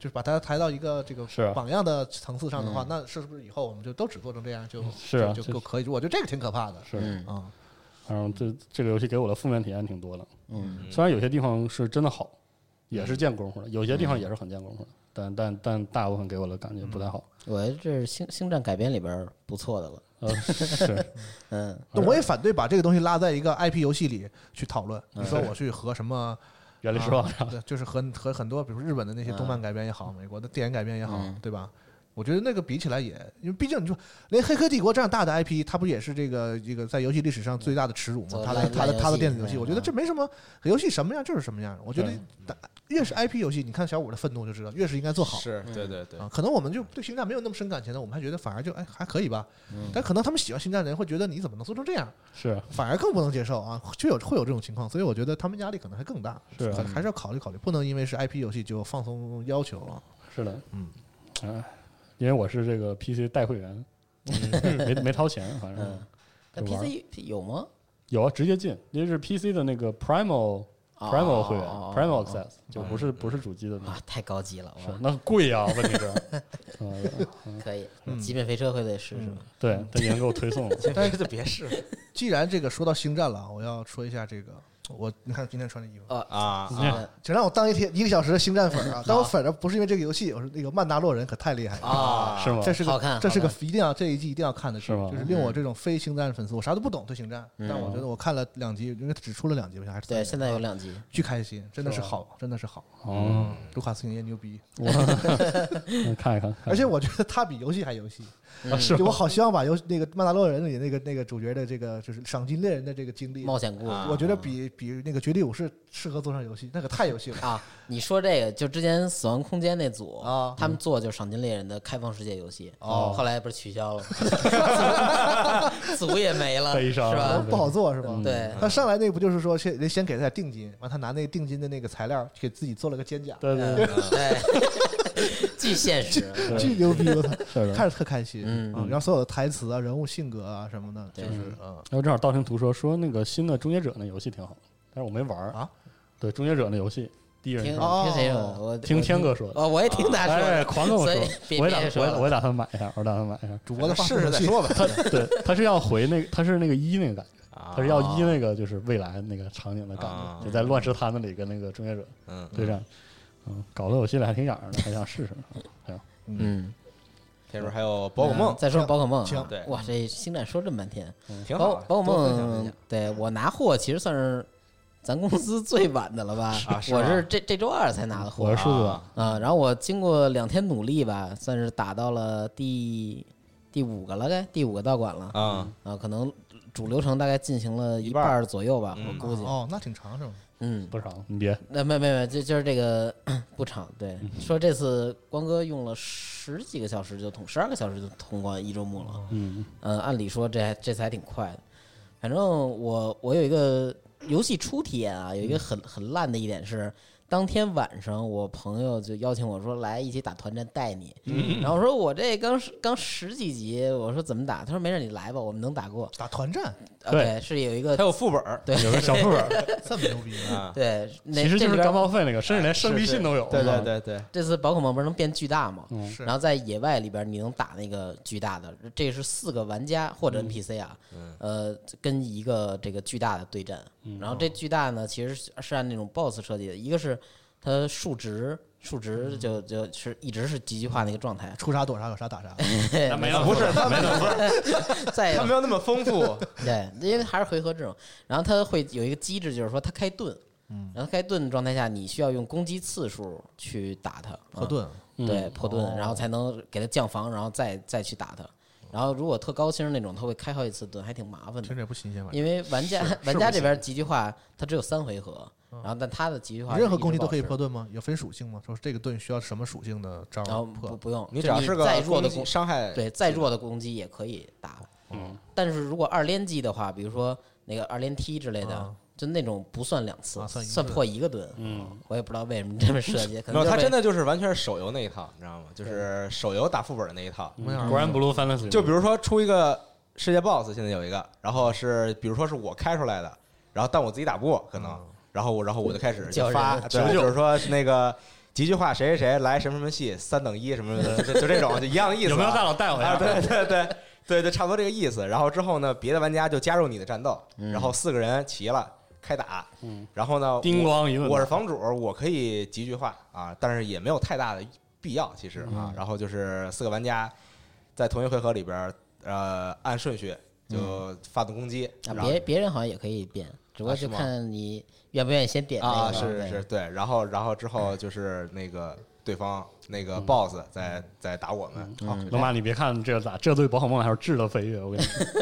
Speaker 5: 就是把它抬到一个这个
Speaker 4: 是啊
Speaker 5: 榜样的层次上的话
Speaker 3: 嗯，
Speaker 5: 那是不是以后我们就都只做成这样就是
Speaker 4: 啊
Speaker 5: 就
Speaker 4: 这
Speaker 5: 就可以？我觉得这个挺可怕的
Speaker 4: 是，
Speaker 3: 嗯
Speaker 5: 啊。
Speaker 4: 反正这这个游戏给我的负面体验挺多的。
Speaker 3: [LAUGHS] 嗯
Speaker 4: 虽然有些地方是真的好，也是见功夫的，有些地方也是很见功夫的，但但但大部分给我的感觉不太好。
Speaker 3: 我觉得这是星《星战》改编里边儿不错的了。
Speaker 4: 呃，是
Speaker 3: 嗯，
Speaker 5: 那我也反对把这个东西拉在一个 IP 游戏里去讨论。
Speaker 3: 嗯
Speaker 5: 你说我去和什么？
Speaker 3: [LAUGHS]
Speaker 4: 原理是吧？
Speaker 5: 啊对，就是和和很多，比如日本的那些动漫改编也好，美国的电影改编也好
Speaker 3: 嗯，
Speaker 5: 对吧？我觉得那个比起来也，因为毕竟你说，连《黑客帝国》这样大的 IP，它不也是这个这个在游戏历史上最大的耻辱吗
Speaker 3: 做？
Speaker 5: 它
Speaker 3: 嗯烂
Speaker 5: 的它
Speaker 3: 烂
Speaker 5: 的
Speaker 3: 游
Speaker 5: 它的
Speaker 3: 戏
Speaker 5: 电子游戏，
Speaker 3: 嗯
Speaker 5: 我觉得这没什么，游戏什么样就是什么样。我觉得越是 IP 游戏，你看小五的愤怒就知道，越是应该做好。
Speaker 2: 是对对对，
Speaker 5: 啊，可能我们就对星战没有那么深感情的，我们还觉得反而就哎还可以吧。但可能他们喜欢星战的人会觉得你怎么能做成这样，
Speaker 4: 嗯是
Speaker 5: 反而更不能接受啊，就有会有这种情况，所以我觉得他们压力可能还更大，
Speaker 4: 是嗯
Speaker 5: 还还是要考虑考虑，不能因为是 IP 游戏就放松要求啊。
Speaker 4: [LAUGHS] 是的，
Speaker 5: 嗯，
Speaker 4: 哎，因为我是这个 PC 代会员， [LAUGHS] 没没掏钱，反正
Speaker 3: 嗯那
Speaker 4: 就玩儿
Speaker 3: PC 有吗？
Speaker 4: 有啊，直接进，因为是 PC 的那个 Primal
Speaker 3: 哦
Speaker 4: Primal 会员
Speaker 3: 哦哦哦
Speaker 4: ，Primal Access 就不是不是主机的那
Speaker 3: 啊，太高级了，
Speaker 4: 是
Speaker 3: 哇，
Speaker 4: 那贵呀，问题是，嗯，
Speaker 3: 可以
Speaker 5: 嗯。
Speaker 3: 极品飞车会得试试吧。
Speaker 4: 对，他已经给我推送了，
Speaker 2: 但是别试了
Speaker 5: 既然这个说到星战了，我要说一下这个，我你看今天穿这衣服，
Speaker 2: 啊
Speaker 3: 嗯
Speaker 4: 你看
Speaker 5: 请让我当一天一个小时的星战粉儿
Speaker 4: [LAUGHS]
Speaker 5: 啊，但我粉的不是因为这个游戏，我是那个曼达洛人可太厉害
Speaker 2: [LAUGHS]
Speaker 5: 了。
Speaker 2: 啊
Speaker 4: 是吗？
Speaker 5: 这是
Speaker 3: 好
Speaker 5: 个
Speaker 3: 看
Speaker 5: 这是个
Speaker 3: 好
Speaker 5: 一定要这一季一定要看的剧
Speaker 4: 是吗，
Speaker 5: 就是令我这种非星战粉丝，我啥都不懂对星战，但
Speaker 3: 嗯
Speaker 5: 我觉得我看了两集，因为只出了两集吧，还是
Speaker 3: 对，
Speaker 5: 三集
Speaker 3: 现在有两集，
Speaker 5: 巨开心，真的是好，真的是好，嗯
Speaker 4: 哦，
Speaker 5: 卢卡斯影业牛逼，
Speaker 4: 那看一看，
Speaker 5: 而且我觉得他比游戏还游戏，
Speaker 3: 嗯
Speaker 4: 啊是
Speaker 5: 就
Speaker 4: 吗
Speaker 5: 我好希望把游戏那个《曼达洛人》里那个那个主角的这个就是赏金猎人的这个经
Speaker 2: 嗯
Speaker 5: 历，
Speaker 3: 冒险啊故事。
Speaker 2: 啊
Speaker 5: 我觉得比比那个《绝地武士》适合做上游戏，那可太游戏
Speaker 3: [LAUGHS]
Speaker 5: 了
Speaker 3: 啊，你说这个就之前《死亡空间》那组
Speaker 5: 啊
Speaker 3: 他们做就是《赏金猎人》的开放世界游戏，
Speaker 5: 哦
Speaker 3: 后来不是取消了
Speaker 4: [LAUGHS]
Speaker 3: 吗，组 [LAUGHS] 也没了，
Speaker 4: 悲伤
Speaker 3: 是吧？
Speaker 5: 不好做是吧？
Speaker 3: 啊对，
Speaker 5: 他上来那不就是说先得先给他点定金，完他拿那个定金的那个材料给自己做了个肩甲，
Speaker 4: 对对对，
Speaker 3: 嗯对，既现
Speaker 4: [LAUGHS]
Speaker 3: 实，
Speaker 5: 巨牛逼！我操，
Speaker 4: 是的。
Speaker 5: 看着特开心。
Speaker 3: 嗯
Speaker 5: 啊，然后所有的台词啊、人物性格啊什么的，
Speaker 3: 对
Speaker 5: 就是嗯，
Speaker 4: 然后正好道听途说说那个新的《终结者》那游戏挺好，但是我没玩儿
Speaker 5: 啊。
Speaker 4: 对，《终结者》那游戏第一人
Speaker 3: 听
Speaker 4: 称，
Speaker 5: 哦
Speaker 3: 听谁说的？我
Speaker 4: 听天哥说的，
Speaker 3: 哦，我也听他说
Speaker 4: 哎，
Speaker 3: 的，
Speaker 4: 狂跟我
Speaker 3: 所以
Speaker 4: 说，
Speaker 3: 别
Speaker 4: 我也
Speaker 3: 别
Speaker 4: 打
Speaker 3: 说
Speaker 4: 算，
Speaker 3: 了啊
Speaker 4: 我也我也打算买一下，我打算买一下。
Speaker 3: [LAUGHS]
Speaker 5: 主播的话
Speaker 2: 试试再
Speaker 5: 再
Speaker 2: 说
Speaker 5: [LAUGHS]
Speaker 2: 吧，
Speaker 4: 他对，他是要回那个，他是那个一那个感觉，
Speaker 2: 啊
Speaker 4: 他是要一那个就是未来那个场景的感
Speaker 2: 啊
Speaker 4: 觉，就在乱石滩子里跟那个终结者
Speaker 2: 嗯
Speaker 4: 对战，嗯，搞得我心里还挺痒痒的，还想试试呢。
Speaker 3: 嗯，
Speaker 2: 这时候还有宝可梦，
Speaker 3: 再说宝可梦啊，
Speaker 5: 行
Speaker 2: 对
Speaker 3: 哇，这星战说这么半天，
Speaker 2: 挺
Speaker 3: 宝
Speaker 2: 好啊，
Speaker 3: 嗯宝可
Speaker 2: 多分享分
Speaker 3: 梦
Speaker 2: 享，
Speaker 3: 对我拿货其实算是咱公司
Speaker 2: [LAUGHS]
Speaker 3: 最晚的了吧？
Speaker 2: 啊是吗
Speaker 3: 我是这这周二才拿的货
Speaker 4: 我是数字版，
Speaker 2: 啊
Speaker 3: 啊，然后我经过两天努力吧，算是打到了第第五个了，该第五个道馆了
Speaker 2: 啊，
Speaker 3: 啊，可能主流程大概进行了一半儿左右吧，
Speaker 2: 嗯
Speaker 3: 我估计，
Speaker 5: 哦，那挺长是吧？
Speaker 3: 嗯，
Speaker 4: 不长，你别
Speaker 3: 那没没没，就就是这个不长，对，
Speaker 4: 嗯
Speaker 3: 说这次光哥用了十几个小时就通，十二个小时就通关一周目了。
Speaker 4: 嗯，
Speaker 3: 嗯，按理说这还这次还挺快的。反正我我有一个游戏初体验啊，有
Speaker 4: 嗯
Speaker 3: 一个很很烂的一点是，当天晚上我朋友就邀请我说来一起打团战带你，
Speaker 4: 嗯
Speaker 3: 然后我说我这刚十刚十几级，我说怎么打？他说没事你来吧，我们能打过。
Speaker 5: 打团战
Speaker 3: 啊
Speaker 4: 对
Speaker 3: 对，是有一个
Speaker 2: 还有副本儿
Speaker 3: 对
Speaker 4: 有个小副本，
Speaker 5: [LAUGHS] 这么牛逼
Speaker 2: 啊，
Speaker 3: 对，那
Speaker 4: 其实就
Speaker 3: 这
Speaker 4: 是
Speaker 3: 里边啊
Speaker 4: 干报废那个，甚至连胜利
Speaker 2: 是是
Speaker 4: 信都有。啊
Speaker 2: 对
Speaker 4: 是吧
Speaker 2: 对，对对，
Speaker 3: 这次宝可梦不是能变巨大吗？
Speaker 4: 嗯
Speaker 5: 是，
Speaker 3: 然后在野外里边，你能打那个巨大的，这是四个玩家或者
Speaker 4: 嗯
Speaker 3: NPC 啊，
Speaker 2: 嗯
Speaker 3: 呃，跟一个这个巨大的对战。
Speaker 4: 嗯
Speaker 3: 然后这巨大呢，其实是是按那种 BOSS 设计的，一个是它数值数值就就是一直是极化的一个状态
Speaker 5: 出啥躲啥，有啥打啥。
Speaker 3: 嗯
Speaker 4: 那没有
Speaker 2: 不是他没
Speaker 3: [LAUGHS] 再
Speaker 2: 他
Speaker 3: 有
Speaker 2: 没有那么丰富，
Speaker 3: 对，因为还是回合制嘛。然后它会有一个机制，就是说它开盾，
Speaker 5: 嗯，
Speaker 3: 然后开盾的状态下，你需要用攻击次数去打它，
Speaker 5: 破
Speaker 3: 嗯
Speaker 5: 盾，
Speaker 3: 对，破盾
Speaker 5: 哦，
Speaker 3: 然后才能给它降防，然后再再去打它。然后如果特高星那种，它会开好几次盾，还挺麻烦
Speaker 5: 听
Speaker 3: 的。
Speaker 5: 着也不新鲜吧？
Speaker 3: 因为玩家 [LAUGHS]
Speaker 5: 是是
Speaker 3: 玩
Speaker 5: 不
Speaker 3: 家这
Speaker 5: 行
Speaker 3: 边极地化，它只有三回合，然后但它的极地化
Speaker 5: 你任何攻击都可
Speaker 3: 是
Speaker 5: 以
Speaker 3: 一直
Speaker 5: 破盾吗？有分属性吗？说这个盾需要什么属性的招
Speaker 3: 保持，然后
Speaker 5: 儿
Speaker 3: 不
Speaker 5: 破？
Speaker 3: 不用，
Speaker 2: 你
Speaker 3: 就
Speaker 2: 只要是个
Speaker 3: 再弱的
Speaker 2: 攻
Speaker 3: 攻
Speaker 2: 击，伤害，
Speaker 3: 对再弱的攻击也可以打。
Speaker 4: 嗯，
Speaker 3: 但是如果二连击的话，比如说那个二连踢之类的
Speaker 5: 啊，
Speaker 3: 就那种不算两次
Speaker 5: 啊，算一个
Speaker 3: 算破一个盾。
Speaker 4: 嗯，
Speaker 3: 我也不知道为什么这么设
Speaker 5: [LAUGHS]
Speaker 3: 计，可
Speaker 2: 没
Speaker 3: 能
Speaker 2: 有，他
Speaker 3: 就是
Speaker 2: 真的就是完全是手游那一套，你知道吗？就是手游打副本的那一套。
Speaker 4: 嗯
Speaker 5: 我想
Speaker 4: 果然 blue fantasy，
Speaker 2: 就比如说出一个世界 BOSS，现在有一个，然后是比如说是我开出来的，然后但我自己打不过，可
Speaker 4: 嗯
Speaker 2: 能，然后我然后我就开始就
Speaker 3: 叫人
Speaker 2: 发，
Speaker 3: 求
Speaker 2: 对，就是说是那个几句话谁谁谁来什么什么戏三等一什么
Speaker 4: [LAUGHS]
Speaker 2: 什么的，就就就这种就一样的意思啊。
Speaker 4: 有没有大佬带我
Speaker 2: 啊，
Speaker 4: 呀？
Speaker 2: 对对对对，就差不多这个意思。然后之后呢，别的玩家就加入你的战斗，
Speaker 3: 嗯
Speaker 2: 然后四个人齐了开打，
Speaker 4: 嗯，
Speaker 2: 然后呢，
Speaker 4: 叮
Speaker 2: 我
Speaker 4: 咣一顿，
Speaker 2: 我是房主，我可以几句话啊，但是也没有太大的必要，其实啊
Speaker 3: 嗯。
Speaker 2: 然后就是四个玩家在同一回合里边儿，呃，按顺序就发动攻击，
Speaker 3: 啊，
Speaker 2: 然后
Speaker 3: 别别人好像也可以变，只不过
Speaker 2: 啊
Speaker 3: 就是
Speaker 2: 吗
Speaker 3: 看你愿不愿意先点那
Speaker 2: 啊，
Speaker 3: 个。
Speaker 2: 是
Speaker 3: 对
Speaker 2: 是是，对，然后然后之后就是那个对方那
Speaker 3: [LAUGHS]
Speaker 2: 个
Speaker 4: 嗯
Speaker 2: BOSS 在在打我们，
Speaker 3: 嗯
Speaker 2: 好
Speaker 3: 嗯
Speaker 4: 龙马，你别看这咋，这对宝可梦还是质的飞跃。我跟
Speaker 3: [LAUGHS]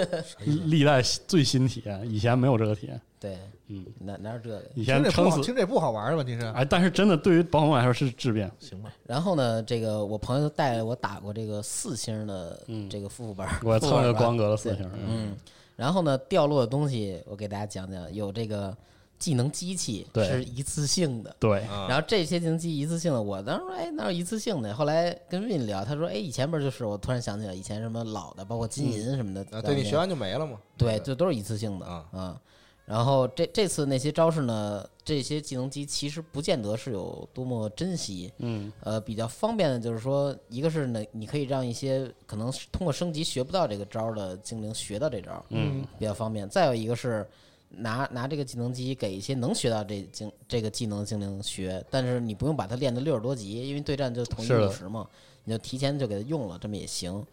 Speaker 4: 你说，历代最新体验，以前没有这个体验。
Speaker 3: 对，
Speaker 4: 嗯，
Speaker 3: 哪哪有这个？
Speaker 4: 以
Speaker 5: 听着也不
Speaker 4: 前撑
Speaker 5: 好，
Speaker 4: 死，
Speaker 5: 听着也不好玩儿，问题是
Speaker 4: 哎，但是真的对于宝可梦来说是质变。
Speaker 5: 行吧？
Speaker 3: 然后呢，这个我朋友带我打过这个四星的
Speaker 4: 嗯
Speaker 3: 这个副本，
Speaker 4: 我蹭了
Speaker 3: 了
Speaker 4: 光格的四星，
Speaker 3: 嗯，然后呢，掉落的东西我给大家讲讲，有这个技能机器
Speaker 4: 对
Speaker 3: 是一次性的。
Speaker 4: 对，
Speaker 2: 嗯
Speaker 3: 然后这些技能机一次性的，我当时说，哎，哪有一次性的？后来跟 Win 聊，他说，哎，以前不是就是？我突然想起来，以前什么老的，包括金银什么的，
Speaker 2: 啊，对你
Speaker 3: 当年
Speaker 2: 学完就没了嘛，
Speaker 3: 对，这都是一次性的
Speaker 2: 啊
Speaker 3: 啊。然后这这次那些招式呢，这些技能机其实不见得是有多么珍惜，
Speaker 4: 嗯，
Speaker 3: 呃，比较方便的就是说，一个是呢，你可以让一些可能是通过升级学不到这个招儿的精灵学到这招，
Speaker 4: 嗯，
Speaker 3: 比较方便。再有一个是拿拿这个技能机给一些能学到这精这个技能的精灵学，但是你不用把它练到六十多级，因为对战就同一
Speaker 4: 是的
Speaker 3: 五十嘛，你就提前就给它用了，这么也行。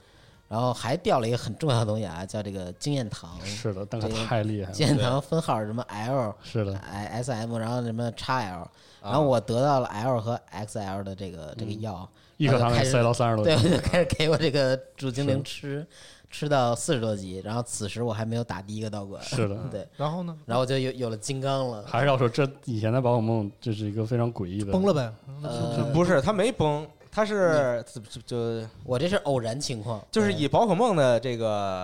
Speaker 3: 然后还掉了一个很重要的东西啊，叫这个经验糖。
Speaker 4: 是的，但可太厉害了，
Speaker 3: 经验糖分号是什么 L、
Speaker 4: 是的，
Speaker 3: I、S、M，然后什么 x
Speaker 4: 啊
Speaker 3: L，然后我得到了 L 和 X L 的这个这个药，
Speaker 4: 一嗯颗糖给塞到三十多
Speaker 3: 啊对，
Speaker 4: 级，
Speaker 3: 我就开始给我这个主精灵吃，吃到四十多级，然后此时我还没有打第一个道馆，
Speaker 4: 是的，
Speaker 3: 对，
Speaker 5: 然后呢？
Speaker 3: 然后我就有有了金刚了，
Speaker 4: 还是要说，这以前的宝可梦，这是一个非常诡异的
Speaker 5: 崩了呗？
Speaker 3: 呃，
Speaker 2: 不是他没崩，他是就就
Speaker 3: 我这是偶然情况，
Speaker 2: 就是
Speaker 3: 嗯
Speaker 2: 以宝可梦的这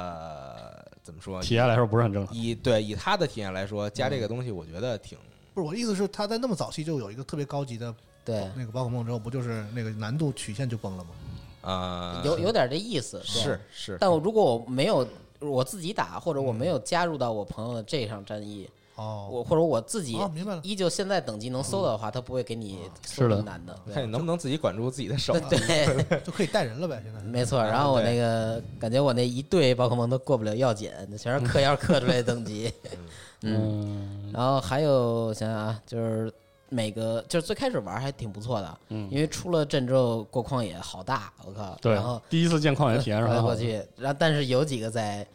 Speaker 2: 个怎么说？
Speaker 4: 体验来说不是很正常。
Speaker 2: 以对以他的体验来说，加这个东西我觉得挺
Speaker 5: 不是我意思是，他在那么早期就有一个特别高级的
Speaker 3: 对，
Speaker 5: 那个宝可梦之后，不就是那个难度曲线就崩了吗？
Speaker 4: 嗯
Speaker 2: 呃，
Speaker 3: 有有点这意思，对
Speaker 2: 是是，
Speaker 3: 但我如果我没有我自己打，或者我没有加入到我朋友的这场战役，
Speaker 5: 哦，
Speaker 3: 我或者我自己
Speaker 5: 哦，明白了。
Speaker 3: 依旧现在等级能搜到的话，他不会给你搜
Speaker 4: 哦是的
Speaker 3: 这么难
Speaker 4: [LAUGHS]
Speaker 3: 的，
Speaker 2: [LAUGHS]
Speaker 3: 对
Speaker 2: 看你能不能自己管住自己的手。啊
Speaker 3: 对，
Speaker 5: 就可以带人了呗，现在。
Speaker 3: 没错。然后我那个感觉我那一队宝可梦都过不了药检，全是嗑药嗑出来的等级。 [LAUGHS] 嗯，
Speaker 4: 嗯，
Speaker 3: 然后还有想想啊，就是每个就是最开始玩还挺不错的，
Speaker 4: 嗯
Speaker 3: 因为出了镇之后过旷野好大，我靠。
Speaker 4: 对
Speaker 3: 然后，
Speaker 4: 第一次见旷野体验是
Speaker 3: 过来
Speaker 4: 很
Speaker 3: 过
Speaker 4: 好的，
Speaker 3: 去，然后但是有几个在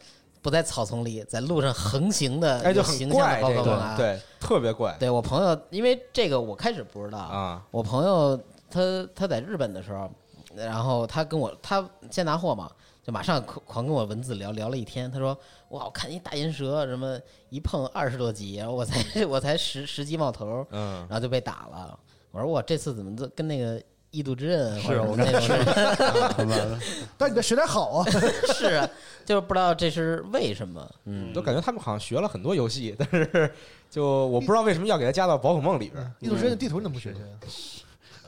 Speaker 3: 不在草丛里，在路上横行的，
Speaker 2: 哎，就
Speaker 3: 有
Speaker 2: 很
Speaker 3: 形象
Speaker 2: 怪
Speaker 3: 的宝
Speaker 2: 这
Speaker 3: 可梦
Speaker 2: 个，
Speaker 3: 啊。，
Speaker 2: 对，特别怪
Speaker 3: 对我朋友，因为这个我开始不知道，
Speaker 2: 啊，
Speaker 3: 我朋友他他在日本的时候，然后他跟我他先拿货嘛，就马上狂狂跟我文字聊聊了一天。他说：“哇，我看一大银蛇，什么一碰二十多级，然后我才 [LAUGHS] 我才十十级冒头，
Speaker 2: 嗯
Speaker 3: 然，后就被打了。”我说：“我这次怎么这跟那个异度之刃
Speaker 4: 是
Speaker 3: 或者
Speaker 4: 我
Speaker 3: 那种
Speaker 4: 很完了
Speaker 5: 但你得学点好 [LAUGHS] 啊，
Speaker 3: 是是啊，就是不知道这是为什么。”嗯，
Speaker 2: 都感觉他们好像学了很多游戏，但是 [LAUGHS] 就我不知道为什么要给它加到宝可梦里边。
Speaker 5: 异度之刃的地图你怎么不学学呀？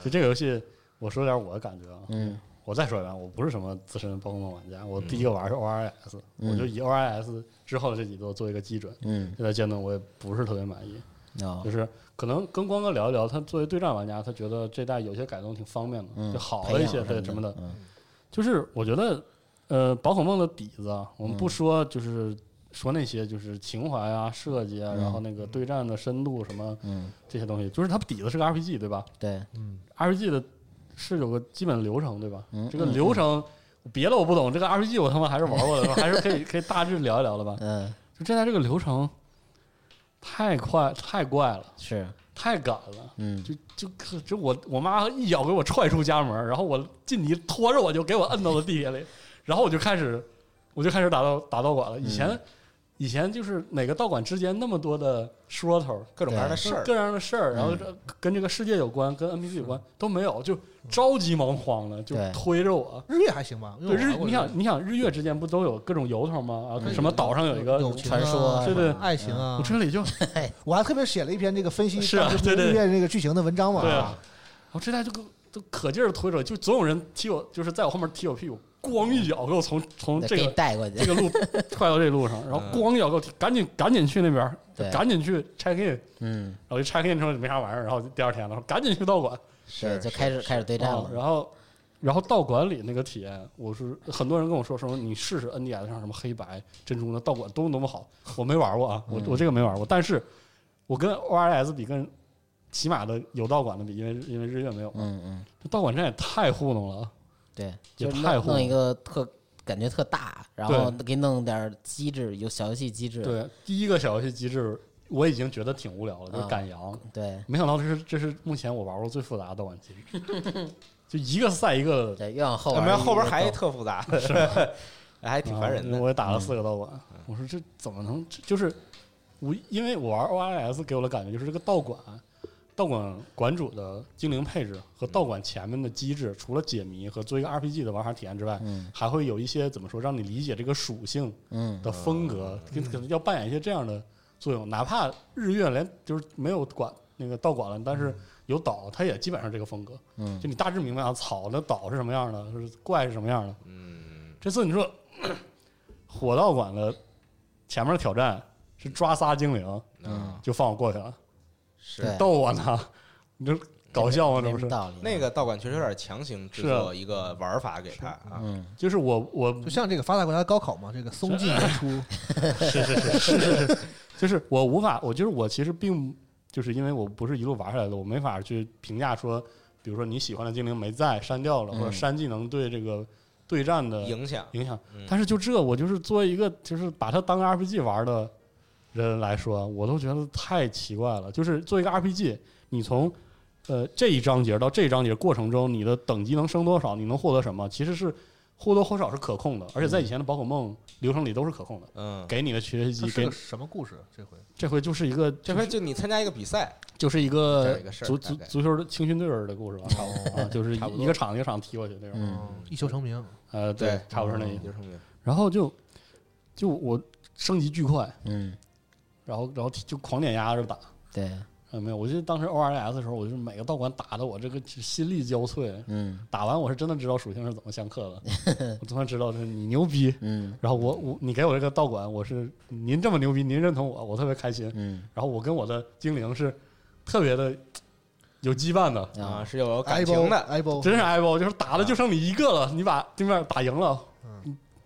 Speaker 4: 就这个游戏，我说点我的感觉啊，
Speaker 3: 嗯
Speaker 4: 我再说一遍，我不是什么资深宝可梦玩家，我第一个玩是 ORS，、
Speaker 3: 嗯
Speaker 4: 我就以 ORS 之后的这几座做一个基准。
Speaker 3: 嗯
Speaker 4: 现在阶段我也不是特别满意，
Speaker 3: 哦
Speaker 4: 就是可能跟光哥聊一聊，他作为对战玩家，他觉得这代有些改动挺方便的，
Speaker 3: 嗯，
Speaker 4: 就好
Speaker 3: 培
Speaker 4: 了一
Speaker 3: 养
Speaker 4: 些对什么的。
Speaker 3: 嗯嗯
Speaker 4: 就是我觉得，呃，宝可梦的底子啊，我们不说就是说那些就是情怀啊、设计啊，
Speaker 3: 嗯
Speaker 4: 然后那个对战的深度什么
Speaker 3: 嗯，
Speaker 4: 这些东西，就是它底子是个 RPG 对吧
Speaker 3: 对，
Speaker 6: 嗯，
Speaker 4: ？RPG 的是有个基本流程对吧？
Speaker 3: 嗯
Speaker 4: 这个流程别的我不懂，这个 RPG 我他妈还是玩过的，还是可以可以大致聊一聊的吧？
Speaker 3: 嗯，
Speaker 4: 就现在这个流程太快太怪了，
Speaker 3: 是，
Speaker 4: 太赶了。
Speaker 3: 嗯，
Speaker 4: 就就可就我我妈一脚给我踹出家门儿，然后我进泥拖着我就给我摁到了地下里，然后我就开始我就开始打道打道馆了。以
Speaker 3: 嗯
Speaker 4: 前、以前就是每个道馆之间那么多的说头，
Speaker 2: 各种各样的事
Speaker 4: 各
Speaker 2: 儿，
Speaker 4: 各样的事儿，然
Speaker 3: 嗯
Speaker 4: 后这跟这个世界有关，跟 NPC 有关都没有，就着急忙慌的就
Speaker 3: 对
Speaker 4: 推着我。
Speaker 5: 日月还行吧，因
Speaker 4: 对
Speaker 5: 为我
Speaker 4: 日
Speaker 5: 玩，过
Speaker 4: 你
Speaker 5: 日月
Speaker 4: 想，你想日月之间不都有各种由头吗？啊，
Speaker 5: 嗯
Speaker 4: 什么岛上有一个，
Speaker 5: 友
Speaker 4: 我
Speaker 5: 情
Speaker 3: 传说啊
Speaker 5: 啊，
Speaker 4: 对对
Speaker 5: 爱情啊，
Speaker 4: 这里就
Speaker 5: 我还特别写了一篇这个分析
Speaker 4: 是啊
Speaker 5: 当时
Speaker 4: 对对
Speaker 5: 日月那个剧情的文章嘛，
Speaker 4: 对啊，我这代就给我都可劲儿推着，就总有人踢我，就是在我后面踢我屁股，咣一脚给我从从
Speaker 3: 得
Speaker 4: 这
Speaker 3: 给你
Speaker 4: 个
Speaker 3: 带过
Speaker 4: 这 [LAUGHS]
Speaker 3: 去，
Speaker 4: 个路踹到这路上，然后咣一脚给我踢，赶紧赶紧去那边儿，
Speaker 3: 对
Speaker 4: 赶紧去 check in，然
Speaker 3: 嗯，
Speaker 4: 后一 check in 之后没啥玩意儿，然后第二天了，赶紧去道馆，
Speaker 3: 对，就开始开始对战
Speaker 4: 啊，
Speaker 3: 了，
Speaker 4: 然后。然后道馆里那个体验，我是很多人跟我说说你试试 NDS 上什么黑白珍珠的道馆多么多么好，我没玩过啊，我我这个没玩过，但是我跟 ORS 比，跟起码的有道馆的比，因为因为日月没有，
Speaker 3: 嗯嗯，
Speaker 4: 这道馆站也太糊弄了啊，
Speaker 3: 对，
Speaker 4: 也
Speaker 3: 就
Speaker 4: 太
Speaker 3: 弄
Speaker 4: 糊弄
Speaker 3: 弄一个特感觉特大，然后给弄点儿机制，有小游戏机制，
Speaker 4: 对，第一个小游戏机制我已经觉得挺无聊了，就是
Speaker 3: 啊
Speaker 4: 赶羊。
Speaker 3: 对
Speaker 4: 没想到这是这是目前我玩过最复杂的道馆机制，就一个赛一个的，
Speaker 3: 对，越往后
Speaker 2: 我
Speaker 3: 玩
Speaker 2: 们
Speaker 3: 儿
Speaker 2: 后边
Speaker 3: 越
Speaker 2: 还
Speaker 3: 高
Speaker 2: 特复杂， [LAUGHS] 还挺烦人
Speaker 4: 啊
Speaker 2: 的。嗯
Speaker 4: 我也
Speaker 3: 嗯
Speaker 4: 打了四个道馆，我说这怎么能？这就是我因为我玩 OIS 给我的感觉就是这个道馆，道馆馆主的精灵配置和道馆前面的机制，除了解谜和做一个 RPG 的玩法体验之外，
Speaker 3: 嗯
Speaker 4: 还会有一些怎么说让你理解这个属性
Speaker 3: 嗯
Speaker 4: 的风格，跟可能要扮演一些这样的作用。哪怕日月连就是没有管那个道馆了，
Speaker 2: 嗯
Speaker 4: 但是有岛，它也基本上这个风格。
Speaker 3: 嗯
Speaker 4: 就你大致明白啊，草的岛是什么样的，是怪是什么样的。
Speaker 2: 嗯，
Speaker 4: 这次你说火道馆的前面的挑战是抓仨精灵，
Speaker 2: 嗯，
Speaker 4: 就放我过去了，
Speaker 2: 是
Speaker 3: 对，
Speaker 4: 逗我呢？ [LAUGHS] 你这搞笑吗？这
Speaker 3: 哎没
Speaker 4: 不
Speaker 3: 什么
Speaker 4: 是？
Speaker 3: 道理，
Speaker 2: 那个道馆确实有点强行制
Speaker 4: 是啊
Speaker 2: 作一个玩法给他啊，
Speaker 3: 嗯
Speaker 4: 就是我我
Speaker 5: 就像这个发达国家的高考嘛，这个松进
Speaker 4: 啊
Speaker 5: 严
Speaker 4: [LAUGHS]
Speaker 5: 出，
Speaker 4: 是是是是是是，就是我无法，我就是我其实并就是因为我不是一路玩下来的，我没法去评价说，比如说你喜欢的精灵没在删掉了，
Speaker 3: 嗯
Speaker 4: 或者删技能对这个对战的
Speaker 2: 影响
Speaker 4: 影响
Speaker 2: 嗯。
Speaker 4: 但是就这，我就是作为一个就是把它当个 RPG 玩的人来说，我都觉得太奇怪了。就是做一个 RPG，你从呃这一章节到这一章节过程中，你的等级能升多少，你能获得什么，其实是或多或少是可控的，而且在以前的宝可梦流程里都是可控的。
Speaker 2: 嗯，
Speaker 4: 给你的学习
Speaker 5: 这
Speaker 4: 机，
Speaker 5: 是
Speaker 4: 给
Speaker 5: 个什么故事？啊这回
Speaker 4: 这回就是一个
Speaker 2: 这回就你参加一个比赛，
Speaker 4: 就是一
Speaker 2: 这
Speaker 4: 个
Speaker 2: 样一个事儿
Speaker 4: 足
Speaker 2: 大
Speaker 4: 足
Speaker 2: 概
Speaker 4: 足球的青训队儿的故事吧，差不多啊，就是
Speaker 2: 差不
Speaker 4: 一
Speaker 2: 多
Speaker 4: 一个场一个场踢过去那种，
Speaker 3: 嗯
Speaker 5: 一球成名，
Speaker 4: 呃，
Speaker 2: 对嗯
Speaker 4: 差不多是那意思。
Speaker 2: 就是明
Speaker 4: 然后就就我升级巨快，
Speaker 3: 嗯，
Speaker 4: 然后然后就狂碾压着打，
Speaker 3: 对，
Speaker 4: 啊，没有，我记得当时 O R S 的时候，我就是每个道馆打的我这个心力交瘁，
Speaker 3: 嗯
Speaker 4: 打完我是真的知道属性是怎么相克的，我突然知道就是你牛逼，
Speaker 3: 嗯
Speaker 4: 然后我我你给我这个道馆，我是您这么牛逼，您认同我，我特别开心，
Speaker 3: 嗯
Speaker 4: 然后我跟我的精灵是特别的有羁绊的，
Speaker 2: 啊，
Speaker 3: 啊，
Speaker 2: 是有感
Speaker 5: 挨
Speaker 2: 情
Speaker 5: 包
Speaker 2: 的，
Speaker 5: 挨包，
Speaker 4: 真是挨包，就是打的就剩你一个了，你把对面打赢了，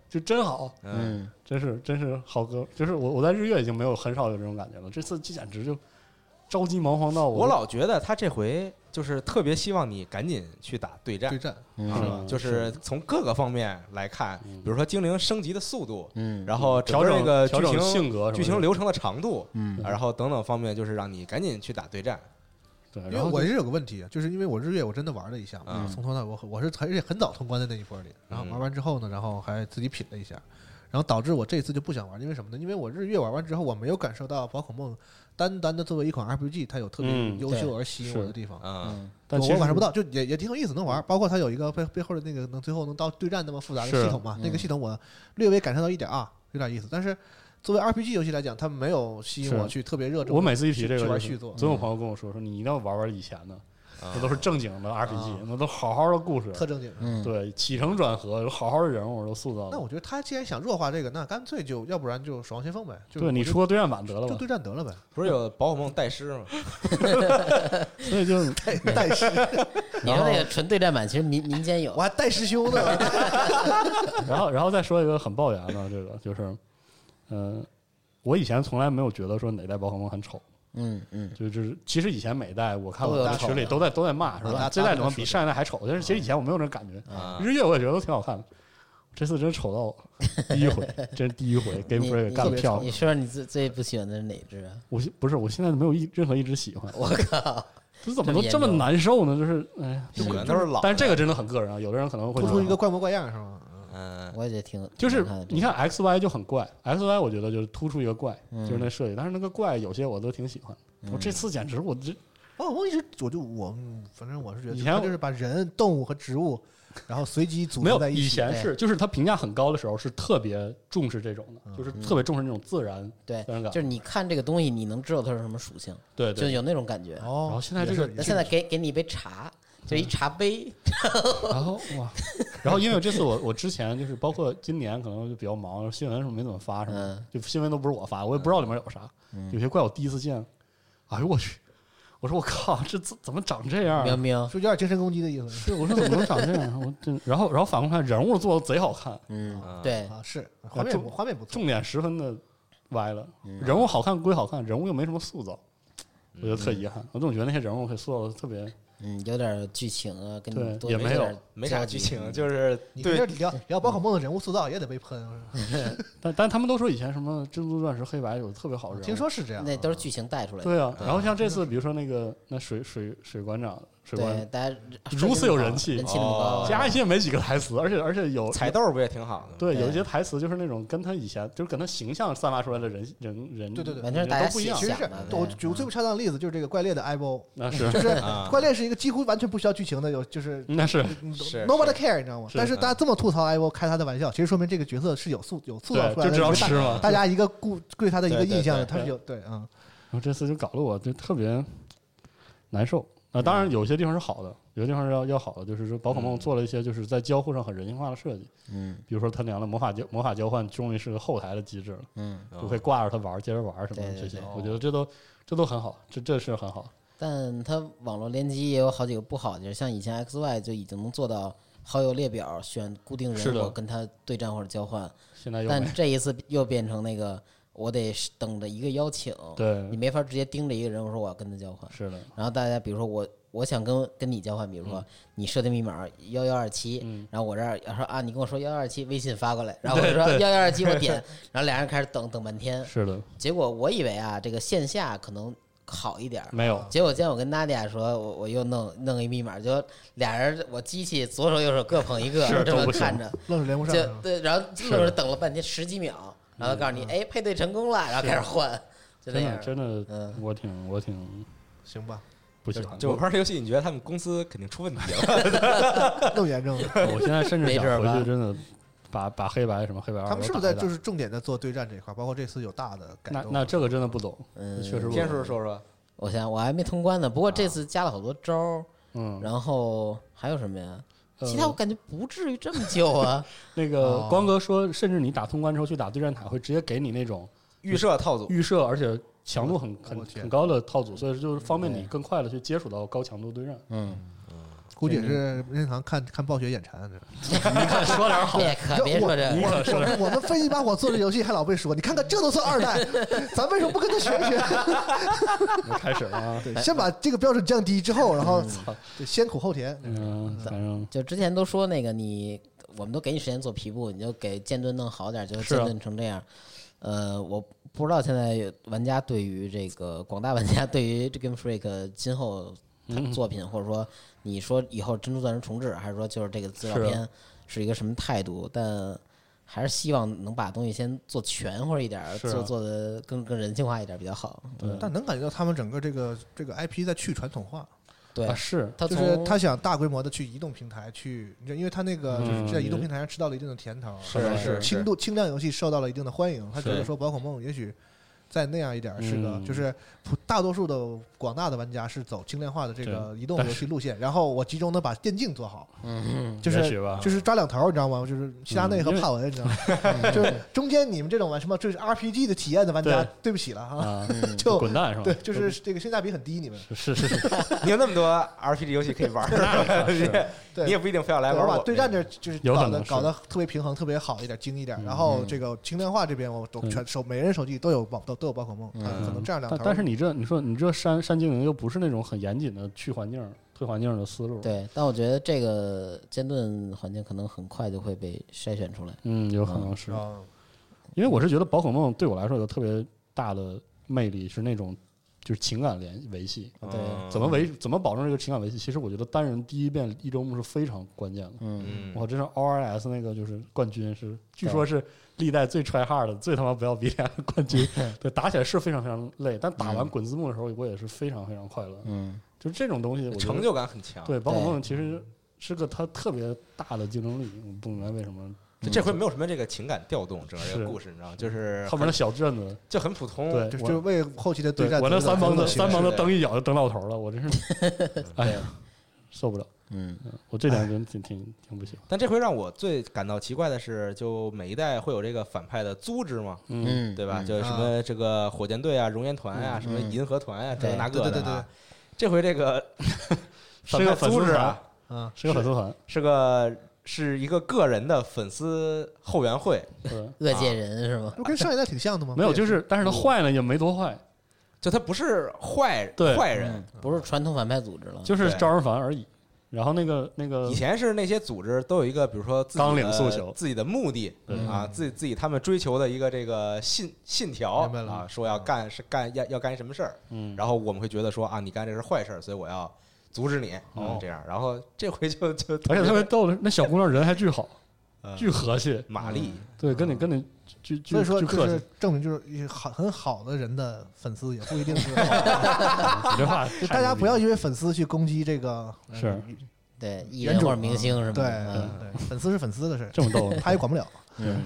Speaker 4: 就真好，
Speaker 2: 嗯，
Speaker 3: 嗯
Speaker 4: 真是真是好哥，就是我我在日月已经没有很少有这种感觉了，这次这简直就着急忙慌到
Speaker 2: 我
Speaker 4: 都
Speaker 2: 老觉得他这回就是特别希望你赶紧去打对战
Speaker 5: 对，战，
Speaker 3: 嗯
Speaker 4: 是
Speaker 2: 是
Speaker 4: 吧
Speaker 2: 吧？就是从各个方面来看，
Speaker 4: 嗯
Speaker 2: 比如说精灵升级的速度，
Speaker 3: 嗯，
Speaker 2: 然后整
Speaker 4: 调
Speaker 2: 个
Speaker 4: 整
Speaker 2: 这个
Speaker 4: 调
Speaker 2: 剧
Speaker 4: 整
Speaker 2: 情
Speaker 4: 性格什么的
Speaker 2: 剧情流程的长度，
Speaker 3: 嗯
Speaker 2: 然后等等方面，就是让你赶紧去打对战。
Speaker 4: 对，
Speaker 5: 因为
Speaker 4: 啊然后
Speaker 5: 我
Speaker 4: 就
Speaker 5: 也有个问题，啊就是因为我日月我真的玩了一下嘛，
Speaker 2: 嗯
Speaker 5: 从头到尾我我是很而且很早通关的那一波里，然后
Speaker 4: 嗯
Speaker 5: 玩完之后呢，然后还自己品了一下，然后导致我这一次就不想玩，因为什么呢？因为我日月玩完之后，我没有感受到宝可梦单单的作为一款 RPG，它有特别
Speaker 4: 嗯
Speaker 5: 优秀而吸引我的地方。
Speaker 2: 嗯，
Speaker 3: 嗯
Speaker 4: 但
Speaker 5: 我
Speaker 4: 其实
Speaker 5: 我感受不到，就也也挺有意思，能玩。包括它有一个背背后的那个能最后能到对战那么复杂的
Speaker 4: 是
Speaker 5: 系统嘛，那个
Speaker 3: 嗯
Speaker 5: 系统我略微感受到一点啊，有点意思。但是作为 RPG 游戏来讲，它没有吸引
Speaker 4: 是
Speaker 5: 我去特别热衷。
Speaker 4: 我每次一提这
Speaker 5: 去
Speaker 4: 个
Speaker 5: 玩
Speaker 4: 就是嗯
Speaker 5: 续嗯作
Speaker 4: 总有朋友跟我说说你一定要玩玩以前的，
Speaker 2: 啊
Speaker 4: 那都是正经的 RPG，那都好好的故事，
Speaker 5: 啊特正经。
Speaker 3: 嗯，
Speaker 4: 对，起承转合，有好好的人物都塑造
Speaker 5: 那
Speaker 4: 了。
Speaker 5: 我觉得他既然想弱化这个，那干脆就要不然就守望先锋呗，就
Speaker 4: 对
Speaker 5: 我
Speaker 4: 你
Speaker 5: 就
Speaker 4: 出个对战版得了
Speaker 5: 就
Speaker 4: 吧，
Speaker 5: 对战得了呗。
Speaker 2: 不是有宝可梦代师吗？
Speaker 4: 所以就
Speaker 5: 戴师，
Speaker 3: 嗯你说那个纯对战版，其实民民间有
Speaker 5: 我，还戴师兄 [LAUGHS] 呢，
Speaker 4: 然后然后再说一个很抱怨的，这个就是，嗯、我以前从来没有觉得说哪代宝可梦很丑，
Speaker 3: 嗯嗯，
Speaker 4: 就就是其实以前每一代我看
Speaker 3: 都
Speaker 4: 我
Speaker 3: 有
Speaker 4: 大
Speaker 3: 丑
Speaker 4: 群里
Speaker 3: 的
Speaker 4: 都在都在骂，是
Speaker 3: 啊
Speaker 4: 吧？
Speaker 3: 大
Speaker 4: 这
Speaker 3: 大
Speaker 4: 代
Speaker 3: 部分
Speaker 4: 怎么
Speaker 3: 是
Speaker 4: 比
Speaker 3: 的
Speaker 4: 上一代还丑？但是其实以前我没有这种感觉，
Speaker 2: 啊，
Speaker 4: 日月我也觉得都挺好看的，这次真丑到我第一回，真是第
Speaker 3: [LAUGHS]
Speaker 4: 一回给
Speaker 3: 你
Speaker 4: 不是
Speaker 3: 你
Speaker 4: 干得漂
Speaker 3: 你
Speaker 4: 亮。
Speaker 3: 说说你最最不喜欢的是哪只啊？
Speaker 4: 我现不是我现在没有一任何一只喜欢，
Speaker 3: 我靠，
Speaker 4: 这怎
Speaker 3: 这
Speaker 4: 么
Speaker 3: 么
Speaker 4: 都
Speaker 3: 严
Speaker 4: 这么
Speaker 3: 重
Speaker 4: 难受呢？就是哎呀，
Speaker 2: 喜欢都是老的，
Speaker 4: 但是这个真的很个人啊，有的人可能会
Speaker 5: 突
Speaker 4: 觉
Speaker 5: 出
Speaker 4: 得
Speaker 5: 一个怪模怪样是 [LAUGHS] 吗？
Speaker 2: 嗯，
Speaker 3: 我也觉得挺
Speaker 4: 就是
Speaker 3: 挺好看的这
Speaker 4: 你看 X Y 就很怪，X Y 我觉得就是突出一个怪，
Speaker 3: 嗯
Speaker 4: 就是那设计，但是那个怪有些我都挺喜欢。我这次简直我这
Speaker 5: 宝可梦一直哦我就我嗯反正我是觉
Speaker 4: 以
Speaker 5: 得
Speaker 4: 前
Speaker 5: 它就是把人、动物和植物，然后随机组
Speaker 4: 没
Speaker 5: 合
Speaker 4: 有
Speaker 5: 在一
Speaker 4: 以
Speaker 5: 起。
Speaker 4: 前是就是他评价很高的时候是特别重视这种的，就是
Speaker 3: 嗯
Speaker 4: 特别重视那种自然
Speaker 3: 对
Speaker 4: 自然，感
Speaker 3: 就。是你看这个东西，你能知道它是什么属性，
Speaker 4: 对
Speaker 3: 就
Speaker 4: 对，
Speaker 3: 有那种感觉。
Speaker 5: 哦，
Speaker 4: 然后现在这
Speaker 5: 也
Speaker 4: 个
Speaker 5: 是
Speaker 3: 那现在给给你一杯茶，就一茶杯，
Speaker 4: [LAUGHS] 然后哇， [LAUGHS] 然后因为这次我我之前就是包括今年可能就比较忙，新闻什么没怎么发什么的
Speaker 3: 嗯，
Speaker 4: 就新闻都不是我发，我也不知道里面有啥，有些怪我第一次见，哎呦我去，我说我靠，这怎怎么长这样啊？
Speaker 3: 喵喵，
Speaker 5: 就有点精神攻击的意思 [LAUGHS]
Speaker 4: 是，我说怎么能长这样？啊我真，然后然后反过来，人物做的贼好看，
Speaker 3: 嗯，
Speaker 2: 嗯
Speaker 3: 对，
Speaker 5: 啊，是画面不画面不错，
Speaker 4: 重点十分的歪了。
Speaker 5: 嗯
Speaker 4: 人物好看归好看，人物又没什么塑造，我觉得
Speaker 5: 嗯
Speaker 4: 特遗憾。我总觉得那些人物可以塑造的特别，
Speaker 3: 嗯，有点剧情啊，跟
Speaker 4: 对
Speaker 3: 你多
Speaker 4: 也没有
Speaker 3: 点
Speaker 2: 没啥
Speaker 3: 交
Speaker 2: 剧
Speaker 3: 集嗯
Speaker 2: 情，就是
Speaker 5: 你跟这
Speaker 2: 对
Speaker 5: 聊聊宝可梦的人物塑造也得被喷，啊
Speaker 4: 但但他们都说以前什么珍珠钻石黑白有特别好的人物，
Speaker 5: 听说是这样。啊
Speaker 3: 那都是剧情带出来的。
Speaker 4: 对啊。然后
Speaker 5: 嗯
Speaker 4: 像这次，比如说那个那水水水馆长水
Speaker 3: 对，
Speaker 4: 官，
Speaker 3: 大家
Speaker 4: 如此有人气
Speaker 3: 人气那么高，啊
Speaker 2: 哦
Speaker 4: 加一些没几个台词，而且而且有
Speaker 2: 彩豆不也挺好的吗？
Speaker 4: 对
Speaker 3: 对
Speaker 4: 有
Speaker 5: 哎
Speaker 4: 一些台词就是那种跟他以前就是跟他形象散发出来的人人人
Speaker 5: 对对对
Speaker 3: 完全是
Speaker 4: 人
Speaker 3: 大家
Speaker 4: 都不一样
Speaker 5: 其
Speaker 3: 写
Speaker 5: 实
Speaker 3: 想
Speaker 5: 是
Speaker 3: 的，
Speaker 5: 我
Speaker 3: 对
Speaker 5: 举个最不恰当的例子，就是这个怪猎的 i b
Speaker 4: [LAUGHS]
Speaker 5: o
Speaker 4: 那是
Speaker 5: 就是
Speaker 2: 啊
Speaker 5: 怪猎是一个几乎完全不需要剧情的，有
Speaker 2: [LAUGHS]
Speaker 5: 就是
Speaker 4: 那是
Speaker 5: 你懂
Speaker 2: 是
Speaker 5: nobody
Speaker 2: 是嗯
Speaker 5: care，你知道吗？
Speaker 4: 是
Speaker 5: 但是大家这么吐槽 i b o 开他的玩笑，其实说明这个角色是有塑有塑造
Speaker 4: 对
Speaker 5: 出来
Speaker 4: 就
Speaker 5: 的一
Speaker 4: 知道
Speaker 5: 个大，
Speaker 4: 吃嘛。
Speaker 5: 大家一个固对他的一个
Speaker 2: 对对
Speaker 5: 印象，
Speaker 2: 对
Speaker 5: 他是有对啊，
Speaker 4: 然后这次就搞得我就特别难受。啊，当
Speaker 3: 嗯
Speaker 4: 然有些地方是好的，有些地方是要要好的，就是说宝可梦
Speaker 2: 嗯
Speaker 4: 做了一些就是在交互上很人性化的设计，
Speaker 3: 嗯
Speaker 4: 比如说它娘的魔法交魔法交换终于是个后台的机制了，
Speaker 3: 嗯，
Speaker 2: 啊
Speaker 4: 就可以挂着它玩，接着玩什么
Speaker 3: 对
Speaker 4: 的
Speaker 3: 对
Speaker 4: 这些
Speaker 3: 对，哦
Speaker 4: 我觉得这都这都很好，这这是很好。
Speaker 3: 但它网络联机也有好几个不好的地儿，像以前 XY 就已经能做到好友列表选固定
Speaker 4: 是
Speaker 3: 人
Speaker 4: 的
Speaker 3: 物跟他对战或者交换，
Speaker 4: 现在又
Speaker 3: 但
Speaker 4: 没
Speaker 3: 这一次又变成那个我得是等着一个邀请，你
Speaker 4: 对，
Speaker 3: 没法直接盯着一个人，我说我要跟他交换。
Speaker 4: 是的，
Speaker 3: 然后大家比如说我我想跟跟你交换，比如说你设定密码幺幺二七
Speaker 4: 嗯，
Speaker 3: 然后我这儿说啊，你跟我说幺幺二七，微信发过来，然后我就说幺幺二
Speaker 4: [LAUGHS]
Speaker 3: 七，我点，然后俩人开始等等半天，
Speaker 4: 是的，
Speaker 3: 结果我以为啊这个线下可能好一点儿。
Speaker 4: 没有，
Speaker 3: 结果今天我跟娜迪亚说，我我又弄弄一密码，就俩人我机器左手右手各捧一个，
Speaker 4: 是
Speaker 3: 这
Speaker 4: 都
Speaker 3: 么
Speaker 4: 不行
Speaker 3: 看着，
Speaker 5: 愣是连不上
Speaker 3: 就是
Speaker 5: 吧。
Speaker 3: 对，然后愣是等了半天十几秒，然后告诉你，哎，配对成功了，然后开始换，就那
Speaker 4: 嗯真的
Speaker 3: 样。
Speaker 4: 真的，
Speaker 3: 嗯，
Speaker 4: 我挺我挺
Speaker 5: 行吧，
Speaker 4: 不喜欢。
Speaker 2: 就我
Speaker 4: 我
Speaker 2: 玩这游戏，你觉得他们公司肯定出问题了？
Speaker 5: 更严重了。
Speaker 2: 啊
Speaker 4: 我现在甚至
Speaker 3: 没
Speaker 4: 想
Speaker 3: 事儿
Speaker 4: 回
Speaker 3: 吧
Speaker 4: 去真的把把黑白什么黑白二
Speaker 5: 他们
Speaker 4: 都
Speaker 5: 是不是
Speaker 4: 打
Speaker 5: 在
Speaker 4: 一打
Speaker 5: 就是重点在做对战这一块，包括这次有大的改
Speaker 4: 那
Speaker 5: 动？
Speaker 4: 那这个真的不懂，
Speaker 3: 嗯
Speaker 4: 确实不
Speaker 2: 天
Speaker 4: 懂。
Speaker 2: 叔说说，
Speaker 3: 我想我还没通关呢，不过这
Speaker 4: 啊
Speaker 3: 次加了好多招儿，
Speaker 4: 嗯，
Speaker 3: 然后还有什么呀？
Speaker 4: 呃
Speaker 3: 其他我感觉不至于这么久
Speaker 4: [LAUGHS]
Speaker 3: 啊。
Speaker 4: 那
Speaker 5: 哦
Speaker 4: 个光哥说，甚至你打通关之后去打对战塔，会直接给你那种
Speaker 2: 预设套组，
Speaker 4: 预设，而且强度很很
Speaker 5: 我天
Speaker 4: 很高的套组，所以就是方便你
Speaker 3: 对
Speaker 4: 更快的去接触到高强度对战。
Speaker 3: 嗯，
Speaker 5: 估计也是任天堂看看暴雪眼馋。这
Speaker 4: 说
Speaker 3: [LAUGHS]
Speaker 4: 点好，
Speaker 3: 别可别说这
Speaker 4: 你
Speaker 3: 个，
Speaker 4: 可
Speaker 5: 我们我 [LAUGHS] 们分析吧，我做这游戏还老被说，你看看这都算
Speaker 3: [LAUGHS]
Speaker 5: 二代，咱为什么不跟他学学？
Speaker 4: 我开始了 [LAUGHS] 啊！
Speaker 5: 对，先把这个标准降低之后，然后对先苦后甜。
Speaker 4: 嗯，反正
Speaker 3: 就之前都说那个你，我们都给你时间做皮部，你就给剑盾弄好点儿，就是剑
Speaker 4: 啊
Speaker 3: 盾成这样。呃，我不知道现在玩家对于这个广大玩家对于这 Game Freak 今后他
Speaker 4: 嗯
Speaker 3: 作品，或者说你说以后珍珠钻石重置，还是说就是这个资料
Speaker 4: 是啊
Speaker 3: 片是一个什么态度？但还是希望能把东西先做全乎一点儿，
Speaker 4: 是啊
Speaker 3: 做做的更更人性化一点儿比较好。嗯，
Speaker 5: 但能感觉到他们整个这个这个 IP 在去传统化，
Speaker 3: 对
Speaker 4: 啊，是
Speaker 3: 他
Speaker 5: 就是
Speaker 3: 从
Speaker 5: 他想大规模的去移动平台去，你知道因为他那个就
Speaker 4: 嗯
Speaker 5: 是在移动平台上吃到了一定的甜头，
Speaker 4: 是
Speaker 2: 是
Speaker 5: 轻度轻量游戏受到了一定的欢迎，他觉得说宝可梦也许再那样一点儿是个，
Speaker 4: 嗯
Speaker 5: 就是普大多数的广大的玩家是走轻量化的这个移动游戏路线，然后我集中的把电竞做好，
Speaker 3: 嗯，
Speaker 5: 就
Speaker 4: 也
Speaker 5: 是
Speaker 4: 许吧嗯
Speaker 5: 就是抓两头儿，你知道吗？就是希拉内和帕文，你知道吗？
Speaker 3: [LAUGHS]
Speaker 5: 就是中间你们这种玩什么就是 RPG 的体验的玩家
Speaker 4: 对，
Speaker 5: 对不起了哈，
Speaker 4: 啊，
Speaker 3: 嗯
Speaker 5: [LAUGHS] 就
Speaker 4: 滚蛋是吧？
Speaker 5: 对，就是这个性价比很低，你们
Speaker 4: 是是是，
Speaker 2: 你有那么多 RPG 游戏可以
Speaker 4: [LAUGHS]
Speaker 2: 玩儿， [LAUGHS] 你也
Speaker 5: 对。
Speaker 2: 不一定非要来
Speaker 5: 对
Speaker 2: 玩
Speaker 5: 我哎把
Speaker 2: 我。
Speaker 5: 对战这就是
Speaker 4: 有可
Speaker 5: 搞的
Speaker 4: 能是嗯
Speaker 5: 搞得特别平衡，特别好一点，精一点。然后这个轻量化这边，我都全手每人手机都有宝都都有宝可梦，
Speaker 3: 嗯
Speaker 5: 啊可能这样两头
Speaker 4: 但
Speaker 5: 儿。
Speaker 4: 但是你这你说你这山山精灵又不是那种很严谨的去环境退环境的思路，，
Speaker 3: 对，但我觉得这个剑盾环境可能很快就会被筛选出来。
Speaker 4: 嗯，有可能是
Speaker 5: 啊
Speaker 4: 因为我是觉得宝可梦对我来说有个特别大的魅力是那种就是情感联维系，
Speaker 3: 对
Speaker 2: 嗯
Speaker 4: 怎么？维怎么保证这个情感维系？其实我觉得单人第一遍一周目是非常关键的。
Speaker 3: 嗯，
Speaker 2: 嗯
Speaker 4: 我这是 ORS 那个就是冠军是，据
Speaker 3: 对
Speaker 4: 说是历代最 try hard 的、最他妈不要逼脸的冠军。对，打起来是非常非常累，但打完
Speaker 3: 嗯
Speaker 4: 滚字幕的时候，我也是非常非常快乐。
Speaker 3: 嗯，
Speaker 4: 就是这种东西，我觉得
Speaker 2: 成就感很强。
Speaker 4: 对宝可
Speaker 3: 对
Speaker 4: 梦其实是个它特别大的竞争力，我不明白为什么
Speaker 2: 就这回没有什么这个情感调动，整个这
Speaker 4: 嗯是
Speaker 2: 个故事你知道吗，就是
Speaker 4: 后面的小镇子，
Speaker 2: 就很普通。
Speaker 4: 对
Speaker 5: 就
Speaker 4: 我
Speaker 5: 就是为后期的对
Speaker 4: 对
Speaker 5: 战
Speaker 4: 我
Speaker 5: 做
Speaker 4: 那
Speaker 5: 一个很
Speaker 4: 三帮
Speaker 5: 好
Speaker 4: 的
Speaker 5: 的
Speaker 4: 三帮
Speaker 2: 的
Speaker 4: 的灯一咬就灯到头了，我真是，哎呀，受不了。
Speaker 3: 嗯，
Speaker 4: 我这点真挺挺挺不喜欢。
Speaker 2: 但这回让我最感到奇怪的是，就每一代会有这个反派的组织嘛，
Speaker 4: 嗯，
Speaker 3: 嗯，
Speaker 2: 对吧？
Speaker 3: 嗯
Speaker 2: 就什么这个火箭队啊、熔岩团啊、
Speaker 4: 嗯
Speaker 2: 什么银河团啊，这个
Speaker 3: 对
Speaker 2: 那个的、啊。
Speaker 5: 对对对对
Speaker 2: 这回这个
Speaker 4: 是
Speaker 2: 反
Speaker 4: 个
Speaker 2: 派
Speaker 4: 粉
Speaker 2: 组
Speaker 4: 丝
Speaker 2: 织
Speaker 4: 团
Speaker 2: 啊，，
Speaker 5: 啊，
Speaker 4: 是个粉丝团，
Speaker 2: 是个是一个个人的粉丝后援会，
Speaker 4: 对。
Speaker 3: 恶界人是吗？
Speaker 5: 不跟上一代挺像的吗？
Speaker 4: 没有，就是，但是它坏呢也没多坏，
Speaker 2: 就他不是坏
Speaker 4: 对
Speaker 2: 坏人，
Speaker 3: 嗯不是传统反派组织了，
Speaker 4: 就是
Speaker 2: 对
Speaker 4: 招人烦而已。然后那个那
Speaker 5: 嗯
Speaker 4: 个
Speaker 2: 以，前是那些组织都有一个，比如说自己的
Speaker 4: 纲领诉求
Speaker 2: 自己的目的
Speaker 4: 对
Speaker 2: 啊，自己自己他们追求的一个这个信信条
Speaker 5: 嗯明白了
Speaker 2: 啊，说要干是干要要干什么事儿，
Speaker 4: 嗯，
Speaker 2: 然后我们会觉得说啊，你干这是坏事儿，所以我要阻止你，
Speaker 4: 哦
Speaker 2: 嗯，这样。然后这回就就
Speaker 4: 而且特别逗的是，那小姑娘人还巨好，
Speaker 2: 嗯
Speaker 4: 巨嗯和气，
Speaker 2: 玛丽，
Speaker 4: 对，跟你跟你巨巨
Speaker 5: 所以说
Speaker 4: 巨
Speaker 5: 就
Speaker 4: 客
Speaker 5: 是 [LAUGHS]
Speaker 4: 气。
Speaker 5: 证明就是一好很好的人的粉丝也不一定
Speaker 4: [LAUGHS]
Speaker 5: 是好，
Speaker 4: 你这话
Speaker 5: 就大家不要因为粉丝去攻击这个呃
Speaker 4: 是嗯
Speaker 3: 对艺
Speaker 5: 原
Speaker 3: 人
Speaker 5: 嗯
Speaker 3: 或者
Speaker 5: 主
Speaker 3: 明星什么
Speaker 5: 对
Speaker 3: 的。啊
Speaker 5: 对，对粉丝是粉丝的事，
Speaker 4: 这么逗，
Speaker 5: 他也管不了。
Speaker 3: 对，嗯，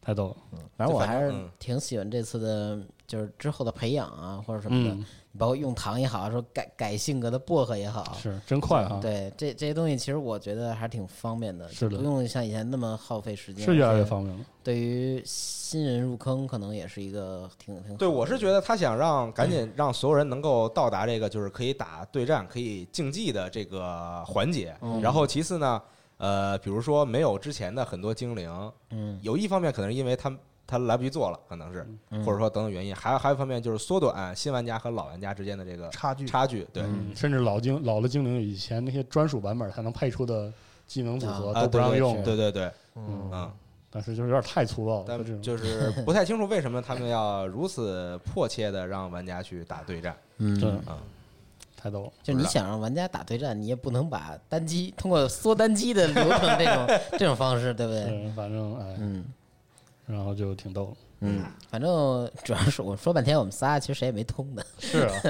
Speaker 4: 太逗了。
Speaker 3: 反正我
Speaker 2: 就反
Speaker 3: 还是
Speaker 2: 正嗯
Speaker 3: 挺喜欢这次的，就是之后的培养啊，或者什么的，
Speaker 4: 嗯，
Speaker 3: 包括用糖也好，啊说改改性格的薄荷也好，
Speaker 4: 是真快啊哈，
Speaker 3: 对这这些东西，其实我觉得还是挺方便的，
Speaker 4: 是
Speaker 3: 就
Speaker 4: 的
Speaker 3: 不用像以前那么耗费时间，
Speaker 4: 是越来
Speaker 3: 而
Speaker 4: 越
Speaker 3: 且
Speaker 4: 方便了。
Speaker 3: 对于新人入坑，可能也是一个挺挺好的
Speaker 2: 对我是觉得他想让
Speaker 4: 嗯
Speaker 2: 赶紧让所有人能够到达这个就是可以打对战、可以竞技的这个环节。
Speaker 4: 哦
Speaker 2: 然后其次呢，呃，比如说没有之前的很多精灵，
Speaker 3: 嗯，
Speaker 2: 有一方面可能是因为他他来不及做了，可能是，
Speaker 4: 嗯
Speaker 2: 或者说等等原因，还有还有一方面就是缩短新玩家和老玩家之间的这个
Speaker 5: 差距
Speaker 2: 差距，对，
Speaker 4: 嗯，甚至老精老的精灵以前那些专属版本才能配出的技能组合
Speaker 2: 啊，
Speaker 4: 都不
Speaker 2: 对
Speaker 4: 让
Speaker 2: 对
Speaker 4: 用，
Speaker 2: 对对对，
Speaker 4: 嗯
Speaker 5: 啊
Speaker 2: 嗯，
Speaker 4: 但是就是有点太粗暴了，就这
Speaker 2: 但
Speaker 4: 种
Speaker 2: 就是不太清楚为什么他们要如此迫切的让玩家去打对战，
Speaker 4: 嗯
Speaker 2: 嗯，
Speaker 4: 太逗了。
Speaker 3: 就你想让玩家打对战，你也不能把单机通过缩单机的流程这种这种方式，对不对？
Speaker 4: 对，反正哎，
Speaker 3: 嗯
Speaker 4: 然后就挺逗了。
Speaker 3: 嗯，反正主要是我说半天，我们仨其实谁也没通的。
Speaker 4: 是啊，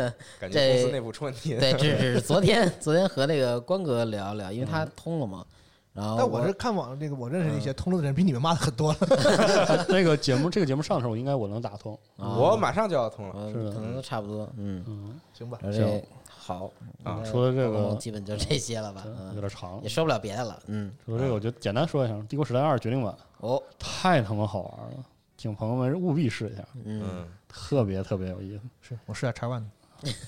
Speaker 2: 感
Speaker 3: 这
Speaker 2: 觉公司内部出问题，
Speaker 3: 对，这只是昨天昨天和那个关哥聊一聊，因为他通了嘛。然后
Speaker 5: 但我是看网上那个我认
Speaker 4: 嗯
Speaker 5: 识的一些通论的人，比你们骂的很多了。
Speaker 4: [LAUGHS] 那个节目这个节目上的时候，应该我能打通。
Speaker 2: [LAUGHS] 我马上就要通了，
Speaker 3: 啊我
Speaker 4: 是的
Speaker 3: 可能都差不多，嗯，
Speaker 4: 嗯，
Speaker 5: 行吧，
Speaker 3: 然后
Speaker 4: 行
Speaker 3: 这好
Speaker 2: 啊
Speaker 4: 除了这个
Speaker 3: 我基本就这些了吧，
Speaker 4: 有
Speaker 3: 嗯，
Speaker 4: 点长
Speaker 3: 也。说不了别的了，嗯，
Speaker 4: 除了这个，我就简单说一下《帝国时代二》决定版，
Speaker 3: 哦，
Speaker 4: 太他妈好玩了，请朋友们务必试一下，
Speaker 3: 嗯，
Speaker 2: 嗯，
Speaker 4: 特别特别有意思。
Speaker 5: 是我试下叉 one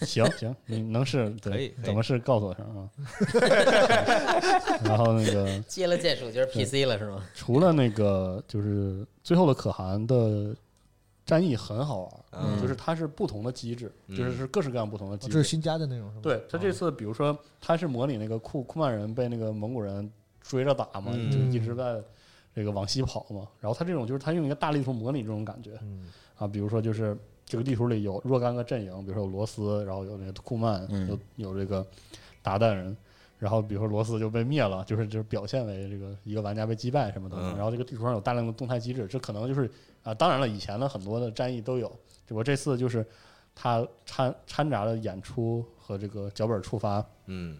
Speaker 4: 行行，你能试
Speaker 2: 可
Speaker 4: 对
Speaker 2: 以可以
Speaker 4: 怎么试告诉我声啊。 [LAUGHS] 然后那个
Speaker 3: 接了键鼠就是 PC 了是吗？
Speaker 4: 除了那个就是最后的可汗的战役很好玩，
Speaker 2: 嗯
Speaker 4: 就是它是不同的机制，
Speaker 2: 嗯
Speaker 4: 就是是各式各样不同的机
Speaker 5: 哦这
Speaker 4: 制。
Speaker 5: 是新加的那种是吗？
Speaker 4: 对他这次，比如说他是模拟那个库库曼人被那个蒙古人追着打嘛，就一直在这个往西跑嘛。然后他这种就是他用一个大地图模拟这种感觉
Speaker 5: 嗯
Speaker 4: 啊，比如说就是这个地图里有若干个阵营，比如说有罗斯，然后有那个库曼，
Speaker 3: 嗯
Speaker 4: 有有这个鞑靼人。然后，比如说罗斯就被灭了，就是就是表现为这个一个玩家被击败什么的。
Speaker 2: 嗯
Speaker 4: 然后这个地图上有大量的动态机制，这可能就是啊，当然了，以前的很多的战役都有，只不过这次就是它掺掺杂了演出和这个脚本触发，
Speaker 2: 嗯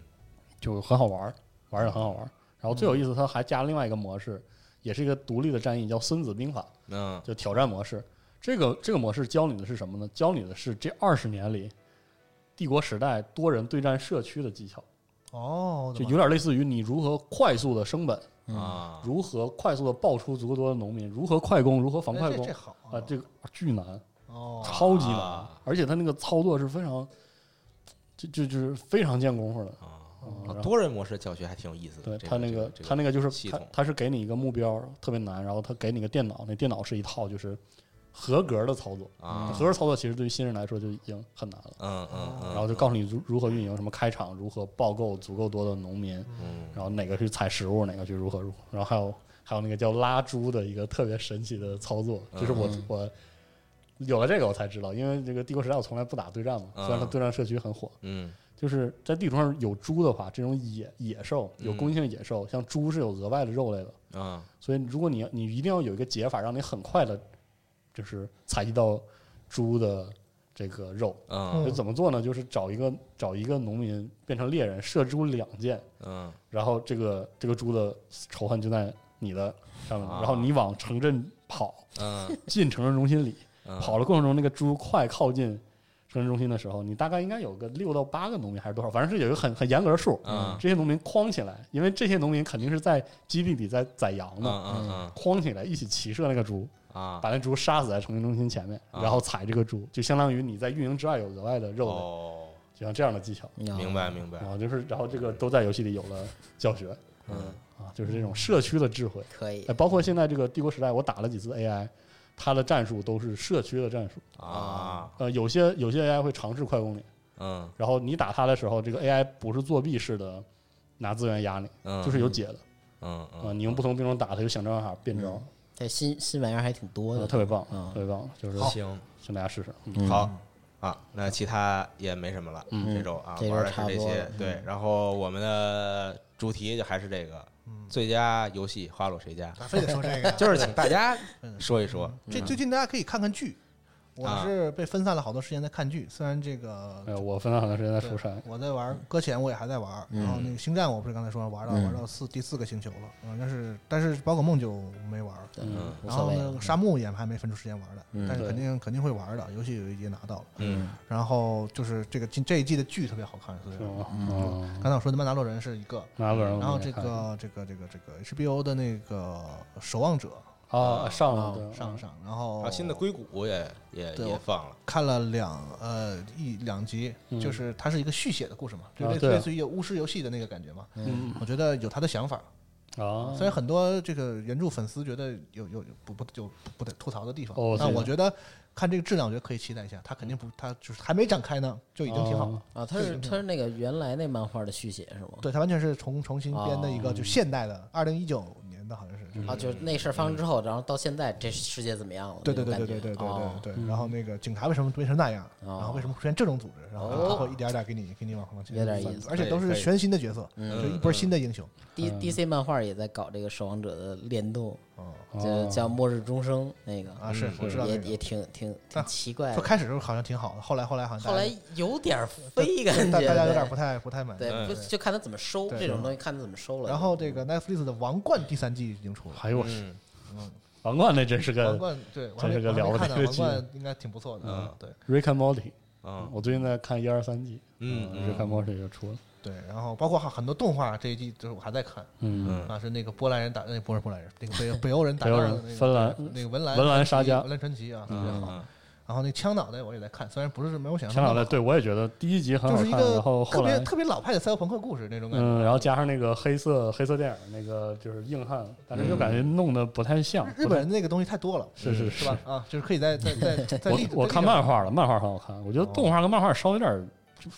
Speaker 4: 就很好玩儿，玩的很好玩儿。然后最有意思，它还加了另外一个模式，也是一个独立的战役，叫《孙子兵法
Speaker 2: 嗯》，
Speaker 4: 就挑战模式。这个这个模式教你的是什么呢？教你的是这二十年里帝国时代多人对战社区的技巧，
Speaker 5: 哦，我的
Speaker 4: 就
Speaker 5: 妈
Speaker 4: 有点类似于你如何快速的升本，
Speaker 2: 啊，
Speaker 4: 嗯如何快速的爆出足够多的农民，如何快攻，如何防
Speaker 5: 哎
Speaker 4: 快
Speaker 5: 这
Speaker 4: 攻
Speaker 5: 这好
Speaker 4: 啊，这个巨难，
Speaker 5: 哦，
Speaker 4: 超级难
Speaker 2: 啊，
Speaker 4: 而且他那个操作是非常，就就就是非常见功夫的。嗯然后
Speaker 2: 啊多人模式教学还挺有意思
Speaker 4: 对
Speaker 2: 的。这
Speaker 4: 他那
Speaker 2: 个
Speaker 4: 个
Speaker 2: 这
Speaker 4: 他那个就
Speaker 2: 系
Speaker 4: 是他
Speaker 2: 统
Speaker 4: 他是给你一个目标特别难，然后他给你个电脑，那电脑是一套就是合格的操作，
Speaker 2: 啊，
Speaker 4: 合格操作其实对于新人来说就已经很难了。
Speaker 2: 嗯嗯嗯，
Speaker 4: 哦然后就告诉你如如何运营，什么开场，如何报购足够多的农民，
Speaker 2: 嗯
Speaker 4: 然后哪个去采食物，哪个去如何如何，然后还有还有那个叫拉猪的一个特别神奇的操作，就是我、
Speaker 3: 嗯
Speaker 4: 我有了这个我才知道，因为这个帝国时代我从来不打对战嘛，虽然它
Speaker 2: 嗯
Speaker 4: 对战社区很火，
Speaker 2: 嗯
Speaker 4: 就是在地图上有猪的话，这种野野兽
Speaker 2: 嗯
Speaker 4: 有攻击性的野兽，像猪是有额外的肉类的，
Speaker 2: 啊
Speaker 4: 所以如果你你一定要有一个解法，让你很快的，就是采集到猪的这个肉。
Speaker 2: 嗯
Speaker 4: 就怎么做呢？就是找一个找一个农民变成猎人，射猪两箭， [LAUGHS]
Speaker 2: 嗯
Speaker 4: 然后这个这个猪的仇恨就在你的上面，
Speaker 2: 啊
Speaker 4: 然后你往城镇跑，
Speaker 2: 嗯
Speaker 4: 进城镇中心里，
Speaker 2: 嗯，
Speaker 4: 跑的过程中，那个猪快靠近城镇中心的时候，你大概应该有个六到八个农民还是多少，反正是有一个很很严格的数，
Speaker 2: 嗯
Speaker 4: 这些农民框起来，因为这些农民肯定是在基地里在宰羊
Speaker 2: 嗯
Speaker 4: 的。
Speaker 2: 嗯嗯
Speaker 4: 框起来一起骑射那个猪，
Speaker 2: 啊，
Speaker 4: 把那猪杀死在城镇中心前面，
Speaker 2: 啊
Speaker 4: 然后踩这个猪，就相当于你在运营之外有额外的肉类，
Speaker 2: 哦，
Speaker 4: 就像这样的哦技巧。
Speaker 3: 哦
Speaker 2: 明白明
Speaker 4: 然
Speaker 2: 白，
Speaker 4: 后就是，然后这个都在游戏里有了教学，
Speaker 2: 嗯
Speaker 4: 啊，就是这种社区的智慧。
Speaker 3: 可以
Speaker 4: 哎，包括现在这个帝国时代，我打了几次 AI，它的战术都是社区的战术。
Speaker 2: 啊
Speaker 4: 呃，有些有些 AI 会尝试快攻你，
Speaker 2: 嗯
Speaker 4: 然后你打它的时候，这个 AI 不是作弊式的拿资源压你，
Speaker 2: 嗯，
Speaker 4: 就是有解的
Speaker 2: 嗯
Speaker 4: 啊、
Speaker 2: 嗯
Speaker 4: 你用不同兵种打它，就想办法变招，
Speaker 3: 这新新玩意儿还挺多
Speaker 4: 呃
Speaker 3: 的，
Speaker 4: 特别棒，
Speaker 3: 嗯
Speaker 4: 特别棒，就是
Speaker 2: 行
Speaker 4: 请大家试试。嗯
Speaker 3: 嗯
Speaker 2: 好。啊，那其他也没什么了，
Speaker 4: 嗯
Speaker 2: 这周啊
Speaker 3: 这周
Speaker 2: 玩的是
Speaker 3: 差不
Speaker 2: 这
Speaker 3: 多
Speaker 2: 些
Speaker 3: 了，嗯
Speaker 2: 对，然后我们的主题就还是这个
Speaker 3: 嗯
Speaker 2: 最佳游戏花落谁家，
Speaker 5: 咋非得说这个呀？
Speaker 2: [LAUGHS] 就是请大家说一说，
Speaker 5: 这最近大家可以看看剧，我
Speaker 2: 啊
Speaker 5: 是被分散了好多时间在看剧，虽然这个
Speaker 4: 哎，我分了很长时间在出差，
Speaker 5: 我在玩搁浅，我也还在玩。然后那个星战，我不是刚才说玩到
Speaker 3: 嗯
Speaker 5: 玩到四第四个星球了，嗯，但是但是宝可梦就没玩。
Speaker 3: 嗯，无
Speaker 5: 然
Speaker 3: 所
Speaker 5: 后
Speaker 3: 谓
Speaker 5: 那
Speaker 3: 了
Speaker 5: 个。沙漠也还没分出时间玩的，
Speaker 3: 嗯
Speaker 5: 但是肯
Speaker 4: 对
Speaker 5: 定肯定会玩的，游戏有一集拿到了。
Speaker 2: 嗯
Speaker 5: 然后就是这个今这一季的剧特别好看，所以
Speaker 4: 是
Speaker 5: 说
Speaker 4: 吗？嗯，
Speaker 5: 刚才我说的《曼达洛人》是一个，
Speaker 4: 拿个人我
Speaker 5: 然后
Speaker 4: 没
Speaker 5: 这
Speaker 4: 看
Speaker 5: 个这个这个这个 HBO 的那个《守望者
Speaker 4: 啊上》
Speaker 5: 啊
Speaker 4: 了对
Speaker 5: 上上，然后
Speaker 2: 啊，新的硅谷也也
Speaker 5: 对
Speaker 2: 也
Speaker 5: 我
Speaker 2: 放了，
Speaker 5: 看了两呃一两集，
Speaker 4: 嗯
Speaker 5: 就是它是一个续写的故事嘛，就
Speaker 4: 啊
Speaker 5: 类
Speaker 4: 对啊
Speaker 5: 类似于一个巫师游戏的那个感觉嘛。
Speaker 4: 嗯
Speaker 5: 我觉得有他的想法，嗯
Speaker 4: 啊
Speaker 5: 虽然很多这个原著粉丝觉得有有有不不有不得吐槽的地方，
Speaker 4: 哦
Speaker 5: 但
Speaker 4: 对
Speaker 5: 我觉得看这个质量，我觉得可以期待一下。他肯定不，他就是还没展开呢，就已经挺好。
Speaker 4: 啊
Speaker 3: 啊，它是它是那个原来那漫画的续写是吗？
Speaker 5: 对他完全是重重新编的一个，
Speaker 4: 哦嗯
Speaker 5: 就现代的，二零一九年的好像是。就是
Speaker 3: 啊，就是那事儿发生之后，然后到现在这世界怎么样了？
Speaker 5: 对对
Speaker 3: 那
Speaker 5: 对对
Speaker 3: 种
Speaker 5: 对对对
Speaker 3: 感觉哦
Speaker 5: 对对
Speaker 4: 嗯
Speaker 5: 对，然后那个警察为什么变成那样，
Speaker 3: 哦
Speaker 5: 然后为什么出现这种组织，然后
Speaker 3: 哦
Speaker 5: 最后一点点给你给你往往前
Speaker 3: 有点
Speaker 5: 翻
Speaker 3: 意思
Speaker 5: 而且都
Speaker 2: 可
Speaker 5: 是
Speaker 2: 以可以
Speaker 5: 全新的角色，
Speaker 3: 嗯
Speaker 5: 就一波新的英雄。
Speaker 3: D D C 漫画也在搞这个守望者的联动，
Speaker 5: 哦
Speaker 3: 就叫末日钟声那个，
Speaker 5: 啊，是
Speaker 4: 嗯
Speaker 5: 我知道
Speaker 3: 嗯也
Speaker 5: 那
Speaker 3: 也
Speaker 5: 个。
Speaker 3: 挺挺挺
Speaker 5: 啊
Speaker 3: 奇怪
Speaker 5: 说
Speaker 3: 的。
Speaker 5: 开始的时候好像挺好的，后来后来好像
Speaker 3: 后来有点飞感
Speaker 5: 大
Speaker 3: 觉，
Speaker 5: 大家有点不太不太满意。
Speaker 3: 对，不就看他怎么收
Speaker 5: 对
Speaker 3: 这种东西，看他怎么收了。
Speaker 5: 然后这个 Netflix 的《王冠》第三季已经出了，
Speaker 4: 哎呦我去，
Speaker 2: 嗯
Speaker 4: 王冠那真是
Speaker 5: 《王
Speaker 4: 个
Speaker 5: 冠》对，我
Speaker 4: 真是个
Speaker 5: 还没
Speaker 4: 了不
Speaker 5: 我还没看呢
Speaker 4: 得的
Speaker 5: 王
Speaker 4: 剧
Speaker 5: 冠》应该挺不错的。
Speaker 2: 嗯
Speaker 5: 对
Speaker 4: Rick and Morty，
Speaker 2: 嗯
Speaker 4: 我最近在看一二三季，啊
Speaker 2: 嗯嗯
Speaker 4: ，Rick and Morty 就出了，
Speaker 5: 对，然后包括很多动画这一季，就是我还在看
Speaker 4: 嗯，
Speaker 2: 嗯
Speaker 5: 啊，是那个波兰人打，那不是波兰人，那个北北欧人打
Speaker 4: 北欧
Speaker 5: 仗的
Speaker 4: 人
Speaker 5: 那个
Speaker 4: 芬兰
Speaker 5: 那个文兰
Speaker 4: 文兰
Speaker 5: 传奇
Speaker 4: 沙加
Speaker 5: 文兰传奇啊，特别好。
Speaker 2: 嗯
Speaker 5: 然后那枪脑袋我也在看，虽然不是没有想
Speaker 4: 前
Speaker 5: 象中
Speaker 4: 两天
Speaker 5: 的
Speaker 4: 对我也觉得第一集很
Speaker 5: 好，
Speaker 4: 好
Speaker 5: 就是一
Speaker 4: 看，
Speaker 5: 个
Speaker 4: 然后
Speaker 5: 特
Speaker 4: 后
Speaker 5: 别
Speaker 4: 来
Speaker 5: 特别老派的赛博朋克故事那种感觉。
Speaker 4: 嗯，然后加上那个黑色黑色电影那个就是硬汉，但是就感觉弄得不太像。
Speaker 5: 嗯日本
Speaker 4: 不太
Speaker 5: 人那个东西太多了，
Speaker 4: 嗯是是
Speaker 5: 是吧？啊，就是可以在在在在立
Speaker 4: 我我看漫画了，漫画很好看，我
Speaker 5: 哦
Speaker 4: 觉得动画跟漫画稍微有点儿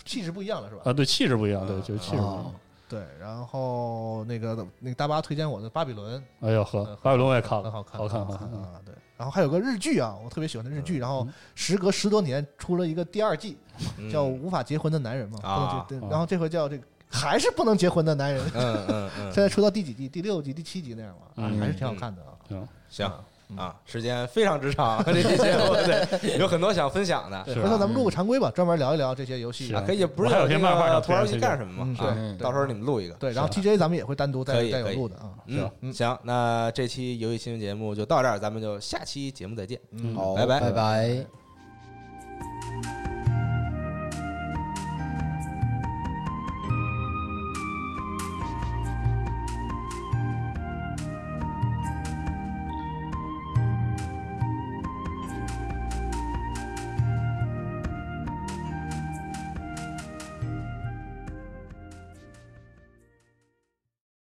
Speaker 5: 气质不一样了，是吧？
Speaker 4: 啊，对气质不一样，
Speaker 5: 嗯
Speaker 4: 对，就是气质不一
Speaker 3: 哦
Speaker 4: 样。，
Speaker 5: 对，然后那个那个大巴推荐我的《巴比伦
Speaker 4: 哎呦呵，
Speaker 5: 嗯
Speaker 4: 巴比伦我也看》了，
Speaker 5: 很好看，
Speaker 4: 好看，
Speaker 5: 很好
Speaker 4: 看
Speaker 5: 看
Speaker 4: 嗯。
Speaker 5: 啊！对，然后还有个日剧啊，我特别喜欢的日剧，然后时隔十多年出了一个第二季，
Speaker 2: 嗯
Speaker 5: 叫《无法结婚的男人》嘛，
Speaker 2: 啊
Speaker 5: 不能结
Speaker 4: 啊
Speaker 5: 然后这回叫这个还是不能结婚的 [LAUGHS] 男人，
Speaker 2: 嗯嗯嗯
Speaker 5: 现在出到第几季？第六集、第七集那样了，
Speaker 4: 嗯
Speaker 5: 还是挺好看的啊。
Speaker 4: 行，
Speaker 2: 行，啊，时间非常之长，这期节目对有很多想分享的，
Speaker 4: 是
Speaker 5: 回
Speaker 4: 啊
Speaker 5: 头咱们录个常规吧，专门聊一聊这些游戏
Speaker 4: 是。
Speaker 2: 啊，可以不
Speaker 4: 我
Speaker 2: 是
Speaker 4: 还有些
Speaker 2: 那
Speaker 4: 漫画
Speaker 2: 个
Speaker 4: 要
Speaker 2: 土耳
Speaker 4: 推
Speaker 2: 其
Speaker 4: 荐
Speaker 2: 干什么
Speaker 5: 嗯
Speaker 2: 嘛？
Speaker 5: 对
Speaker 2: 啊，
Speaker 5: 对
Speaker 2: 到时候你们录一个。
Speaker 5: 对，然后 TJ 咱们也会单独
Speaker 2: 可
Speaker 5: 再
Speaker 2: 以
Speaker 5: 再有
Speaker 2: 可以
Speaker 5: 录的啊。
Speaker 2: 嗯，行，那这期游戏新闻节目就到这儿，咱们就下期节目再见。
Speaker 5: 嗯
Speaker 3: 好，
Speaker 2: 拜拜
Speaker 3: 拜拜